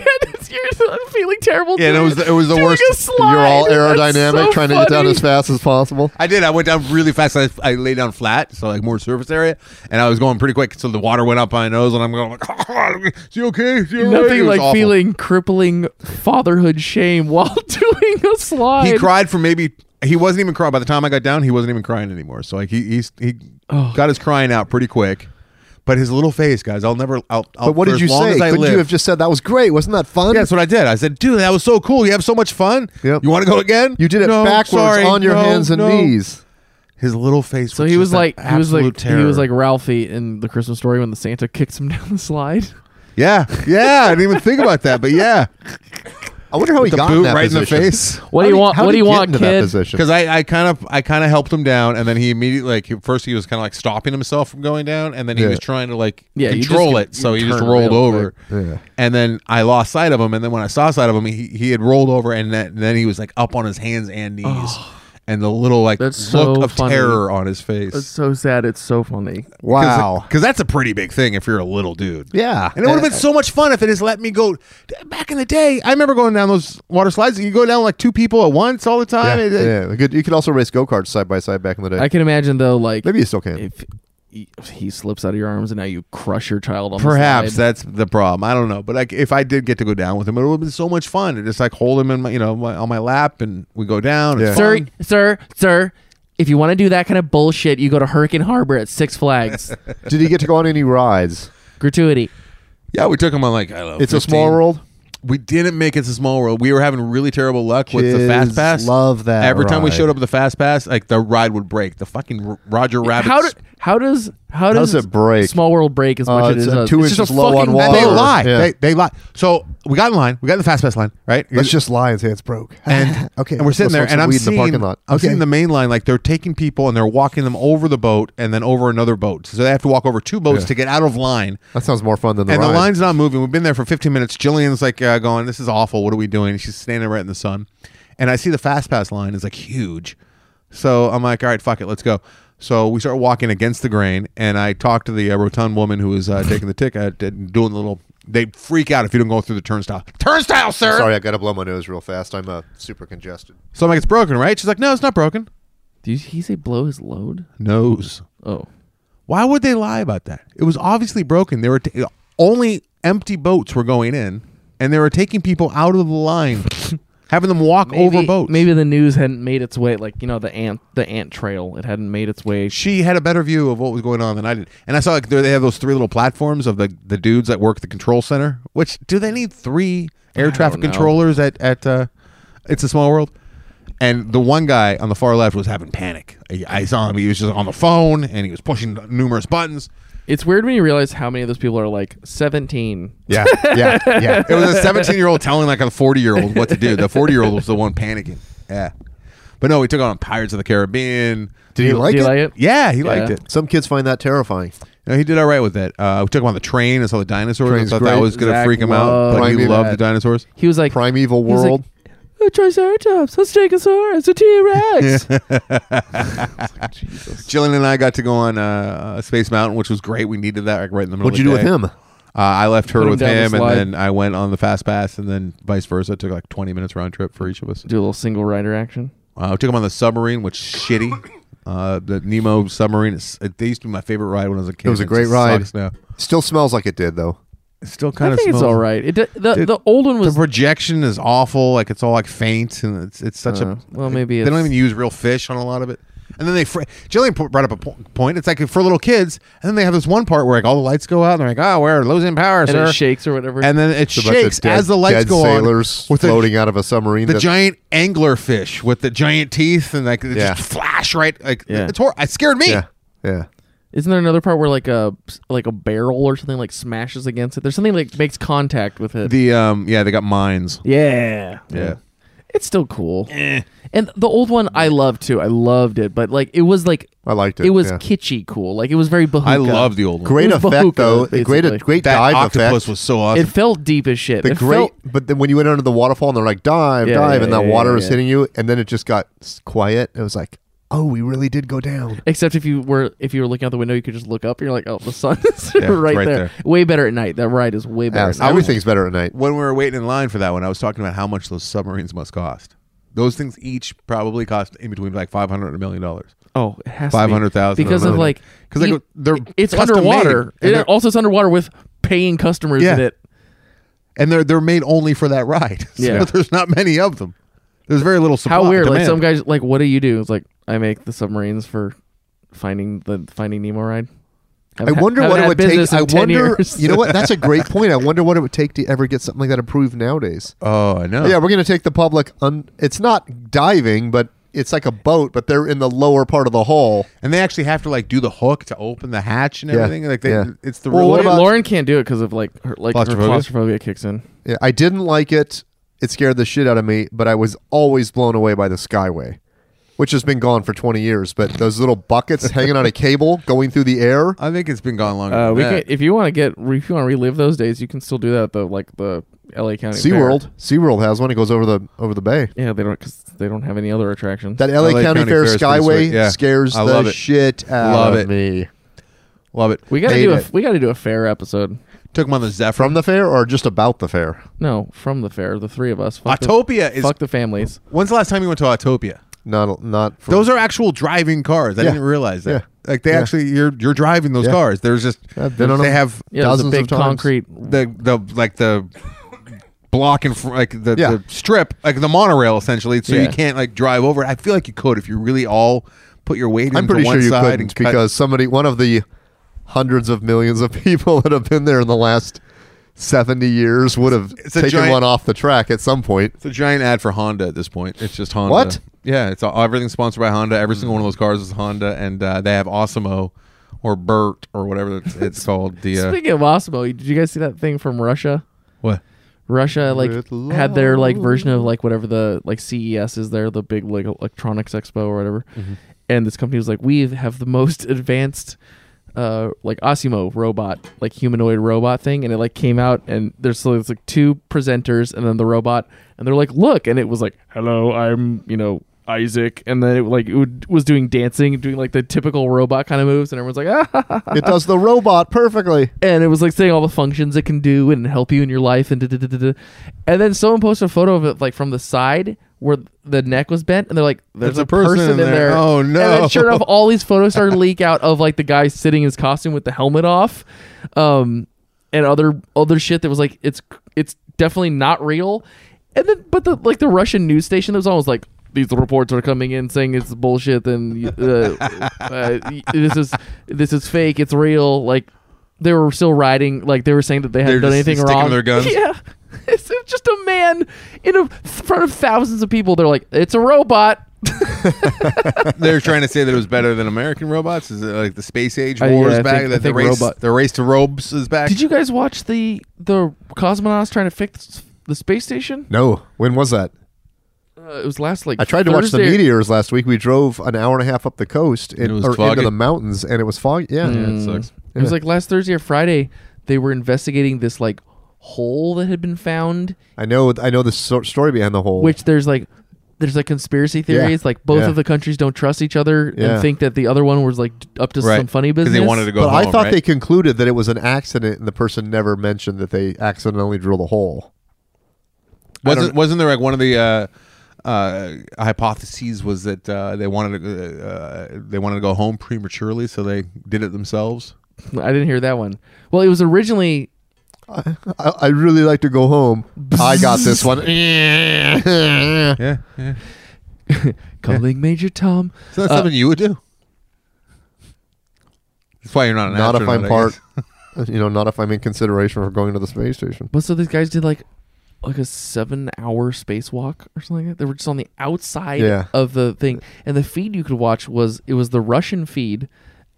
B: You're feeling terrible.
C: Yeah, and it
B: doing-
C: was the- it was the
B: doing
C: worst.
B: a slide.
D: You're all
B: That's
D: aerodynamic,
B: so
D: trying to get down
B: funny.
D: as fast as possible.
C: I did. I went down really fast. I, I lay down flat, so like more surface area, and I was going pretty quick. So the water went up my nose, and I'm going like, <laughs> "Is you okay? Is you all right?" It
B: Nothing
C: was
B: like
C: awful.
B: feeling crippling fatherhood shame while <laughs> doing a slide.
C: He cried for maybe he wasn't even crying. By the time I got down, he wasn't even crying anymore. So like he he's, he
B: Oh.
C: got his crying out pretty quick. But his little face, guys, I'll never. I'll, I'll,
D: But what
C: Oh, for
D: did
C: as
D: you
C: long
D: say?
C: as I
D: Couldn't
C: live-
D: you have just said that was great? Wasn't that fun?
C: Yeah, that's what I did. I said, dude, that was so cool. You have so much fun.
D: Yep.
C: You want to go again?
D: You did it
C: "No,
D: backwards
C: sorry,
D: on your
C: no,
D: hands and
C: no."
D: knees.
C: His little face.
B: So
C: was
B: he
C: just
B: was
C: that
B: like he was like
C: absolute terror.
B: he was like Ralphie in the Christmas story when the Santa <laughs> kicks him down the slide.
C: yeah, yeah. I didn't even think about that, but <laughs> yeah,
D: I wonder how he
C: the
D: got in
C: boot
D: that
C: right
D: position.
C: in the face.
B: What
D: How
B: do you
D: did-
B: want?
D: how
B: What
D: did
B: do you
D: he get
B: want,
D: into that
B: kid?
D: position?
C: Because I, I kind of, I kind of helped him down, and then he immediately, like, he- first he was kind of like stopping himself from going down, and then he
D: Yeah.
C: was trying to like
B: Yeah, you
C: control
B: just-
C: it, so
B: you
C: he just
B: turn
C: rolled
B: real
C: over,
D: Yeah.
C: and then I lost sight of him, and then when I saw sight of him, he he had rolled over, and then, then he was like up on his hands and knees, and the little like
B: Oh. That's
C: look
B: so
C: of
B: funny.
C: terror on his face.
B: It's so sad. It's so funny.
D: Wow.
C: Because that's a pretty big thing if you're a little dude.
D: Yeah.
C: And it would have been so much fun if it just let me go. Back in the day, I remember going down those water slides. You go down like two people at once all the time. It- it-
D: Yeah, good. You could also race go karts side by side back in the day.
B: I can imagine though, like
D: Maybe you still can.
B: if he, if he slips out of your arms and now you crush your child on
C: Perhaps
B: the slide.
C: that's the problem. I don't know. But like, if I did get to go down with him, it would have been so much fun to just like hold him in my, you know, my, on my lap and we go down. It's
D: Yeah.
B: sir,
C: fun.
B: sir, sir. If you want to do that kind of bullshit, you go to Hurricane Harbor at Six Flags.
D: Did he get to go on any rides?
B: Gratuity.
C: Yeah, we took him on like I don't know.
D: It's a
C: 15.
D: small world.
C: We didn't make it to small world. We were having really terrible luck with the fast
D: Kids
C: pass.
D: love that
C: Every time we
D: ride.
C: showed up at the fast pass, like the ride would break. The fucking R- Roger Rabbit.
B: How do, how does How
D: does
B: does,
D: it break?
B: Small World break as much
D: Uh,
B: as
D: it's,
B: it
D: uh,
B: is?
D: two
B: it's just
D: inches
B: a
D: low on
B: fucking
D: wall.
B: ball.
D: Oh,
C: they lie.
D: yeah.
C: They, they lie. So we got in line. We got in the fast pass line, right?
D: Let's just lie <laughs> and say it's broke.
C: and
D: okay,
C: and we're sitting there,
D: let's smoke some
C: and I'm
D: weed
C: seeing,
D: in the parking lot.
C: I'm
D: okay,
C: seeing the main line like they're taking people and they're walking them over the boat and then over another boat, so they have to walk over two boats
D: Yeah.
C: to get out of line.
D: that sounds more fun than the
C: and
D: ride.
C: the line's not moving. We've been there for 15 minutes. Jillian's like uh, going, "This is awful. What are we doing?" She's standing right in the sun, and I see the fast pass line is like huge. So I'm like, "All right, fuck it, let's go." So we start walking against the grain, and I talk to the uh, rotund woman who was uh, taking the ticket, did- doing the little. They freak out if you don't go through the turnstile. Turnstile, sir.
D: Sorry, I got to blow my nose real fast. I'm uh, super congested.
C: So I'm like, "It's broken, right?" She's like, "No, it's not broken."
B: Did he say blow his load?
C: Nose.
B: Oh,
C: Why would they lie about that? It was obviously broken. They were ta- only empty boats were going in, and they were taking people out of the
B: <laughs>
C: line, having them walk over boats.
B: Maybe the news hadn't made its way, like you know the ant the ant trail. It hadn't made its way.
C: she had a better view of what was going on than I did, and I saw like there they have those three little platforms of the the dudes that work the control center. Which do they need three air traffic
B: know.
C: controllers at at? Uh, it's a small world. And the one guy on the far left was having panic. I I saw him. He was just on the phone and he was pushing numerous buttons.
B: It's weird when you realize how many of those people are like seventeen.
C: <laughs>
D: Yeah, yeah, <laughs> yeah.
C: It was a 17 year old telling like a 40 year old what to do. The 40 year old was the one panicking. Yeah. But no, we took on Pirates of the Caribbean.
D: Did he like
B: Do
D: it?
B: you like it?
C: Yeah, he liked
B: Yeah.
C: it.
D: Some kids find that terrifying.
C: No, he did all right with it. Uh, we took him on the train and saw the dinosaurs.
D: Train's
C: I thought that
D: great.
C: was going to
B: Zach
C: freak him out,
B: loved
C: but he
D: Primeval.
C: loved the dinosaurs.
B: He was like
D: Primeval
B: he was like,
D: world.
B: a Triceratops, a Stegosaurus, a T Rex.
C: Jillian and I got to go on uh, Space Mountain, which was great. We needed that like, right in the middle.
D: What'd you
C: of
D: do
C: the
D: with
C: day.
D: him?
C: Uh, I left her
B: Put him
C: with
B: down the
C: him, and
B: slide.
C: then I went on the fast pass, and then vice versa. It took like 20 minutes round trip for each of us.
B: <laughs> Do a little single rider action.
C: Uh, I took him on the submarine, which is
D: <coughs>
C: shitty. Uh, the Nemo submarine. Is, it, they used to be my favorite ride when I was a kid.
D: It was a great
C: just
D: ride.
C: sucks now.
D: Still smells like it did though.
C: It still
B: I
C: kind of.
B: think it's all right. It d- the
C: Dude,
B: the old one
C: The
B: was
C: projection is awful. Like it's all like faint, and it's it's such
B: Uh,
C: a.
B: well, maybe
C: they don't
B: it's-
C: even use real fish on a lot of it. And then they, fr- Jillian po- brought up a po- point. It's like for little kids, and then they have this one part where like all the lights go out, and they're like, "Oh, we're losing power,
B: and
C: sir."
B: it shakes or whatever.
C: and then it
D: It's a bunch of
C: shakes
D: dead-
C: as the lights
D: dead
C: go
D: sailors
C: on with the
D: floating out of a submarine.
C: the
D: that-
C: giant angler fish with the giant teeth and like it
D: Yeah.
C: just flash right like
B: Yeah.
C: it's hor- it scared me
D: Yeah, yeah.
B: Isn't there another part where like a like a barrel or something like smashes against it? There's something like makes contact with it.
C: the um yeah they got mines
B: yeah.
C: yeah Eh.
B: It's still cool. And the old one I loved too. I loved it, but like it was like
D: I liked it.
B: it was
D: yeah.
B: kitschy cool. Like it was very bahooka.
C: I love the old one
D: great
B: it was
D: effect
B: Bahooka,
D: though. A Great,
B: basically.
D: a great
C: that
D: dive
C: octopus
D: effect.
C: was so awesome
B: It felt deep as shit.
D: the
B: It
D: great,
B: felt-
D: but then when you went under the waterfall and they're like dive,
B: Yeah,
D: dive,
B: yeah,
D: and that
B: yeah,
D: water
B: yeah,
D: was
B: yeah.
D: hitting you, and then it just got s- quiet. It was like, oh, we really did go down.
B: except if you were if you were looking out the window, you could just look up and you're like, oh, the sun <laughs> is right,
C: right
B: there.
C: there.
B: Way better at night. That ride is way better. at night.
D: Everything's better
B: <laughs>
D: at night.
C: when we were waiting in line for that one I was talking about how much those submarines must cost those things each probably cost in between like 500 and a million dollars
B: Oh, it has to be.
C: 500,000
B: because
C: or
B: of
C: something.
B: like
C: 'Cause, like,
B: you-
C: they're
B: it's
C: custom
B: underwater.
C: made, and
B: It-
C: they're-
B: also, it's underwater with paying customers
C: Yeah.
B: in it.
C: and they're they're made only for that ride <laughs> so
B: Yeah.
C: there's not many of them there's very little supply
B: How weird! Like
C: demand.
B: some guys, like, what do you do? It's like I make the submarines for finding the Finding Nemo ride.
D: I
B: Haven't ha-
D: wonder
B: haven't
D: what it
B: had
D: would
B: business
D: take. I
B: in 10
D: wonder.
B: years. <laughs>
D: You know what? That's a great point. I wonder what it would take to ever get something like that approved nowadays.
C: oh I know
D: Yeah, we're going to take the public. Un- it's not diving, but it's like a boat, but they're in the lower part of the hull.
C: and they actually have to like do the hook to open the hatch and
D: Yeah.
C: everything like they,
D: Yeah.
C: it's the
D: Well,
C: real
D: what
B: Lauren-
D: about-
B: Lauren can't do it because of like her, like
C: Claustrophobia?
B: her claustrophobia kicks in.
D: Yeah, I didn't like it. It scared the shit out of me, but I was always blown away by the Skyway, which has been gone for 20 years. But those little buckets hanging on a cable going through
C: <laughs>
D: the air.
C: I think it's been gone longer
B: Uh,
C: than
B: we
C: that.
B: can, if you want to get if you want to relive those days, you can still do that at the like the L.A. County Fair.
D: SeaWorld. SeaWorld has one. It goes over the over the bay.
B: Yeah, they don't because they don't have any other attractions.
D: That LA, County, Fair
C: is pretty
D: Skyway
C: sweet. Yeah.
D: scares
C: I
D: the
C: love it.
D: shit out
C: Love
D: of
C: it.
D: me.
C: Love it.
B: we gotta
D: hate
B: do a
D: it.
B: we gotta do a fair episode.
C: Took him on the Zephyr.
D: From the fair or just about the fair?
B: No, from the fair, the three of us. Fuck the-
C: Autopia is.
B: fuck the families.
C: When's the last time you went to Autopia?
D: Not not from,
C: Those are actual driving cars. I
D: Yeah.
C: didn't realize that.
D: Yeah.
C: Like they
D: Yeah.
C: actually, you're you're driving those
D: Yeah.
C: cars. There's just
D: I've been on
C: they
D: them.
C: have
B: Yeah, there's
D: Dozens
B: a
D: of
B: big
D: times.
B: concrete.
C: the the like the block and fr- like the,
D: Yeah.
C: the strip like the monorail essentially. So you
B: Yeah.
C: can't like drive over. it. I feel like you could if you really all put your weight.
D: I'm
C: into
D: pretty
C: one
D: sure you
C: side
D: couldn't
C: and cut-
D: because somebody, one of the hundreds of millions of <laughs> people that have been there in the last 70 years would have
C: It's a
D: taken
C: giant-
D: one off the track at some point.
C: It's a giant ad for Honda at this point. It's just Honda.
D: What?
C: Yeah, it's all, everything's sponsored by Honda. Every single one of those cars is Honda, and uh, they have Osimo, or Bert or whatever it's,
B: <laughs>
C: it's called. The uh,
B: Speaking of Osmo, did you guys see that thing from Russia?
C: what?
B: Russia like
D: With
B: had their like version of like whatever the like CES is there, the big like electronics expo or whatever. And this company was like, we have the most <laughs> advanced uh like Osimo robot, like humanoid robot thing, and it like came out and there's so it's like two presenters and then the robot and they're like, look, and it was like, hello, I'm you know Isaac, and then it like it would, was doing dancing, doing like the typical robot kind of moves, and everyone's like, ah, ha, ha, ha."
D: <laughs> It does the robot perfectly.
B: and it was like saying all the functions it can do and help you in your life and da, da, da, da, da. and then someone posted a photo of it like from the side where the neck was bent and they're like there's, a, person, in there.
C: Oh,
B: and
C: no.
B: then sure enough all these photos started to leak out of like the guy sitting in his costume with the helmet off um and other other shit that was like it's it's definitely not real and then but the like the russian news station that was always like these reports are coming in saying it's bullshit and uh, <laughs> uh, this is this is fake it's real like they were still riding like they were saying that they hadn't
C: They're
B: done
C: just
B: anything
C: sticking
B: wrong
C: their guns?
B: <laughs> yeah it's, it's just a man in a, front of thousands of people they're like it's a robot
C: They're trying to say that it was better than American robots. Is it like the space age
B: Uh,
C: wars
B: yeah, I
C: back?
B: think- I
C: that the
B: think
C: race,
B: robot-
C: the race to robes is back.
B: did you guys watch the the cosmonauts trying to fix the space station
D: No, when was that?
B: uh, it was last like
D: I tried to watch the
B: Thursday-
D: meteors last week. We drove an hour and a half up the coast in,
C: it was
D: or into
C: foggy. Mm.
D: the mountains, and it was foggy. Yeah,
C: Yeah,
B: Mm,
C: it sucks.
B: It was like last Thursday or Friday. They were investigating this like hole that had been found,
D: I know. I know the so- story behind the whole.
B: which there's like there's like conspiracy theories. Like both
D: Yeah.
B: of the countries don't trust each other
D: Yeah.
B: and think that the other one was like d- up to
C: Right.
B: some funny
C: 'Cause
B: business.
C: they wanted to go
D: but
C: home,
D: I thought
C: right?
D: they concluded that it was an accident, and the person never mentioned that they accidentally drilled a hole.
C: Wasn't wasn't there like one of the uh, uh, hypotheses was that uh, they wanted to, uh, uh, they wanted to go home prematurely, so they did it themselves.
B: I didn't hear that one. Well, it was originally
D: I, I really like to go home. I got
B: <laughs>
D: this one.
C: Yeah, yeah.
B: calling Major Tom.
C: Is that
B: Uh,
C: something you would do? That's why you're not an
D: not if
C: astronaut,
D: I'm
C: I
D: part.
C: guess.
D: <laughs> You know, not if I'm in consideration for going to the space station.
B: But so these guys did like like a seven hour spacewalk or something like that. They were just on the outside
D: Yeah.
B: of the thing. And the feed you could watch was it was the Russian feed.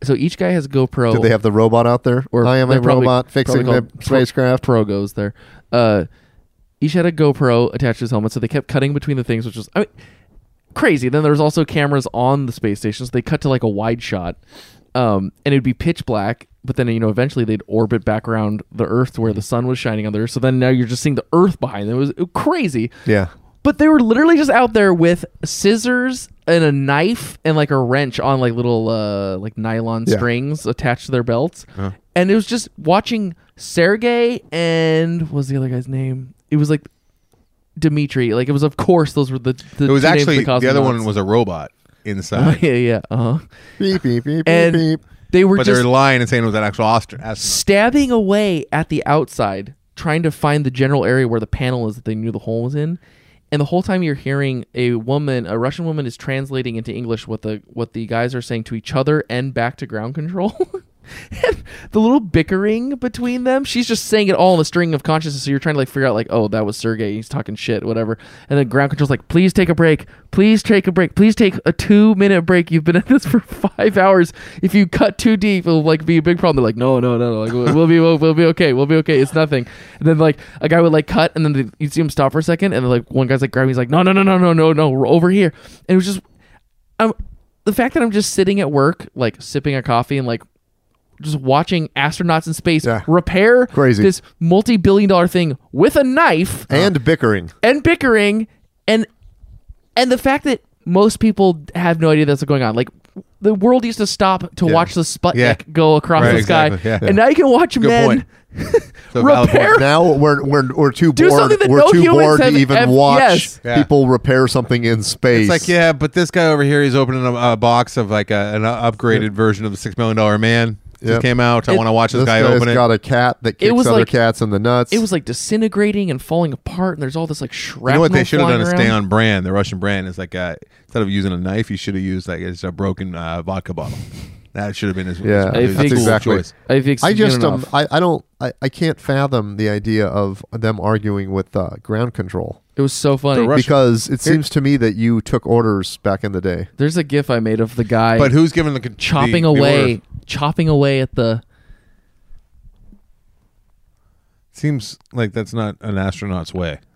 B: So each guy has a GoPro.
D: Did they have the robot out there?
B: Or
D: I am a
B: they're probably-
D: robot fixing
B: probably
D: the
B: called pro-
D: spacecraft.
B: Pro goes there. Uh, each had a GoPro attached to his helmet, so they kept cutting between the things, which was I mean, crazy. Then there was also cameras on the space station, so they cut to like a wide shot, um, and it'd be pitch black. But then you know eventually they'd orbit back around the Earth to
D: Hmm.
B: where the sun was shining on the Earth. So then now you're just seeing the Earth behind them. It was crazy.
D: Yeah.
B: But they were literally just out there with scissors and a knife and like a wrench on like little uh like nylon
D: Yeah.
B: strings attached to their belts.
C: Uh-huh.
B: And it was just watching Sergey and what was the other guy's name? It was like Dimitri. Like it was of course those were the, the
C: It was
B: two names of
C: actually the, other one
B: cosmonauts.
C: was a robot inside,
B: Oh, <laughs> yeah, yeah. Uh-huh.
D: Beep beep beep
B: And uh,
D: beep beep.
B: they were
C: but they
B: just
C: were lying and saying it was an actual astro- astronaut.
B: stabbing away at the outside, trying to find the general area where the panel is that they knew the hole was in. And the whole time you're hearing a woman, a Russian woman, is translating into English what the what the guys are saying to each other and back to ground control. <laughs> and the little bickering between them, she's just saying it all in a string of consciousness. So you're trying to like figure out like, oh, that was Sergey. He's talking shit, whatever. And then ground control's like, please take a break. Please take a break. Please take a two minute break. You've been at this for <laughs> five hours. If you cut too deep, it'll like be a big problem. They're like, no, no, no. no. Like we'll, we'll be we'll, we'll be okay. We'll be okay. It's nothing. And then like a guy would like cut, and then the, you'd see him stop for a second, and then like one guy's like grabbing, he's like, no, no, no, no, no, no, no. We're over here. And it was just, I'm the fact that I'm just sitting at work, like sipping a coffee, and like just watching astronauts in space
D: Yeah.
B: repair
D: Crazy.
B: this multi-billion dollar thing with a knife
D: And bickering.
B: and bickering and and the fact that most people have no idea that's going on like the world used to stop to watch the Sputnik
C: Yeah.
B: go across
C: Right,
B: the sky,
C: exactly. Yeah.
B: and now you can watch men <laughs>
C: point. So valid point.
B: repair.
D: Now we're we're we're too
B: Do
D: bored.
B: something that
D: we're
B: no
D: too
B: humans
D: bored to
B: have
D: even
B: ev-
D: watch
B: yes.
C: Yeah.
D: people repair something in space.
C: It's like yeah, but this guy over here, he's opening a, a box of like a, an upgraded version of the Six Million Dollar Man. Just
D: Yep.
C: came out. I
B: It-
C: want to watch this,
D: This
C: guy
D: guy's
C: open it.
D: got a cat that kicks
B: was
D: other
B: like-
D: cats in the nuts.
B: It was like disintegrating and falling apart, and there's all this like shrapnel.
C: You know what they should have done
B: flying
C: is stay
B: around.
C: on brand. The Russian brand is like uh, instead of using a knife, you should have used like it's a broken uh, vodka bottle. That should have been his.
D: Yeah,
C: his- his
B: I think-
C: cool
D: exactly.
C: choice.
B: I think
D: I just um,
B: enough.
D: I, I don't I, I can't fathom the idea of them arguing with uh, ground control
B: it was so funny.
C: The Russian-
D: because it seems to me that you took orders back in the day.
B: there's a gif I made of the guy
C: But who's giving the con-
B: chopping
C: the- the
B: away,
C: order?
B: chopping away at the.
C: Seems like that's not an astronaut's way. <laughs>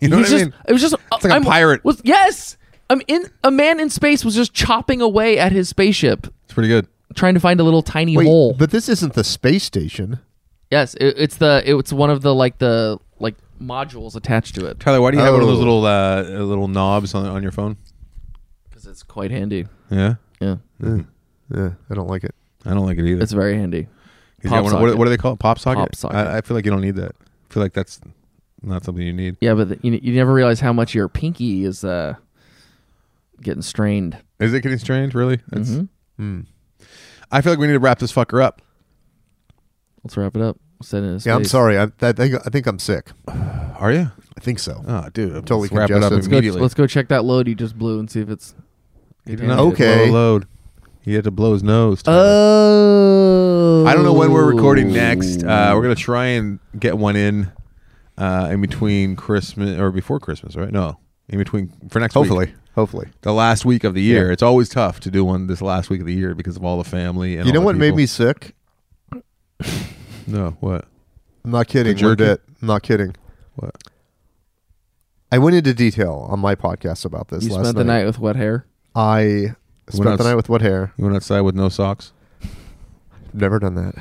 C: You know what
B: He
C: I
B: was just-
C: mean?
B: It was just. It's
C: like a pirate.
B: Was, yes, I'm in. A man in space was just chopping away at his spaceship,
C: It's pretty good.
B: trying to find a little tiny
D: Wait,
B: hole.
D: but this isn't the space station.
B: yes, it, it's the. It's one of the like the like modules attached to it
C: Tyler, why do you have one of those
D: Oh.
C: little uh, little knobs on on your phone?
B: because it's quite handy.
C: Yeah,
B: Yeah,
D: Yeah, Eh, I don't like it.
C: I don't like it either.
B: it's very handy.
C: He's got one-
B: pop
C: what,
B: socket.
C: what do they call it? Pop socket.
B: Pop socket.
C: I, I feel like you don't need that. I feel like that's not something you need.
B: Yeah, but the, you you never realize how much your pinky is uh getting strained.
C: Is it getting strained? Really? It's,
B: Mhm.
C: I feel like we need to wrap this fucker up.
B: Let's wrap it up. Send it.
D: Yeah, I'm sorry. I, I think I think I'm sick.
C: Are you?
D: I think so.
C: Oh, dude, I'm
D: Totally
C: just wrap it up
D: congested. Let's
B: Let's go,
C: immediately.
B: let's go check that load you just blew and see if it's.
C: He did not
D: Okay.
C: blow a load. He had to blow his nose.
B: Uh,
C: Tyler.
B: Oh.
C: I don't know when we're recording next. Uh, we're gonna try and get one in uh, in between Christmas or before Christmas, right? No, in between for next. week.
D: Hopefully, hopefully.
C: the last week of the year.
D: Yeah.
C: It's always tough to do one this last week of the year because of all the family. And
D: you know
C: all the
D: what made
C: people.
D: me sick?
C: No, what?
D: I'm not kidding.
C: The
D: One
C: jerky?
D: bit. I'm not kidding.
C: What?
D: I went into detail on my podcast about this
B: You
D: last
B: spent the night with wet hair.
D: I spent
C: not
D: the
C: s-
D: night with what hair?
C: You went outside with no socks. <laughs>
D: Never done that.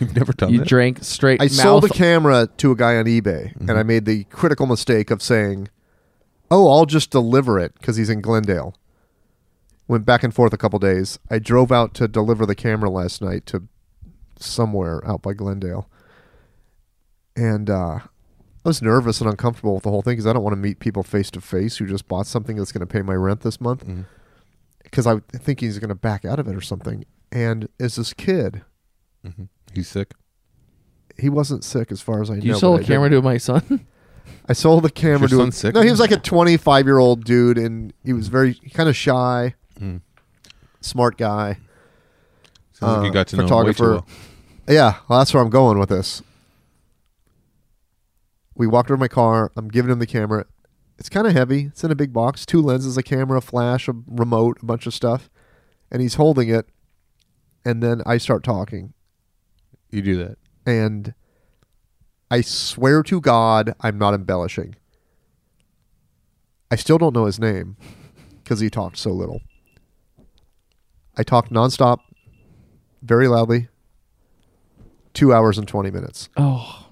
C: You've never done
B: You
C: that.
B: drank straight
D: I
B: mouth. Mm-hmm.
D: sold a camera to a guy on eBay, and I made the critical mistake of saying, "Oh, I'll just deliver it because he's in Glendale." Went back and forth a couple days. I drove out to deliver the camera last night to somewhere out by Glendale, and uh, I was nervous and uncomfortable with the whole thing because I don't want to meet people face to face who just bought something that's going to pay my rent this month
B: Mm-hmm.
D: because I think he's going to back out of it or something. And is this kid?
C: Mm-hmm. He's sick.
D: He wasn't sick as far as I know.
B: You
D: but
B: sold
D: I
B: a
D: did-
B: camera to my son.
D: I sold the camera
C: Your
D: to
C: son's sick?
D: no. He was like a 25 year old dude, and he was very kind of shy, smart guy.
C: Sounds like
D: uh,
C: you got to know him way too well.
D: Yeah, well, that's where I'm going with this. We walked over to my car. I'm giving him the camera. It's kind of heavy. It's in a big box. Two lenses, a camera, a flash, a remote, a bunch of stuff, and he's holding it. And then I start talking,
C: You do that.
D: and I swear to God, I'm not embellishing. I still don't know his name because he talked so little. I talked nonstop, very loudly, two hours and 20 minutes.
B: oh,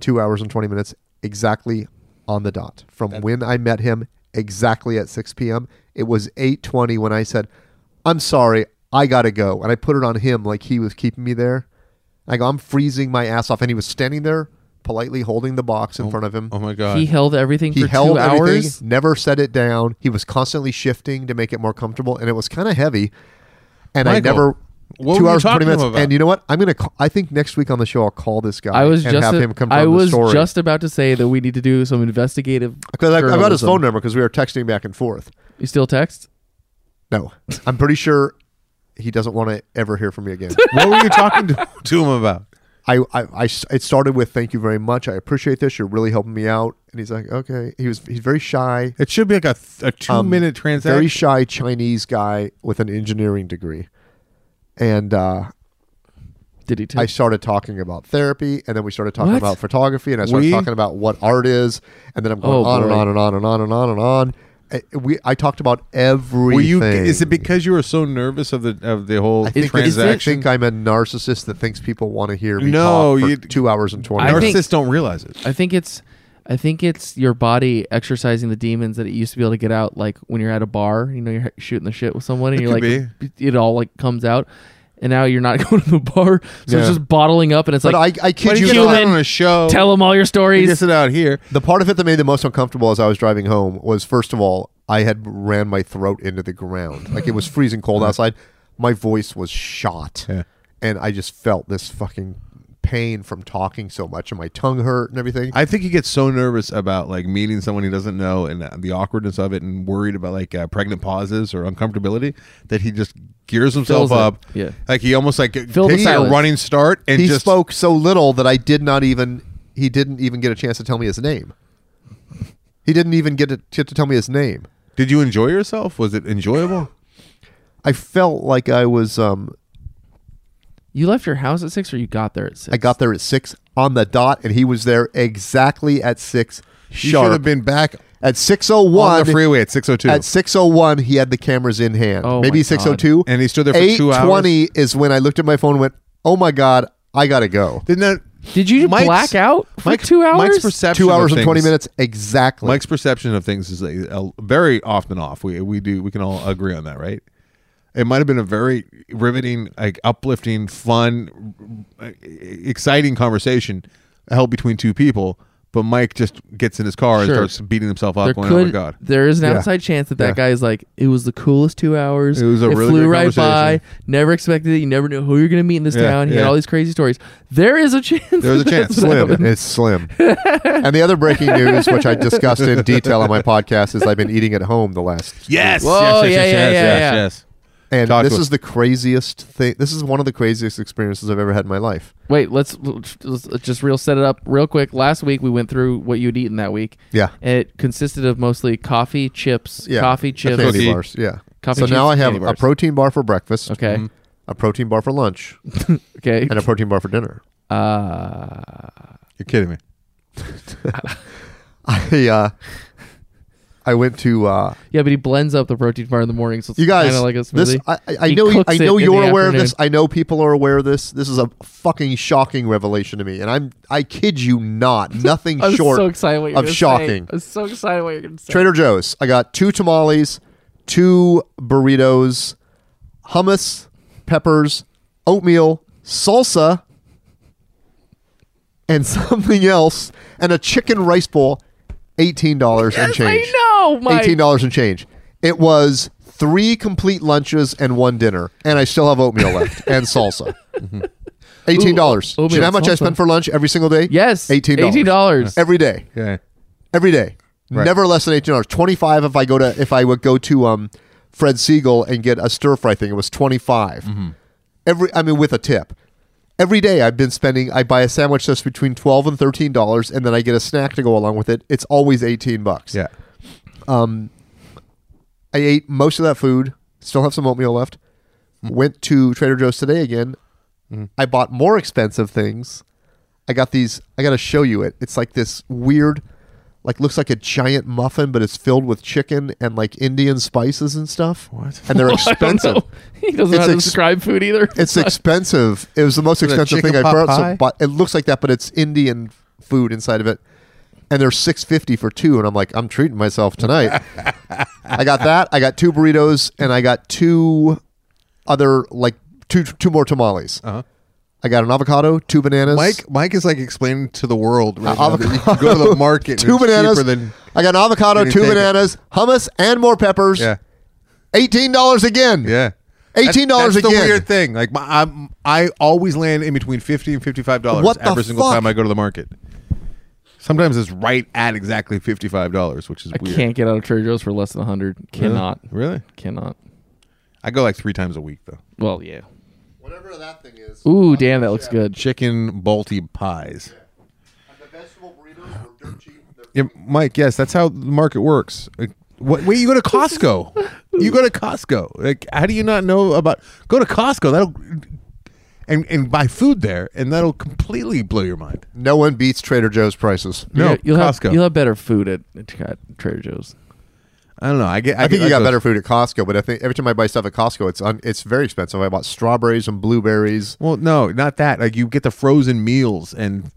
D: Two hours and 20 minutes exactly on the dot from when I met him exactly at 6 p.m. It was 8.20 when I said, I'm sorry, I got to go. And I put it on him like he was keeping me there. I go, I'm freezing my ass off. And he was standing there politely holding the box in front of him
C: Oh my god.
B: he held everything
D: he
B: for
D: held
B: two
D: everything,
B: hours.
D: never set it down. He was constantly shifting to make it more comfortable, and it was kind of heavy. And I
C: Michael,
D: never
C: what
D: two
C: were you
D: hours and twenty
C: talking
D: minutes.
C: about?
D: And you know what? I'm gonna. Call, I think next week on the show I'll call this guy.
B: I was
D: and
B: just
D: have
B: a-
D: him confirm
B: I was
D: the story.
B: just about to say that we need to do some investigative.
D: because I, I got his
B: journalism.
D: phone number because we were texting back and forth.
B: You still text?
D: No, I'm pretty sure he doesn't want to ever hear from
C: <laughs>
D: me again.
C: what were you talking to, <laughs> to him about?
D: I, I, I s- it started with thank you very much. I appreciate this. You're really helping me out. And he's like, okay. He was he's very shy.
C: It should be like a, th- a two
D: Um,
C: minute transaction.
D: Very shy Chinese guy with an engineering degree. And uh,
B: Did he
D: I
B: text?
D: started talking about therapy, and then we started talking
B: What?
D: about photography, and I started
C: We-
D: talking about what art is, and then I'm going
B: Oh,
D: on and
B: boy.
D: on and on and on and on and on. I, we, I talked about everything.
C: were you? Is it because you were so nervous of the of the whole
D: I think, I
C: transaction?
D: think I'm a narcissist that thinks people want to hear me
C: No,
D: talk for
C: you-
D: two hours and twenty.
B: I
C: Narcissists
D: minutes.
B: think-
C: don't realize it.
B: I think it's I think it's your body exercising the demons that it used to be able to get out like when you're at a bar, you know, you're shooting the shit with someone and
C: It
B: you're like
C: could
B: it all like comes out. And now you're not <laughs> going to the bar. So
D: Yeah.
B: it's just bottling up and it's
D: but
B: like
D: I, I
C: Why
D: kid
C: do
D: you
C: get
D: not.
C: out on a show.
B: tell them all your
C: He
B: stories.
C: gets it out here.
D: The part of it that made the most uncomfortable as I was driving home was first of all, I had ran my throat into the ground. Like it was freezing cold outside. My voice was shot.
C: Uh-huh. Yeah.
D: And I just felt this fucking pain from talking so much and my tongue hurt and everything.
C: I think he gets so nervous about like meeting someone he doesn't know and uh, the awkwardness of it, and worried about like uh, pregnant pauses or uncomfortability that he just gears himself
B: Fills it.
C: up.
B: Yeah.
C: like he almost like
B: Fill the
C: takes that
B: silence.
C: running start and
D: he
C: just
D: spoke so little that I did not even he didn't even get a chance to tell me his name. He didn't even get to, get to tell me his name.
C: Did you enjoy yourself? Was it enjoyable?
D: I felt like I was um
B: You left your house at six, or you got there at six?
D: I got there at six on the dot, and he was there exactly at six
C: You should
D: sharp.
C: have been back
D: at six oh
C: on
D: one
C: the freeway at 602.
D: At 601, he had the cameras in hand.
B: Oh my
D: Maybe
B: God.
D: 602.
C: And he stood there for two hours?
D: 820 is when I looked at my phone and went, "Oh my god, I got to go."
C: Didn't that
B: Did you
C: Mike's-
B: black out for
C: Mike's-
B: two hours?
C: Mike's perception
D: 2
C: of
D: hours and 20
C: things-
D: minutes exactly. <laughs>
C: Mike's perception of things is uh, very often off. We we do we can all agree on that, right? It might have been a very riveting, like uplifting, fun, uh, exciting conversation held between two people. But Mike just gets in his car
B: Sure.
C: and starts beating himself up.
B: there
C: Going,
B: could,
C: oh my god!
B: there is an
D: Yeah.
B: outside chance that that
D: Yeah.
B: guy is like, it was the coolest two hours.
C: It was a
B: it
C: really
B: flew
C: good
B: right by.
C: conversation."
B: Never expected it. You never knew who you're going to meet in this
C: Yeah,
B: town. He had
C: yeah.
B: all these crazy stories. There is a <laughs> chance.
C: There was a
B: that
C: chance.
B: that's what
D: slim.
B: happened.
D: It's slim. and the other breaking news, which I discussed in detail on my podcast, is I've been eating at home the last.
C: Yes,
B: Whoa, yeah, yeah, yeah, yeah.
D: And
C: Talk
D: this
C: to
D: is the craziest thing. This is one of the craziest experiences I've ever had in my life.
B: Wait, let's, let's just real set it up real quick. Last week we went through what you'd eaten that week.
D: Yeah.
B: And it consisted of mostly coffee, chips,
D: Yeah.
B: coffee, chips.
D: Candy
C: Cookie.
D: bars. Yeah.
B: Coffee,
D: so
B: chips,
D: now I have
B: candy
D: a
B: bars.
D: protein bar for breakfast,
B: Okay.
C: Mhm.
D: a protein bar for
B: <laughs>
D: lunch,
B: Okay.
D: and a protein bar for dinner. <laughs>
B: Uh,
C: You're kidding me.
D: I uh, I went to uh,
B: yeah, but he blends up the protein bar in the morning, so it's
D: you guys.
B: kind of like a smoothie.
D: this I, I- I
B: He
D: know
B: cooks
D: I
B: it
D: know
B: in
D: you're
B: the
D: aware of
B: afternoon.
D: this. I know people are aware of this. This is a fucking shocking revelation to me, and I'm I kid you not,
B: <laughs>
D: nothing
B: I'm
D: short
B: so excited what you're
D: of
B: gonna say.
D: shocking.
B: I'm so excited what you're going to say.
D: Trader Joe's. I got two tamales, two burritos, hummus, peppers, oatmeal, salsa, and <laughs> something else, and a chicken rice bowl, eighteen dollars and change.
B: I know, Mike.
D: Eighteen dollars and change. It was three complete lunches and one dinner, and I still have oatmeal
B: <laughs>
D: left and salsa. Eighteen dollars. Do
B: Mm-hmm. Ooh,
D: you know how much
B: oatmeal
D: I
B: and
D: spend
B: salsa.
D: for lunch every single day?
B: Yes.
D: eighteen dollars.
B: $18.
D: every day
C: Yeah.
D: every day.
C: Right.
D: Never less than eighteen dollars. Twenty five if I go to if I would go to um Fred Siegel and get a stir fry thing. It was twenty
C: Mm-hmm.
D: Every I mean with a tip. Every day I've been spending I buy a sandwich that's between twelve and thirteen dollars and then I get a snack to go along with it. It's always eighteen bucks.
C: Yeah.
D: I ate most of that food, still have some oatmeal left.
B: Hmm.
D: Went to Trader Joe's today again. I bought more expensive things. I got these I gotta show you it. It's like this weird like looks like a giant muffin, but it's filled with chicken and like Indian spices and stuff. What?
B: <laughs>
D: And they're
B: Oh, I
D: expensive.
B: don't know. <laughs> He doesn't know
D: It's
B: how to
D: ex-
B: describe food either.
C: <laughs>
D: It's expensive. It was the most
C: Is it a
D: expensive
C: chicken
D: thing I
C: pot
D: bought. So,
C: pie?
D: but it looks like that, but it's Indian food inside of it. And they're six fifty for two, and I'm like, I'm treating
C: <laughs>
D: myself tonight. I got that. I got two burritos, and I got two other like two two more tamales.
C: Uh-huh.
D: I got an avocado, two bananas.
C: Mike Mike is like explaining to the world right
D: Uh,
C: now that you can go to the
B: <laughs>
C: market.
D: two
C: and it's
D: bananas.
C: cheaper than
D: I got an avocado,
C: you
D: two
C: think it-
D: bananas, hummus, and more peppers.
C: yeah.
D: eighteen dollars again.
C: Yeah.
D: eighteen dollars
C: That's
D: again.
C: The weird thing, like my, I'm, I always land in between fifty and fifty-five dollars
D: What the
C: every single
D: fuck?
C: time I go to the market. Sometimes it's right at exactly fifty-five dollars, which is
B: I
C: weird.
B: can't get out of Trader Joe's for less than 100
C: Really?
B: Cannot.
C: really.
B: Cannot.
C: I go like three times a week though.
B: Well, yeah.
D: Whatever that thing is.
C: Oh,
B: Ooh, damn, that looks good.
C: Chicken balti pies.
D: The vegetable burritos were dirt cheap.
C: Yeah, Mike, yes, that's how the market works. Like, what, wait, you go to Costco. you go to Costco. Like, how do you not know about? Go to Costco. That'll and and buy food there, and that'll completely blow your mind.
D: No one beats Trader Joe's prices.
C: No,
B: You'll- you'll
C: Costco.
B: Have, you'll have better food at, at Trader Joe's. <laughs>
C: I don't know. I get. I,
D: I,
C: get
D: think you
C: like
D: got
C: those-
D: better food at Costco, but I think every time I buy stuff at Costco, it's un, it's very expensive. I bought strawberries and blueberries.
C: Well, no, not that. Like you get the frozen meals, and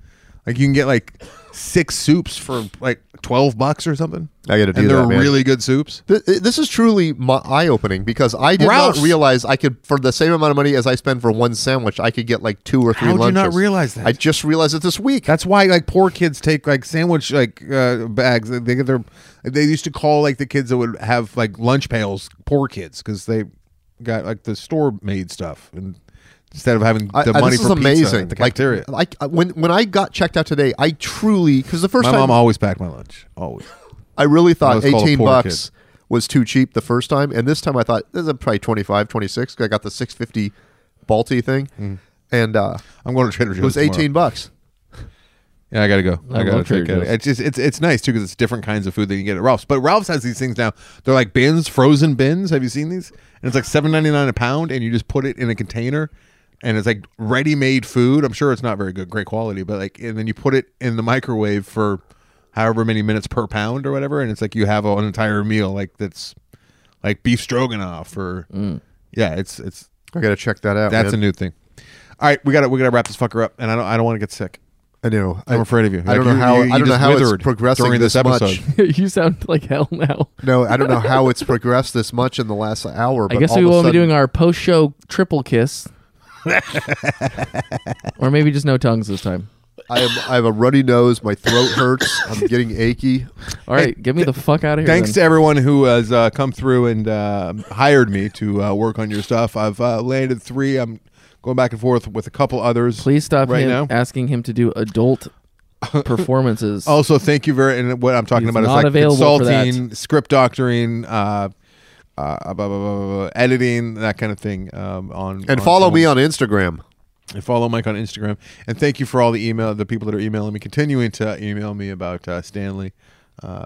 C: like you can get like six soups for like twelve bucks or something.
D: I gotta do
C: and
D: that,
C: They're
D: man.
C: really good soups.
D: Th- This is truly eye opening because I did
C: Ralph's.
D: not realize I could, for the same amount of money as I spend for one sandwich, I could get like two or three
C: How did you not
D: lunches.
C: realize that?
D: I just realized it this week.
C: That's why like poor kids take like sandwich like uh, bags. They- They get their. They used to call like the kids that would have like lunch pails poor kids because they got like the store made stuff and instead of having the
D: I- I-
C: money
D: this
C: for
D: is
C: pizza
D: amazing.
C: at the cafeteria.
D: Like, like when when I got checked out today, I truly because the first
C: my
D: time
C: mom always packed my lunch. Always.
D: I really
C: I
D: thought
C: was called a
D: 18
C: poor
D: bucks was too cheap the first time. And this time I thought, this is probably 25, 26. 'cause I got the 650 Balti thing. And uh,
C: I'm going to Trader Joe's.
D: it was 18
C: Mm-hmm. tomorrow.
D: bucks.
C: Yeah, I gotta go. I,
B: I
C: gotta
B: love Trader
C: take it.
B: Joe's.
C: It's just it's it's nice too because it's different kinds of food that you get at Ralph's. But Ralph's has these things now. They're like bins, frozen bins. Have you seen these? And it's like seven ninety nine a pound, and you just put it in a container, and it's like ready-made food. I'm sure it's not very good, great quality, but like, and then you put it in the microwave for however many minutes per pound or whatever, and it's like you have an entire meal like that's like beef stroganoff or yeah, it's it's
D: I gotta check that out.
C: that's a
D: man.
C: new thing. All right, we got to we got to wrap this fucker up, and I don't I don't want to get sick.
D: I know.
C: I'm
D: I-
C: afraid of you.
D: I
C: Like,
D: don't know
C: you-
D: how.
C: you- you
D: I don't know
C: just
D: how
C: withered
D: it's progressing
C: during this
D: this, much. <laughs>
C: episode.
B: you sound like hell now.
D: No, I don't know how it's progressed this much in the last hour. But
B: I guess
D: all
B: we
D: of a
B: will be
D: sudden-
B: doing our post show
C: <laughs>
B: triple kiss. or maybe just no tongues this time.
D: I have, I have a runny nose. My throat
B: <laughs>
D: hurts. I'm getting achy.
B: All right, get me the fuck out of
C: <laughs>
B: here.
C: Thanks
B: then.
C: to everyone who has uh, come through and uh, hired me to uh, work on your stuff. I've uh, landed three. I'm going back and forth with a couple others.
B: Please stop
C: right
B: him
C: now.
B: asking him to do
C: <laughs>
B: adult performances.
C: Also, thank you very. And what I'm talking
B: He's
C: about is
B: not
C: like
B: available for that.
C: consulting, script doctoring, uh, uh, blah, blah, blah, blah, blah, editing, that kind of thing. Um, on
D: And follow
C: some-
D: me on Instagram.
C: and follow Mike on Instagram. And thank you for all the email, the people that are emailing me, continuing to email me about uh, Stanley. Uh,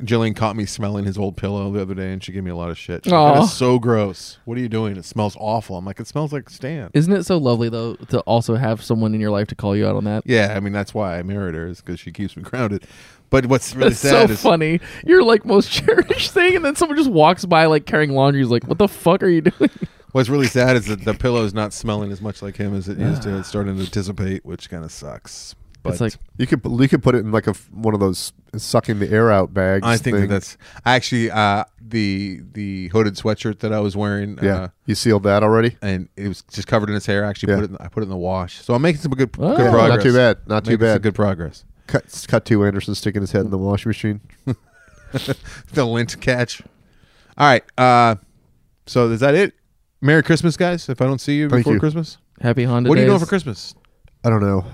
C: Jillian caught me smelling his old pillow the other day, and she gave me a lot of shit. She's like,
B: Aw.
C: That is so gross. What are you doing? It smells awful. I'm like, it smells like Stan.
B: Isn't it so lovely though to also have someone in your life to call you out on that?
C: yeah, I mean that's why I married her is because she keeps me <laughs> grounded. But what's really
B: That's so
C: sad is
B: funny. You're like most <laughs> cherished thing, and then someone just walks by like carrying laundry. He's like, "What the fuck are you doing?"
C: what's really sad is that the pillow's not smelling as much like him as it used to. It's starting
B: <sighs>
C: to dissipate, which kind of sucks. But
B: it's like
D: You could you could put it in like a f- one of those sucking the air out bags.
C: I think that
D: thing.
C: that's actually uh, the the hooded sweatshirt that I was wearing.
D: yeah.
C: Uh,
D: Uh-huh. you sealed that already.
C: and it was just covered in his hair. I actually
D: Yeah.
C: put it. In, I put it in the wash. So I'm making some good,
B: Oh.
C: good
B: Yeah, not
C: progress.
D: too bad, not too
C: Making some
D: bad.
C: Good progress.
D: Cut cut to Anderson sticking his head in the washing machine.
C: The lint catch. All right. Uh, so is that it? Merry Christmas, guys! If I don't see you
D: Thank
C: before
D: you.
C: Christmas,
B: happy Honda.
C: what are you doing
B: days,
C: for Christmas?
D: I don't know.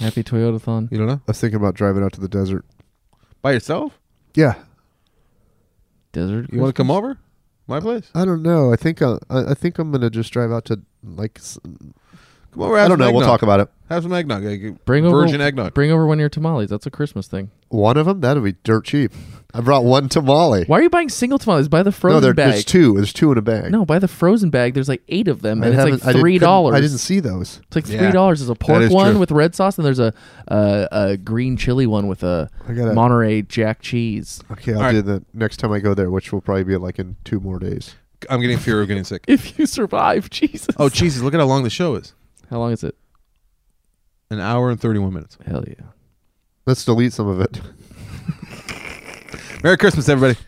D: I
B: Happy Toyota thon.
C: You don't know
D: was thinking about driving out to the desert.
C: by yourself.
D: Yeah,
B: Desert.
C: You want to
B: Christmas?
C: come over my place?
D: I don't know. I think uh, I, I think I'm gonna just drive out to like. s-
C: Come over. Have
D: I don't
C: some
D: know. We'll
C: eggnog.
D: talk about it.
C: Have some eggnog. Like,
B: Bring over
C: virgin eggnog.
B: Bring over one of your tamales. That's a Christmas thing.
D: One of them that'll be dirt cheap. I brought one tamale.
B: Why are you buying single tamales? Buy the
D: no,
B: frozen
D: there-
B: bag.
D: there's two. There's two in a bag.
B: No, buy the frozen bag. There's like eight of them,
D: I
B: and it's
D: haven't- I
B: like
D: didn't-
B: three
D: couldn't-
B: dollars.
D: I didn't see those.
B: It's like
C: Yeah.
B: three dollars. There's a pork
C: is
B: one
C: true.
B: with red sauce, and there's a uh, a green chili one with a
D: I gotta-
B: Monterey Jack cheese. <laughs>
D: Okay, I'll
C: All right.
D: do that next time I go there, which will probably be like in two more days.
C: I'm getting fear of getting sick.
B: If you survive, Jesus.
C: Oh Jesus! Look at how long the show is.
B: how long is it?
C: An hour and thirty-one minutes.
B: Hell yeah.
D: Let's delete some of it.
C: Merry Christmas, everybody.